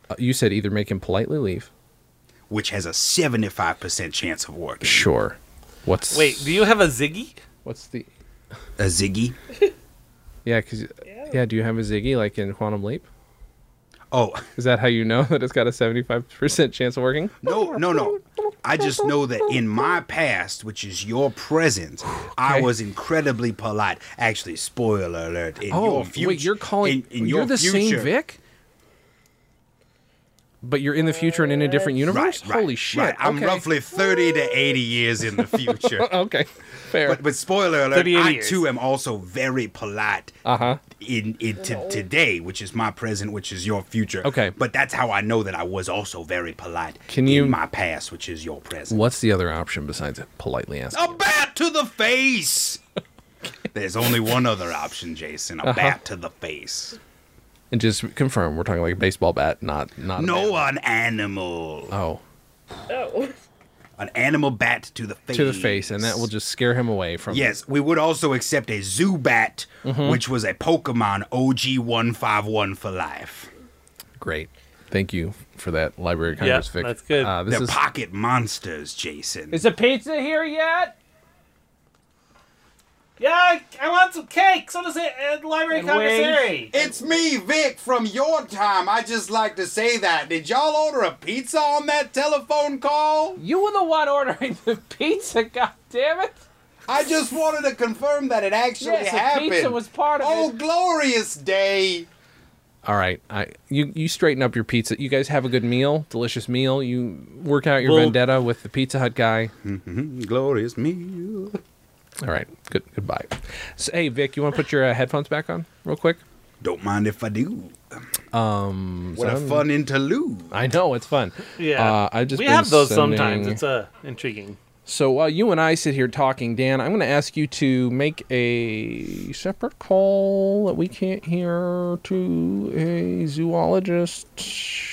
Speaker 1: Uh, you said either make him politely leave.
Speaker 4: which has a 75% chance of working.
Speaker 1: Sure. What's
Speaker 2: Wait, do you have a Ziggy?
Speaker 1: What's the
Speaker 4: A Ziggy?
Speaker 1: yeah? Cause yeah. do you have a Ziggy like in Quantum Leap?
Speaker 4: Oh,
Speaker 1: Is that how you know that it's got a seventy-five percent chance of working?
Speaker 4: no, no, no. I just know that in my past, which is your present, I
Speaker 1: Okay.
Speaker 4: was incredibly polite. Actually, spoiler alert. In your future,
Speaker 1: Oh, wait, you're calling.
Speaker 4: in, in
Speaker 1: you're
Speaker 4: your
Speaker 1: the
Speaker 4: future-
Speaker 1: same Vic. But you're in the future and in a different universe.
Speaker 4: Right, right,
Speaker 1: Holy shit!
Speaker 4: right. I'm
Speaker 1: okay.
Speaker 4: roughly 30 to 80 years in the future.
Speaker 1: okay. Fair.
Speaker 4: but, but spoiler alert,
Speaker 2: 30, 80
Speaker 4: I
Speaker 2: years.
Speaker 4: too am also very polite
Speaker 1: uh huh.
Speaker 4: in, in to, today, which is my present, which is your future.
Speaker 1: Okay.
Speaker 4: But that's how I know that I was also very polite
Speaker 1: Can
Speaker 4: in
Speaker 1: you-
Speaker 4: my past, which is your present.
Speaker 1: What's the other option besides politely asking?
Speaker 4: A bat to the face. There's only one other option, Jason. A
Speaker 1: Uh-huh.
Speaker 4: bat to the face.
Speaker 1: And just confirm we're talking like a baseball bat, not not. a
Speaker 4: No,
Speaker 1: bat.
Speaker 4: an animal.
Speaker 1: Oh,
Speaker 3: Oh.
Speaker 4: An animal bat to the face.
Speaker 1: to the face, and that will just scare him away from.
Speaker 4: Yes, we would also accept a Zubat,
Speaker 1: Mm-hmm.
Speaker 4: which was a Pokemon OG one five one for life.
Speaker 1: Great. Thank you for that library of Congress, Vic.
Speaker 2: that's good.
Speaker 1: Uh, this
Speaker 4: They're
Speaker 1: is
Speaker 4: pocket monsters, Jason.
Speaker 7: Is the pizza here yet?
Speaker 2: Yeah, I, I want some cake. So does it, uh, library
Speaker 7: And wings.
Speaker 2: commissary.
Speaker 4: It's me, Vic, from your time. I just like to say that. Did y'all order a pizza on that telephone call?
Speaker 7: You were the one ordering the pizza. God damn it!
Speaker 4: I just wanted to confirm that it actually Oh,
Speaker 7: Yes, the pizza was part of it.
Speaker 4: glorious day!
Speaker 1: all right. I you you straighten up your pizza. You guys have a good meal, delicious meal. You work out your
Speaker 2: Well-
Speaker 1: vendetta with the Pizza Hut guy.
Speaker 4: Glorious meal.
Speaker 1: All right. Good goodbye. So, hey Vic, you want to put your uh, headphones back on real quick?
Speaker 4: Don't mind if I do.
Speaker 7: Um,
Speaker 1: Mm,
Speaker 4: What a
Speaker 1: son.
Speaker 4: fun interlude.
Speaker 1: I know it's fun.
Speaker 2: Yeah,
Speaker 1: Uh, I just
Speaker 2: we
Speaker 1: been
Speaker 2: have those sometimes.
Speaker 1: sending-
Speaker 2: It's uh, intriguing.
Speaker 1: So while you and I sit here talking, Dan, I'm going to ask you to make a separate call that we can't hear to a zoologist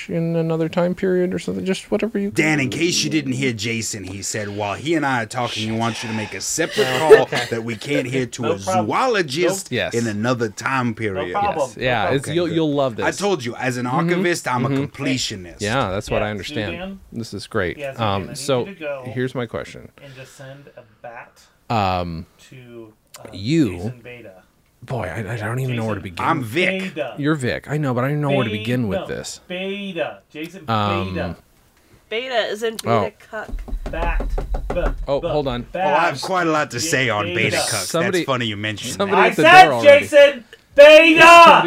Speaker 1: in another time period or something. Just whatever you.
Speaker 4: Dan, in case you didn't hear Jason, he said while he and I are talking, he wants you to make a separate call that we can't hear to a
Speaker 2: problem.
Speaker 4: zoologist
Speaker 1: Nope. Yes.
Speaker 4: in another time period.
Speaker 2: problem.
Speaker 1: Yeah, it's,
Speaker 4: Okay,
Speaker 1: you'll,
Speaker 4: good.
Speaker 1: you'll love this. Mm-hmm.
Speaker 4: I told you, as an archivist, I'm a completionist.
Speaker 1: Yeah, that's what
Speaker 2: Yeah,
Speaker 1: I
Speaker 2: so
Speaker 1: understand.
Speaker 2: Dan-
Speaker 1: this is great.
Speaker 2: Yeah, so Dan, I
Speaker 1: um,
Speaker 2: need
Speaker 1: so
Speaker 2: you to go-
Speaker 1: here's my question.
Speaker 2: And just send a bat
Speaker 1: Um,
Speaker 2: to uh,
Speaker 1: you-
Speaker 2: Jason Beta.
Speaker 1: boy, I, I don't even know where to
Speaker 2: Jason,
Speaker 1: begin.
Speaker 4: I'm Vic.
Speaker 2: Beta.
Speaker 1: You're Vic. I know, but I don't know where to begin with
Speaker 2: Beta.
Speaker 1: this.
Speaker 2: Beta. Jason
Speaker 1: Um,
Speaker 2: Beta.
Speaker 3: Beta is in
Speaker 1: Oh.
Speaker 3: beta cuck.
Speaker 2: Bat. B-
Speaker 1: Oh,
Speaker 2: b-
Speaker 1: hold on.
Speaker 4: Oh,
Speaker 2: bat.
Speaker 4: I have quite a lot to say on
Speaker 2: Beta.
Speaker 4: Beta Cuck.
Speaker 1: Somebody-
Speaker 4: That's funny you mentioned that.
Speaker 1: somebody-
Speaker 2: I
Speaker 1: at the door
Speaker 2: said
Speaker 1: already.
Speaker 2: Jason
Speaker 1: Somebody
Speaker 2: Beta.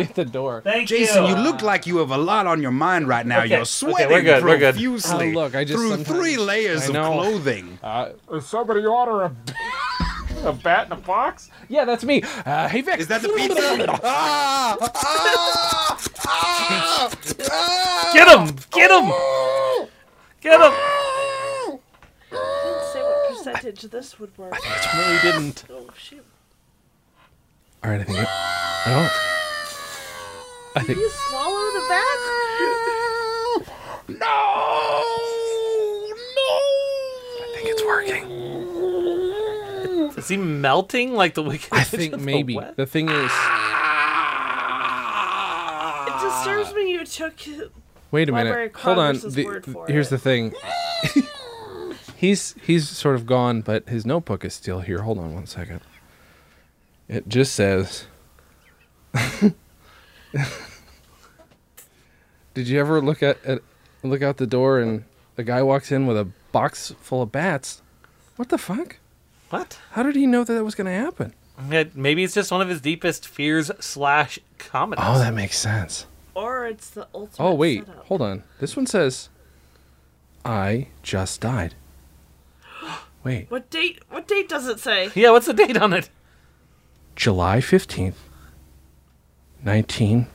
Speaker 1: at the door.
Speaker 2: Thank
Speaker 4: Jason,
Speaker 2: you.
Speaker 4: you look like you have a lot on your mind right now.
Speaker 2: Okay,
Speaker 4: You're
Speaker 2: okay, we're
Speaker 4: sweating
Speaker 2: good, we're good.
Speaker 4: profusely
Speaker 1: Oh, look, I just
Speaker 4: through
Speaker 1: sometimes-
Speaker 4: three layers
Speaker 1: I
Speaker 4: of
Speaker 1: know.
Speaker 4: clothing.
Speaker 7: Is somebody order a, a bat in a box?
Speaker 1: Yeah, that's me. Uh, hey Vic.
Speaker 4: Is that the pizza? ah! Ah! Ah! Ah!
Speaker 2: Get him! Get him! Get him!
Speaker 3: Didn't say what percentage this would work.
Speaker 1: No, we didn't.
Speaker 3: Oh shoot.
Speaker 1: All right, I think. It, oh. I think.
Speaker 3: You swallow the bat?
Speaker 1: I think it's working.
Speaker 2: Is he melting like the wicked?
Speaker 1: I
Speaker 2: Witch
Speaker 1: think
Speaker 2: of the
Speaker 1: maybe
Speaker 2: West?
Speaker 1: the thing is.
Speaker 3: It disturbs me you took
Speaker 1: Wait a
Speaker 3: Library
Speaker 1: minute.
Speaker 3: of
Speaker 1: Hold on.
Speaker 3: Congress's
Speaker 1: the-
Speaker 3: word for
Speaker 1: here's
Speaker 3: it.
Speaker 1: the thing. he's he's sort of gone, but his notebook is still here. Hold on one second. It just says. Did you ever look at, at look out the door and the guy walks in with a box full of bats? What the fuck?
Speaker 2: What?
Speaker 1: How did he know that that was going to happen?
Speaker 2: Yeah, Maybe it's just one of his deepest fears slash comedies.
Speaker 1: Oh, that makes sense.
Speaker 3: or it's the ultimate
Speaker 1: Oh, wait.
Speaker 3: setup.
Speaker 1: Hold on. This one says, I just died. Wait.
Speaker 3: What date what date does it say?
Speaker 2: yeah, what's the date on it?
Speaker 1: July 15th, 19,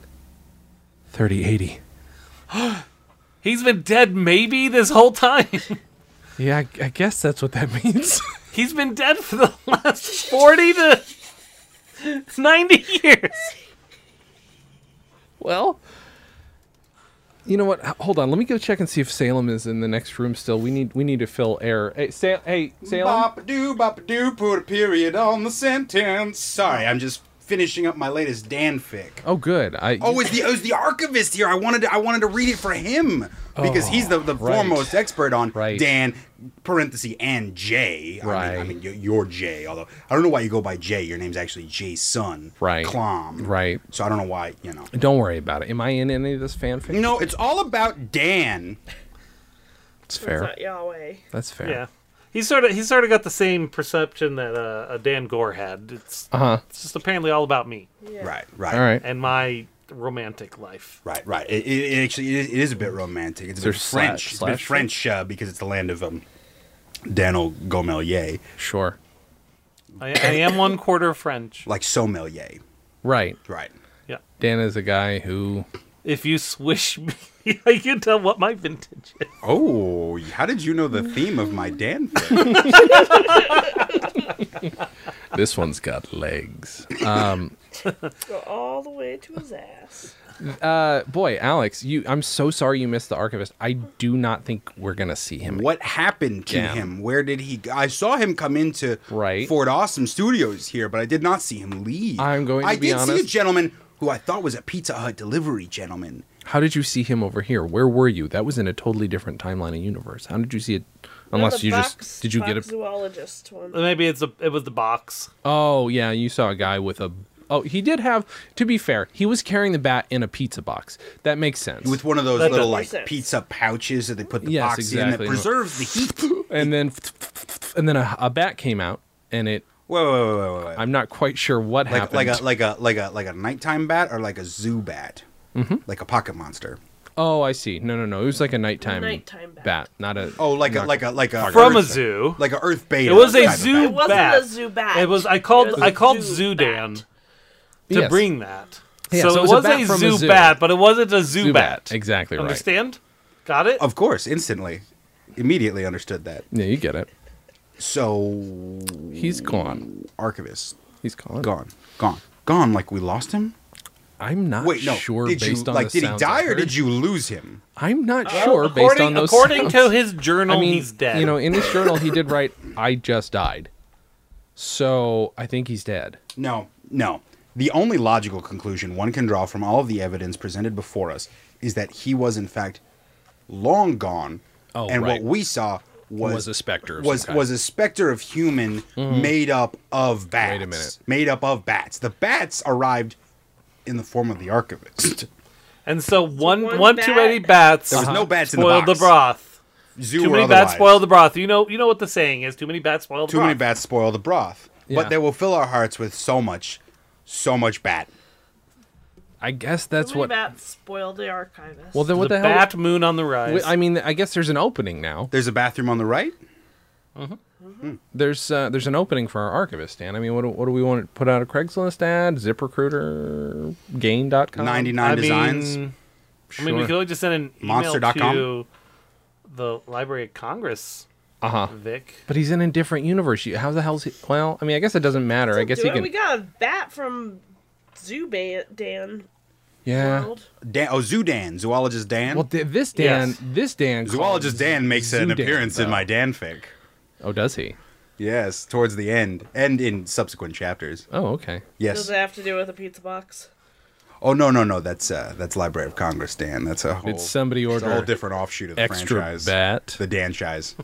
Speaker 1: 3080.
Speaker 2: He's been dead maybe this whole time.
Speaker 1: Yeah, I, I guess that's what that means.
Speaker 2: He's been dead for the last 40 to 90 years.
Speaker 1: well, you know what? H- Hold on. Let me go check and see if Salem is in the next room still. We need we need to fill air. Hey, Sal- hey Salem.
Speaker 4: Bop doo, bop doo, put a period on the sentence. Sorry, I'm just finishing up my latest Dan fic.
Speaker 1: Oh, good. I
Speaker 4: Oh, it's the it was the archivist here. I wanted to, I wanted to read it for him because he's the, the
Speaker 1: Oh, right.
Speaker 4: foremost expert on
Speaker 1: Right.
Speaker 4: Dan parenthesis and Jay. I mean- I
Speaker 1: Right.
Speaker 4: mean, you're, you're Jay. Although I don't know why you go by Jay. Your name's actually Jay's son.
Speaker 1: Right.
Speaker 4: Clom.
Speaker 1: Right.
Speaker 4: So I don't know why. You know.
Speaker 1: don't worry about it. Am I in any of this fanfic?
Speaker 4: No, it's all about Dan.
Speaker 1: That's
Speaker 3: It's
Speaker 1: fair.
Speaker 3: not Yahweh.
Speaker 1: That's fair.
Speaker 2: Yeah. He's sort of he's sort of got the same perception that uh, uh, Dan Gore had. It's
Speaker 1: Uh huh.
Speaker 2: it's just apparently all about me
Speaker 3: Yeah.
Speaker 4: Right. Right.
Speaker 1: All right.
Speaker 2: and my romantic life.
Speaker 4: Right, right. It, it, it actually is, it is a bit romantic. It's a
Speaker 1: there
Speaker 4: bit
Speaker 1: sla-
Speaker 4: French. It's a bit
Speaker 1: slash?
Speaker 4: French uh, because it's the land of um, Daniel Gomelier,
Speaker 1: Sure.
Speaker 2: I, I am one quarter French.
Speaker 4: like sommelier.
Speaker 1: Right.
Speaker 4: Right.
Speaker 2: Yeah.
Speaker 1: Dan is a guy who
Speaker 2: If you swish me, I can tell what my vintage is.
Speaker 4: Oh, how did you know the theme of
Speaker 1: Mm.
Speaker 4: my Dan film?
Speaker 1: this one's got legs.
Speaker 3: Go all the way to his ass.
Speaker 1: Uh, boy, Alex, you. I'm so sorry you missed the archivist. I do not think we're gonna see him.
Speaker 4: what happened to
Speaker 1: Yeah.
Speaker 4: him? Where did he? I saw him come into
Speaker 1: Right.
Speaker 4: Ford Awesome Studios here, but I did not see him leave.
Speaker 1: I'm going to
Speaker 4: I
Speaker 1: be
Speaker 4: did see a
Speaker 1: honest.
Speaker 4: gentleman who I thought was a Pizza Hut delivery gentleman.
Speaker 1: How did you see him over here? Where were you? That was in a totally different timeline and universe. How did you see it? Unless
Speaker 3: The
Speaker 1: you
Speaker 3: box-
Speaker 1: just did you get
Speaker 3: box
Speaker 1: a?
Speaker 3: zoologist one?
Speaker 2: Maybe it's a, it was the box.
Speaker 1: Oh yeah, you saw a guy with a. Oh, he did have. To be fair, he was carrying the bat in a pizza box. That makes sense.
Speaker 4: With one of those little like
Speaker 3: sense.
Speaker 4: pizza pouches that they put the
Speaker 1: Yes,
Speaker 4: box
Speaker 1: exactly.
Speaker 4: in that preserves the heat.
Speaker 1: and then, and then a, a bat came out, and it.
Speaker 4: Whoa, whoa, whoa, whoa, whoa.
Speaker 1: I'm not quite sure what
Speaker 4: like
Speaker 1: happened.
Speaker 4: like a like a like a like a nighttime bat or like a zoo bat,
Speaker 1: Mm-hmm.
Speaker 4: like a pocket monster.
Speaker 1: oh, I see. No, no, no. It was like a nighttime,
Speaker 3: Nighttime bat.
Speaker 1: bat. not a.
Speaker 4: Oh, like a like a like a
Speaker 2: From a
Speaker 4: Earth-
Speaker 2: zoo.
Speaker 4: like a Earth beta.
Speaker 2: It was a
Speaker 4: type of
Speaker 2: zoo
Speaker 4: bat.
Speaker 3: wasn't
Speaker 2: bat.
Speaker 3: a zoo bat.
Speaker 2: It was I
Speaker 3: It
Speaker 2: called
Speaker 3: was
Speaker 2: I
Speaker 3: a
Speaker 2: called
Speaker 3: zoo
Speaker 2: Zoodan
Speaker 3: bat.
Speaker 2: to
Speaker 1: Yes.
Speaker 2: bring that.
Speaker 1: Yeah,
Speaker 2: so, it was, a,
Speaker 1: bat from a
Speaker 2: zoo
Speaker 1: zoo.
Speaker 2: bat, but it wasn't a zoo,
Speaker 1: Zoo
Speaker 2: bat.
Speaker 1: bat, exactly right.
Speaker 2: Understand? Got it?
Speaker 4: Of course, instantly, immediately understood that.
Speaker 1: Yeah, you get it.
Speaker 4: So
Speaker 1: He's gone.
Speaker 4: archivist
Speaker 1: He's gone.
Speaker 4: gone, gone, gone. Like we lost him.
Speaker 1: I'm not
Speaker 4: Wait, no.
Speaker 1: sure
Speaker 4: did you
Speaker 1: based on
Speaker 4: like?
Speaker 1: the
Speaker 4: Did he
Speaker 1: sounds I
Speaker 4: die or
Speaker 1: heard.
Speaker 4: did you lose him?
Speaker 1: I'm not sure based
Speaker 2: according
Speaker 1: on those.
Speaker 2: according
Speaker 1: sounds.
Speaker 2: to his journal,
Speaker 1: I mean,
Speaker 2: he's dead.
Speaker 1: You know, in his journal, he did write, "I just died," so I think he's dead.
Speaker 4: No, no. The only logical conclusion one can draw from all of the evidence presented before us is that he was in fact long gone,
Speaker 1: Oh,
Speaker 4: and
Speaker 1: right.
Speaker 4: what we saw was,
Speaker 1: Was a specter of
Speaker 4: was
Speaker 1: some kind. Mm-hmm.
Speaker 4: was a specter of human made up of bats.
Speaker 1: a minute.
Speaker 4: made up of bats. The bats arrived in the form of the archivist.
Speaker 2: and so one
Speaker 3: one
Speaker 2: one
Speaker 3: bat-
Speaker 2: too many bats
Speaker 4: There was no bats in the
Speaker 2: Uh-huh. spoiled the
Speaker 4: box.
Speaker 2: broth.
Speaker 4: Zoo
Speaker 2: Too
Speaker 4: or
Speaker 2: many
Speaker 4: otherwise.
Speaker 2: bats spoil the broth. You know you know what the saying is, too many bats spoil the
Speaker 4: Too
Speaker 2: broth.
Speaker 4: many bats spoil the broth,
Speaker 1: Yeah.
Speaker 4: but they will fill our hearts with so much, so much bat.
Speaker 1: I guess that's
Speaker 3: Too many
Speaker 1: what.
Speaker 3: bats spoiled the archivist.
Speaker 1: Well, then what
Speaker 2: the,
Speaker 1: the, hell?
Speaker 2: bat moon on the rise.
Speaker 1: Wait, I mean, I guess there's an opening now.
Speaker 4: There's a bathroom on the right.
Speaker 1: There's uh, there's an opening for our archivist, Dan. I mean, what do, what do we want to put out a Craigslist ad? ZipRecruiter, Gain.com,
Speaker 4: Ninety nine
Speaker 2: Um, I
Speaker 4: designs.
Speaker 2: mean, I mean, we
Speaker 1: Sure.
Speaker 2: could only just send an email
Speaker 4: Monster.com?
Speaker 2: to the Library of Congress,
Speaker 1: Uh huh.
Speaker 2: Vic.
Speaker 1: But he's in a different universe. You- How the hell's he? Well, I mean, I guess it doesn't matter. I guess
Speaker 3: Do
Speaker 1: he
Speaker 3: it.
Speaker 1: can.
Speaker 3: We got a bat from Zoo ba- Dan
Speaker 1: yeah.
Speaker 3: World.
Speaker 4: Dan, oh, Zoo Dan, zoologist Dan.
Speaker 1: Well, th- this Dan,
Speaker 2: Yes.
Speaker 1: this Dan, called-
Speaker 4: Zoologist Dan makes an
Speaker 1: Zoo Dan,
Speaker 4: appearance in
Speaker 1: though.
Speaker 4: my Dan fic.
Speaker 1: Oh, does he?
Speaker 4: Yes, towards the end and in subsequent chapters.
Speaker 1: Oh, okay.
Speaker 3: Does
Speaker 4: Yes.
Speaker 3: it have to do with a pizza box?
Speaker 4: Oh no, no, no. That's uh, that's Library of Congress Dan. That's a whole,
Speaker 1: Did somebody
Speaker 4: it's a whole
Speaker 1: order
Speaker 4: different offshoot of the
Speaker 1: extra
Speaker 4: franchise.
Speaker 1: bat?
Speaker 4: The Dan Chise.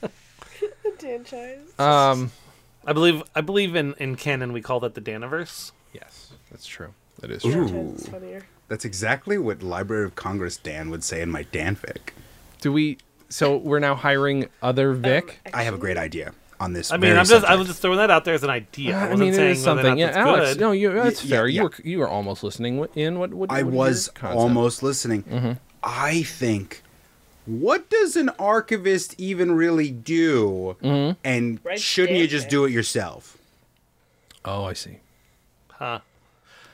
Speaker 3: The Dan Chise.
Speaker 1: Um.
Speaker 2: I believe I believe in, in canon we call that the Daniverse.
Speaker 1: Yes, that's true. That is
Speaker 3: Dan
Speaker 1: true.
Speaker 3: Chise is funnier.
Speaker 4: That's exactly what Library of Congress Dan would say in my Dan fic.
Speaker 1: Do we? So we're now hiring other
Speaker 2: Um,
Speaker 1: Vic.
Speaker 4: I have a great idea on this.
Speaker 2: I mean,
Speaker 4: very
Speaker 2: I'm just I
Speaker 4: subject.
Speaker 2: was just throwing that out there as an idea. I,
Speaker 1: I
Speaker 2: wasn't
Speaker 1: mean, it
Speaker 2: saying
Speaker 1: is
Speaker 2: whether or
Speaker 1: something.
Speaker 2: not
Speaker 1: Yeah,
Speaker 2: that's
Speaker 1: Alex.
Speaker 2: good.
Speaker 1: No, you. That's
Speaker 4: yeah,
Speaker 1: fair.
Speaker 4: yeah.
Speaker 1: You were you were almost listening w- in. What? what,
Speaker 4: I
Speaker 1: what
Speaker 4: was
Speaker 1: your concept?
Speaker 4: almost listening.
Speaker 1: Mm-hmm.
Speaker 4: I think. What does an archivist even really do?
Speaker 1: Mm-hmm.
Speaker 4: And
Speaker 3: Right
Speaker 4: shouldn't you
Speaker 3: there,
Speaker 4: just
Speaker 3: Dan.
Speaker 4: do it yourself?
Speaker 1: Oh, I see.
Speaker 2: Huh.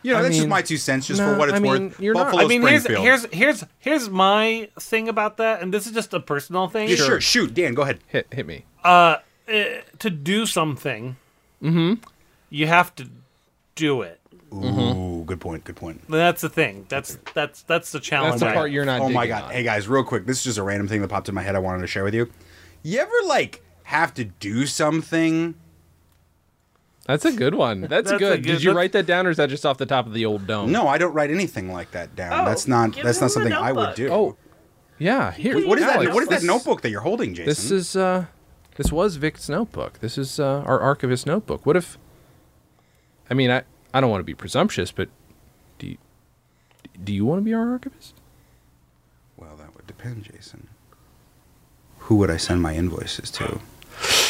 Speaker 4: You know,
Speaker 1: I
Speaker 4: that's just
Speaker 1: mean-
Speaker 4: my two cents, just for
Speaker 1: No,
Speaker 4: what it's
Speaker 1: I mean,
Speaker 4: worth.
Speaker 1: you're not-
Speaker 4: Buffalo
Speaker 2: I mean, here's,
Speaker 4: Springfield.
Speaker 2: here's here's here's my thing about that, and this is just a personal thing.
Speaker 4: Yeah, sure. shoot, Dan, go ahead.
Speaker 1: Hit hit me.
Speaker 2: Uh, to do something,
Speaker 1: Mm-hmm.
Speaker 2: you have to do it.
Speaker 4: Ooh, good point, good point.
Speaker 2: That's the thing. That's that's that's the challenge.
Speaker 1: That's the
Speaker 2: I
Speaker 1: part
Speaker 2: have.
Speaker 1: you're not.
Speaker 4: oh my
Speaker 1: digging
Speaker 4: god,
Speaker 1: on.
Speaker 4: hey guys, real quick, this is just a random thing that popped in my head. I wanted to share with you. You ever like have to do something,
Speaker 1: That's a good one. That's,
Speaker 2: That's a
Speaker 1: good.
Speaker 2: good-
Speaker 1: Did you
Speaker 2: that's-
Speaker 1: write that down, or is that just off the top of the old dome?
Speaker 4: No, I don't write anything like that
Speaker 3: Oh,
Speaker 4: down. that's not
Speaker 3: give
Speaker 4: that's
Speaker 3: him
Speaker 4: not
Speaker 3: the
Speaker 4: something I would do.
Speaker 1: Oh, yeah. Here.
Speaker 4: what is
Speaker 1: Alex,
Speaker 4: that? What is that
Speaker 1: this-
Speaker 4: notebook that you're holding, Jason?
Speaker 1: This is uh, this was Vic's notebook. This is uh, our archivist notebook. What if? I mean, I I don't want to be presumptuous, but do you, do you want to be our archivist?
Speaker 4: well, that would depend, Jason. Who would I send my invoices to?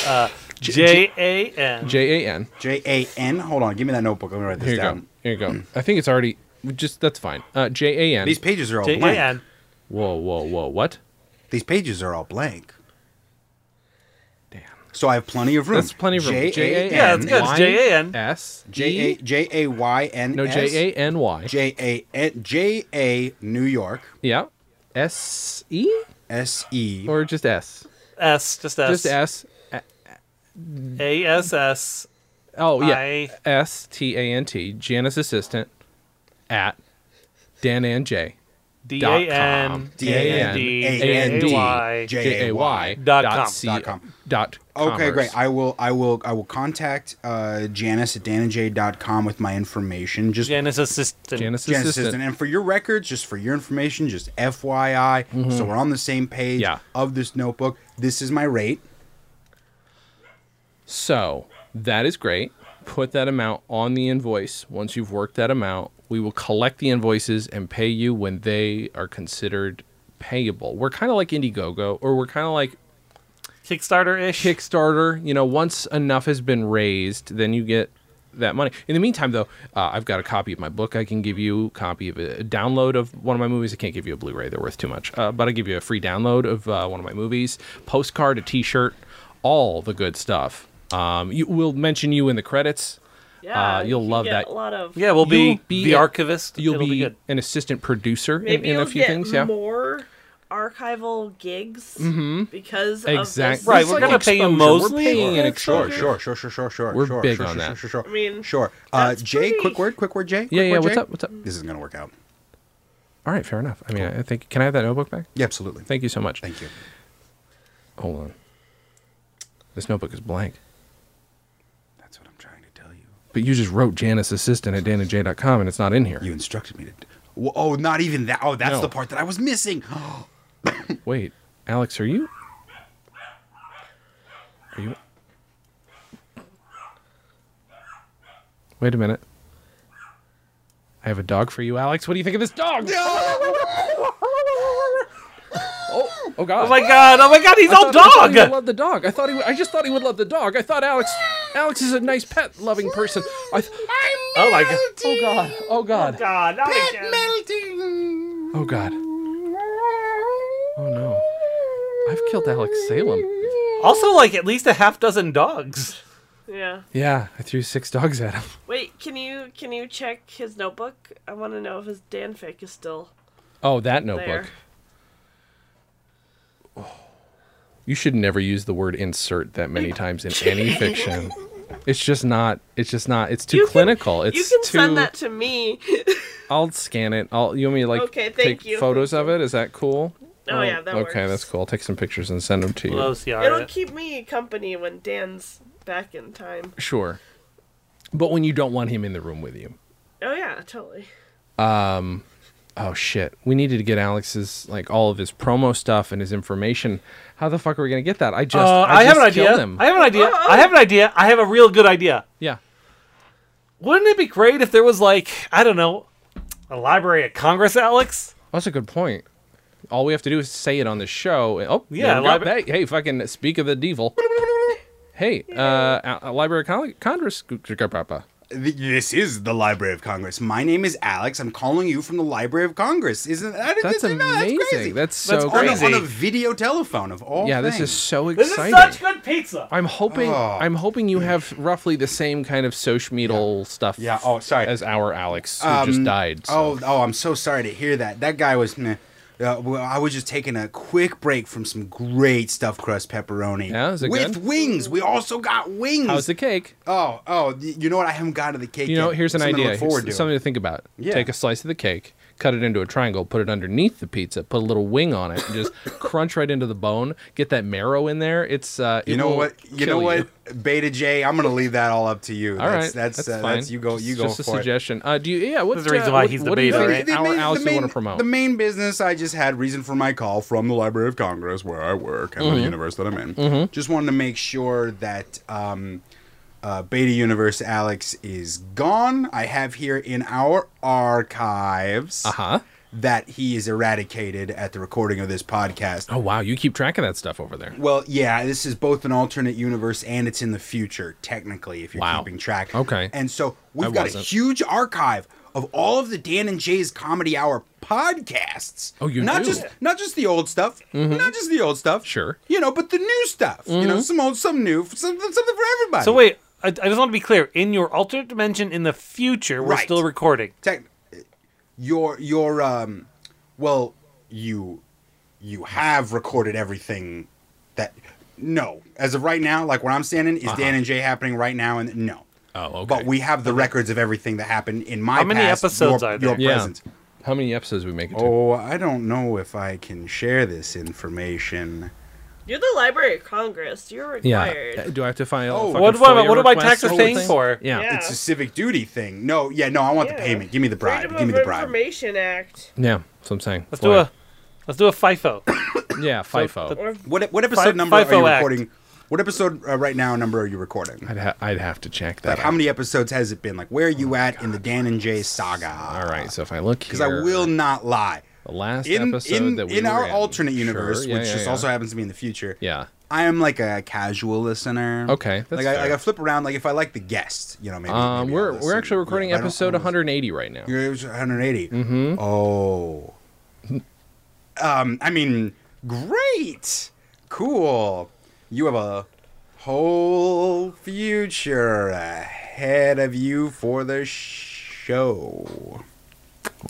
Speaker 2: Uh, J A N.
Speaker 1: J A N.
Speaker 4: J A N. Hold on, give me that notebook. Let me write this
Speaker 1: Here you
Speaker 4: down.
Speaker 1: go. Here you go. I think it's already just that's fine. Uh, J A N.
Speaker 4: These pages are all
Speaker 2: J
Speaker 4: blank.
Speaker 2: A N.
Speaker 1: Whoa, whoa, whoa! What?
Speaker 4: These pages are all blank.
Speaker 1: Damn.
Speaker 4: So I have plenty of room.
Speaker 1: That's plenty of room.
Speaker 4: J A N.
Speaker 2: Yeah, that's E. good. It's J A N.
Speaker 1: S. E?
Speaker 4: J A J A Y N.
Speaker 1: No, J A N Y.
Speaker 4: J A N J A New York
Speaker 1: Yeah. S E
Speaker 4: S E
Speaker 1: or just S?
Speaker 2: S. Just S.
Speaker 1: Just S.
Speaker 2: A S S.
Speaker 1: Oh yeah.
Speaker 2: I-
Speaker 1: S T A N T. Janice assistant at Dan and J.
Speaker 2: D
Speaker 1: Dot
Speaker 2: A N.
Speaker 1: com.
Speaker 2: D A N D
Speaker 1: A N
Speaker 2: A
Speaker 1: D.
Speaker 2: Y.
Speaker 4: J-
Speaker 1: J A Y
Speaker 2: Dot com.
Speaker 1: C-
Speaker 4: Dot com.
Speaker 1: Dot.
Speaker 4: Okay,
Speaker 1: commerce.
Speaker 4: great. I will I will I will contact uh Janice at danandj.com with my information. Just
Speaker 2: Janice assistant.
Speaker 1: Janice
Speaker 4: Janice
Speaker 1: assistant.
Speaker 4: assistant. And for your records, just for your information, just FYI, so we're on the same page
Speaker 1: Mm-hmm. Yeah.
Speaker 4: of this notebook. This is my rate.
Speaker 1: So that is great. Put that amount on the invoice. Once you've worked that amount, we will collect the invoices and pay you when they are considered payable. We're kind of like Indiegogo, or we're kind of like
Speaker 2: Kickstarter ish.
Speaker 1: Kickstarter. You know, once enough has been raised, then you get that money. In the meantime, though, uh, I've got a copy of my book. I can give you a copy of a download of one of my movies. I can't give you a Blu-ray; they're worth too much. Uh, but I give you a free download of uh, one of my movies, postcard, a T-shirt, all the good stuff. Um, you, we'll mention you in the credits.
Speaker 3: Yeah,
Speaker 1: Uh, you'll
Speaker 3: you
Speaker 1: love
Speaker 3: get
Speaker 1: that.
Speaker 3: A lot of
Speaker 2: yeah, we'll
Speaker 1: You'll
Speaker 2: be,
Speaker 1: be
Speaker 2: the
Speaker 1: a-
Speaker 2: archivist.
Speaker 1: You'll
Speaker 2: It'll
Speaker 1: be,
Speaker 2: be, good.
Speaker 1: an assistant producer in,
Speaker 3: maybe
Speaker 1: in
Speaker 3: you'll
Speaker 1: a few
Speaker 3: get
Speaker 1: things. Yeah, Mm-hmm.
Speaker 3: more archival gigs because of
Speaker 1: exactly.
Speaker 3: this.
Speaker 2: Right, we're gonna pay you
Speaker 1: exposure. We're
Speaker 2: mostly
Speaker 1: paying
Speaker 2: for
Speaker 1: an
Speaker 4: Sure,
Speaker 1: exposure.
Speaker 4: sure, sure, sure, sure, sure.
Speaker 1: We're
Speaker 4: sure,
Speaker 1: big
Speaker 4: sure,
Speaker 1: on
Speaker 4: sure,
Speaker 1: that.
Speaker 4: Sure, sure, sure.
Speaker 3: I mean,
Speaker 4: sure. Uh,
Speaker 3: that's
Speaker 4: Jay,
Speaker 3: pretty-
Speaker 4: quick word, quick word, Jay. Quick
Speaker 1: Yeah, yeah.
Speaker 4: word,
Speaker 1: What's
Speaker 4: Jay.
Speaker 1: up? What's up?
Speaker 4: This isn't gonna work out.
Speaker 1: All right, fair enough. I mean, I think can I have that notebook back?
Speaker 4: Yeah, absolutely.
Speaker 1: Thank you so much.
Speaker 4: Thank you.
Speaker 1: Hold on. This notebook is blank.
Speaker 4: That's what I'm trying to tell you.
Speaker 1: But you just wrote Janice assistant at danandj.com and it's not in here.
Speaker 4: You instructed me to. Whoa, oh, not even that. Oh, that's
Speaker 1: No.
Speaker 4: the part that I was missing.
Speaker 1: Wait, Alex, are you? Are you? Wait a minute. I have a dog for you, Alex. What do you think of this dog? oh, oh God!
Speaker 2: Oh my god! Oh my god! He's
Speaker 1: I
Speaker 2: all
Speaker 1: thought- I thought he would
Speaker 2: dog.
Speaker 1: love the dog. I thought he. Would, I just thought he would love the dog. I thought Alex. Alex is a nice pet loving person. I. Th-
Speaker 2: Oh my god!
Speaker 1: oh God! Oh God!
Speaker 2: God! Not again.
Speaker 1: Oh God! Oh no! I've killed Alex Salem.
Speaker 2: Also, like at least a half dozen dogs.
Speaker 3: Yeah.
Speaker 1: Yeah, I threw six dogs at him.
Speaker 3: Wait, can you can you check his notebook? I want to know if his Danfic is still
Speaker 1: Oh, that
Speaker 3: there.
Speaker 1: notebook. You should never use the word insert that many times in any fiction. It's just not. It's just not. It's too
Speaker 3: You can-
Speaker 1: clinical. it's
Speaker 3: you can
Speaker 1: too.
Speaker 3: send that to me.
Speaker 1: I'll scan it. I'll. You want me to like
Speaker 3: Okay, thank
Speaker 1: take
Speaker 3: you.
Speaker 1: photos of it? Is that cool?
Speaker 3: Oh, yeah, that
Speaker 1: Okay,
Speaker 3: works.
Speaker 1: that's cool. I'll take some pictures and send them to you.
Speaker 2: Low CR.
Speaker 3: It'll keep me company when Dan's back in time.
Speaker 1: Sure, but when you don't want him in the room with you.
Speaker 3: Oh yeah, totally.
Speaker 1: Oh shit. We needed to get Alex's like all of his promo stuff and his information. How the fuck are we gonna get that? I just
Speaker 2: Uh,
Speaker 1: I,
Speaker 2: I, have an
Speaker 1: just killed
Speaker 2: idea.
Speaker 1: him.
Speaker 2: I have an idea.
Speaker 3: Oh, oh.
Speaker 2: I have an idea. I have a real good idea.
Speaker 1: Yeah.
Speaker 2: Wouldn't it be great if there was like I don't know, a Library of Congress, Alex?
Speaker 1: That's a good point. All we have to do is say it on the show. and- Oh,
Speaker 2: Yeah,
Speaker 1: there we go.
Speaker 2: libra-
Speaker 1: hey, hey, fucking speak of the devil. hey, uh, uh, uh, Library of Con- Congress.
Speaker 4: Th- This is the Library of Congress. My name is Alex. I'm calling you from the Library of Congress. Isn't that
Speaker 1: That's
Speaker 4: isn't that-
Speaker 1: amazing. That's,
Speaker 4: That's crazy.
Speaker 1: so
Speaker 2: That's
Speaker 1: great.
Speaker 2: crazy.
Speaker 4: On, a, on a video telephone of all.
Speaker 1: Yeah, this
Speaker 4: things.
Speaker 1: is so
Speaker 2: This
Speaker 1: exciting.
Speaker 2: is such good pizza.
Speaker 1: I'm hoping
Speaker 4: Oh.
Speaker 1: I'm hoping you have roughly the same kind of social media stuff.
Speaker 4: Yeah, oh, sorry.
Speaker 1: As our Alex who just
Speaker 4: Um,
Speaker 1: died. so-
Speaker 4: Oh, oh, I'm so sorry to hear that. That guy was. Meh. Uh, well, I was just taking a quick break from some great stuffed crust pepperoni.
Speaker 1: Yeah, is it
Speaker 4: with
Speaker 1: good?
Speaker 4: wings. We also got wings.
Speaker 1: how's the cake?
Speaker 4: Oh, oh, y- you know what? I haven't gotten to the cake.
Speaker 1: You know,
Speaker 4: yet.
Speaker 1: here's an
Speaker 4: Something to
Speaker 1: idea.
Speaker 4: look forward
Speaker 1: Here's
Speaker 4: to.
Speaker 1: something to think about.
Speaker 4: Yeah.
Speaker 1: Take a slice of the cake, cut it into a triangle, put it underneath the pizza, put a little wing on it, and just crunch right into the bone. Get that marrow in there. It's uh, it
Speaker 4: You know
Speaker 1: will
Speaker 4: what? You know
Speaker 1: kill
Speaker 4: what? Beta J, I'm gonna leave that all up to you.
Speaker 1: All
Speaker 4: that's,
Speaker 1: right,
Speaker 4: that's uh,
Speaker 1: fine.
Speaker 4: that's you go you
Speaker 1: Just-
Speaker 4: go
Speaker 1: just
Speaker 4: for
Speaker 1: a
Speaker 4: it.
Speaker 1: suggestion. Uh, do you? Yeah, what's
Speaker 2: the reason
Speaker 1: uh,
Speaker 2: why
Speaker 1: what-
Speaker 2: he's the
Speaker 1: what do you
Speaker 2: beta,
Speaker 1: think
Speaker 2: right?
Speaker 1: Our
Speaker 4: main-
Speaker 1: Alice, you
Speaker 4: main-
Speaker 1: want to promote?
Speaker 4: the main business I just had reason for my call from the Library of Congress where I work and
Speaker 1: Mm-hmm.
Speaker 4: the universe that I'm in. Just wanted to make sure that um, uh, Beta Universe Alex is gone. I have here in our archives
Speaker 1: uh huh.
Speaker 4: that he is eradicated at the recording of this podcast.
Speaker 1: Oh wow, you keep track of that stuff over there.
Speaker 4: Well, yeah, this is both an alternate universe and it's in the future, technically, if you're
Speaker 1: Wow.
Speaker 4: keeping track.
Speaker 1: Okay.
Speaker 4: And so we've
Speaker 1: I
Speaker 4: got
Speaker 1: wasn't.
Speaker 4: a huge archive of all of the Dan and Jay's Comedy Hour podcasts.
Speaker 1: Oh, you
Speaker 4: not
Speaker 1: do? Mm-hmm.
Speaker 4: just not just the old stuff, not just the old stuff.
Speaker 1: Sure. Mm-hmm.
Speaker 4: You know, but the new stuff. You know, some old, some new, some, something for everybody.
Speaker 2: So wait, I, I just want to be clear. In your alternate dimension, in the future, we're
Speaker 4: Right.
Speaker 2: still recording.
Speaker 4: tech, your your um well you you have recorded everything that no as of right now like where i'm standing is dan and jay happening right now and no
Speaker 1: Uh-huh. Oh, okay.
Speaker 4: but we have the records of everything that happened in my
Speaker 2: How many
Speaker 4: past,
Speaker 2: episodes
Speaker 4: your,
Speaker 2: are there?
Speaker 4: your
Speaker 1: Yeah.
Speaker 4: present
Speaker 1: How many episodes we make it to?
Speaker 4: oh i don't know if i can share this information
Speaker 3: You're the Library of Congress. You're required.
Speaker 1: Uh, Do I have to file?
Speaker 4: Oh.
Speaker 1: fucking
Speaker 2: What do I-
Speaker 1: FOIA
Speaker 2: what are my
Speaker 1: request
Speaker 2: taxes
Speaker 1: or something?
Speaker 2: paying for?
Speaker 1: Yeah.
Speaker 3: Yeah.
Speaker 4: it's a civic duty thing no yeah no i want the
Speaker 3: Yeah.
Speaker 4: payment give me the bribe
Speaker 3: Freedom
Speaker 4: give me
Speaker 3: of
Speaker 4: the bribe
Speaker 3: Information Act.
Speaker 1: Yeah, that's what I'm saying.
Speaker 2: Let's do a let's do a FIFO.
Speaker 1: a yeah FIFO.
Speaker 2: the-
Speaker 4: what, what episode
Speaker 2: Fi-
Speaker 4: number are
Speaker 2: FIFO
Speaker 4: you
Speaker 2: Act.
Speaker 4: recording what episode uh, right now number are you recording
Speaker 1: I'd, ha- I'd have to check that.
Speaker 4: Like,
Speaker 1: out.
Speaker 4: how many episodes has it been? Like, where are
Speaker 1: Oh
Speaker 4: you at in the Dan and Jay saga?
Speaker 1: All right, so if I look here,
Speaker 4: Because I will not lie.
Speaker 1: the last
Speaker 4: In,
Speaker 1: episode
Speaker 4: in,
Speaker 1: that we
Speaker 4: in
Speaker 1: were
Speaker 4: our alternate universe,
Speaker 1: Sure, yeah,
Speaker 4: which
Speaker 1: yeah,
Speaker 4: just
Speaker 1: yeah.
Speaker 4: also happens to be in the future,
Speaker 1: yeah,
Speaker 4: I am like a casual listener.
Speaker 1: Okay, that's
Speaker 4: like, I, like
Speaker 1: fair.
Speaker 4: I flip around. Like if I like the guest, you know, maybe.
Speaker 1: um,
Speaker 4: maybe I'll
Speaker 1: we're
Speaker 4: listen.
Speaker 1: we're actually recording
Speaker 4: Yeah, I don't
Speaker 1: episode
Speaker 4: always-
Speaker 1: 180 right now.
Speaker 4: You're- it was 180. Mm-hmm. Oh. um, I mean, great. Cool. You have a whole future ahead of you for the show.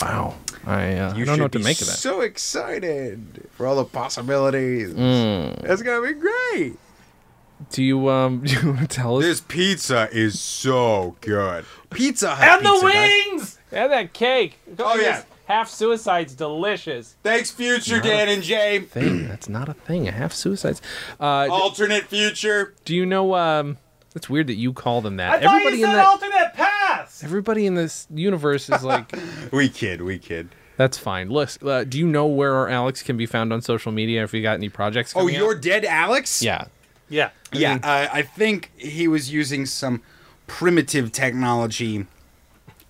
Speaker 1: Wow, I, uh,
Speaker 4: You
Speaker 1: I don't
Speaker 4: should
Speaker 1: know what to
Speaker 4: be
Speaker 1: make of that.
Speaker 4: So excited for all the possibilities.
Speaker 1: Mm.
Speaker 4: That's gonna be great.
Speaker 1: Do you um do you want to tell us?
Speaker 4: This pizza is so good. Pizza Hut
Speaker 7: And the
Speaker 4: pizza, guys.
Speaker 7: wings! And that cake.
Speaker 4: Oh, yeah.
Speaker 7: Half suicide's delicious.
Speaker 4: Thanks, future Dan and Jay.
Speaker 1: thing that's not a thing. I have suicides. Uh,
Speaker 4: Alternate future.
Speaker 1: do you know? Um, it's weird that you call them that.
Speaker 7: I thought you
Speaker 1: Everybody in
Speaker 7: said
Speaker 1: that
Speaker 7: alternate paths!
Speaker 1: everybody in this universe is like
Speaker 4: We kid. We kid.
Speaker 1: That's fine. Look, uh, do you know where our Alex can be found on social media? If you got any projects?
Speaker 4: Oh,
Speaker 1: coming out?
Speaker 4: you're dead, Alex?
Speaker 1: yeah.
Speaker 2: Yeah.
Speaker 4: Yeah, I, I think he was using some primitive technology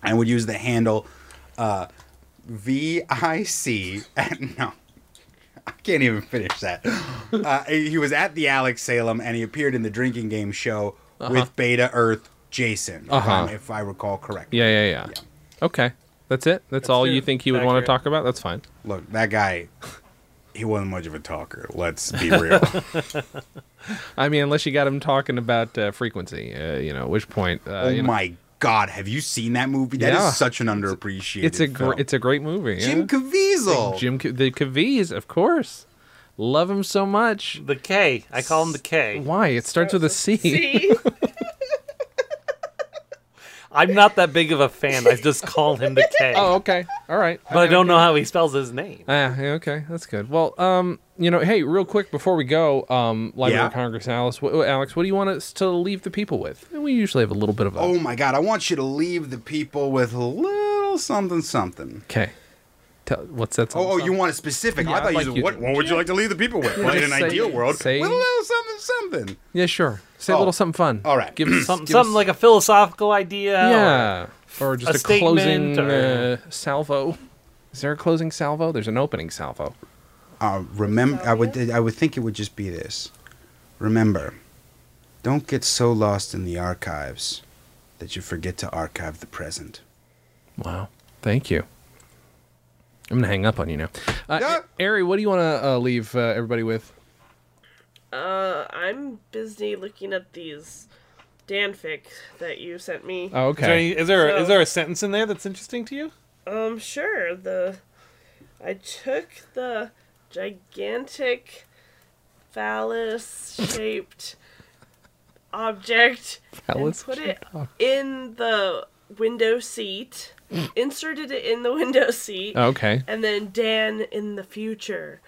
Speaker 4: and would use the handle uh, VIC. no, I can't even finish that. Uh, he was at the Alex Salem and he appeared in the drinking game show with Beta Earth Jason, if,
Speaker 1: Uh-huh.
Speaker 4: I'm- if I recall correctly.
Speaker 1: yeah, yeah, yeah, Okay, that's it. That's, all you
Speaker 2: it.
Speaker 1: think he would want to
Speaker 2: Accurate.
Speaker 1: talk about? That's fine.
Speaker 4: Look, that guy, he wasn't much of a talker. Let's be real.
Speaker 1: I mean, unless you got him talking about uh, frequency, uh, you know, at which point, uh,
Speaker 4: oh
Speaker 1: you know,
Speaker 4: my God, have you seen that movie? That is
Speaker 1: Yeah.
Speaker 4: such an underappreciated
Speaker 1: it's a
Speaker 4: film.
Speaker 1: gr- it's a great movie. yeah.
Speaker 4: Jim Caviezel.
Speaker 1: Jim, Ca- the Cavies, of course, love him so much.
Speaker 2: The K. I call him the K.
Speaker 1: Why? It starts with a C.
Speaker 3: See?
Speaker 2: I'm not that big of a fan. I just call him the K.
Speaker 1: Oh, okay. All right.
Speaker 2: But I don't know how he spells his name.
Speaker 1: Ah, yeah, okay, that's good. Well, um, you know, hey, real quick before we go, um, Library
Speaker 4: Yeah.
Speaker 1: of Congress, Alice, what, Alex, what do you want us to leave the people with? We usually have a little bit of a
Speaker 4: Oh my God, I want you to leave the people with a little something something.
Speaker 1: okay. Tell, what's that?
Speaker 4: Oh, oh, you
Speaker 1: song?
Speaker 4: want a specific?
Speaker 1: Yeah,
Speaker 4: I thought
Speaker 1: like
Speaker 4: you said,
Speaker 1: you
Speaker 4: what,
Speaker 1: did.
Speaker 4: what would you like to leave the people with? Like in an
Speaker 1: just say-
Speaker 4: ideal world,
Speaker 1: say-
Speaker 4: with a little something something.
Speaker 1: Yeah, sure. Say a
Speaker 4: Oh.
Speaker 1: little something fun.
Speaker 4: All right.
Speaker 1: give us
Speaker 2: Something,
Speaker 1: give us-
Speaker 2: something like a philosophical idea. or-
Speaker 1: yeah, or, just
Speaker 2: a
Speaker 1: a, closing
Speaker 2: statement or-
Speaker 1: uh, salvo. Is there a closing salvo? There's an opening salvo.
Speaker 4: Uh, remember, I would, I would think it would just be this. Remember, don't get so lost in the archives that you forget to archive the present.
Speaker 1: Wow, thank you. I'm gonna hang up on you now. Uh,
Speaker 4: Yeah.
Speaker 1: Ari, what do you want to uh, leave uh, everybody with?
Speaker 3: uh, I'm busy looking at these danfic that you sent me.
Speaker 1: Oh,
Speaker 2: Is there,
Speaker 1: okay.
Speaker 2: any, is, there
Speaker 3: So-
Speaker 2: is there a sentence in there that's interesting to you?
Speaker 3: Um, sure. The I took the gigantic phallus-shaped object
Speaker 1: Phallus
Speaker 3: and put it in the window seat, inserted it in the window seat,
Speaker 1: Okay.
Speaker 3: and then Dan in the future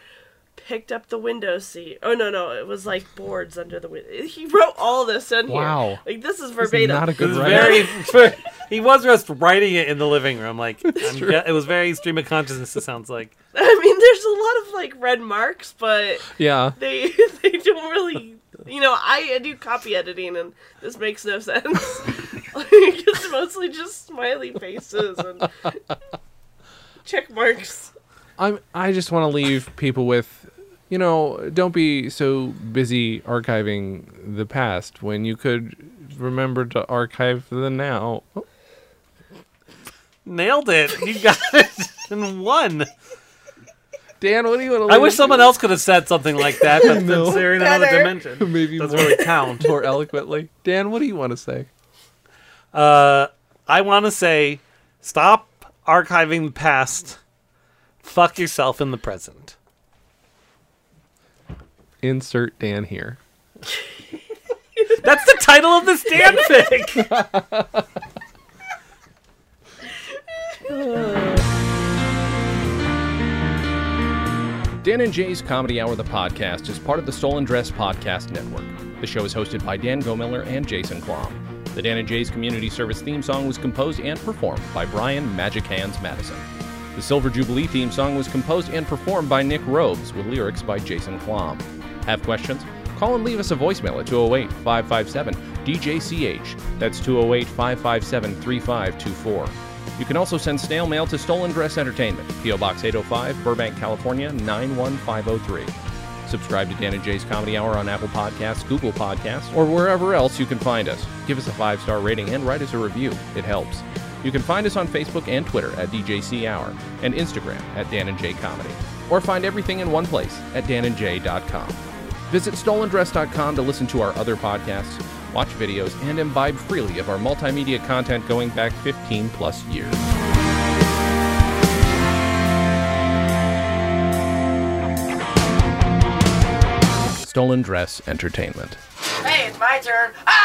Speaker 3: picked up the window seat. Oh no, no, it was like boards under the window. He wrote all this in
Speaker 1: Wow.
Speaker 3: here. Like this is
Speaker 1: He's
Speaker 3: verbatim.
Speaker 1: Not a
Speaker 2: It
Speaker 1: good
Speaker 2: was
Speaker 1: writer.
Speaker 2: very, very. He was just writing it in the living room. Like I'm ge- it was very stream of consciousness. It sounds like.
Speaker 3: I mean, there's a lot of like red marks, but
Speaker 1: yeah.
Speaker 3: they they don't really. You know, I, I do copy editing, and this makes no sense. like, it's mostly just smiley faces and check marks.
Speaker 1: I'm. I just want to leave people with, you know, don't be so busy archiving the past when you could remember to archive the now.
Speaker 2: Nailed it. You got it in one.
Speaker 1: Dan, what do you want to? Leave
Speaker 2: I wish someone else could have said something like that, but since they're in another
Speaker 3: Better.
Speaker 2: dimension,
Speaker 1: maybe
Speaker 2: doesn't
Speaker 1: more-
Speaker 2: really count.
Speaker 1: more eloquently. Dan, what do you want to say?
Speaker 2: Uh, I want to say, stop archiving the past. Fuck yourself in the present.
Speaker 1: Insert Dan here.
Speaker 2: That's the title of this damn thing.
Speaker 1: Dan and Jay's Comedy Hour, the podcast, is part of the Stolen Dress Podcast Network. The show is hosted by Dan Gomiller and Jason Klom. The Dan and Jay's Community Service theme song was composed and performed by Brian Magic Hands Madison. The Silver Jubilee theme song was composed and performed by Nick Robes with lyrics by Jason Klom. Have questions? Call and leave us a voicemail at 208 557 DJCH. That's 208 557 3524. You can also send snail mail to Stolen Dress Entertainment, P.O. Box 805, Burbank, California 91503. Subscribe to Dan and Jay's Comedy Hour on Apple Podcasts, Google Podcasts, or wherever else you can find us. Give us a five star rating and write us a review, it helps. You can find us on Facebook and Twitter at DJC Hour and Instagram at Dan and Jay Comedy. Or find everything in one place at danandjay.com. Visit stolendress.com to listen to our other podcasts, watch videos, and imbibe freely of our multimedia content going back 15 plus years. Stolen Dress Entertainment.
Speaker 8: Hey, it's my turn. Ah!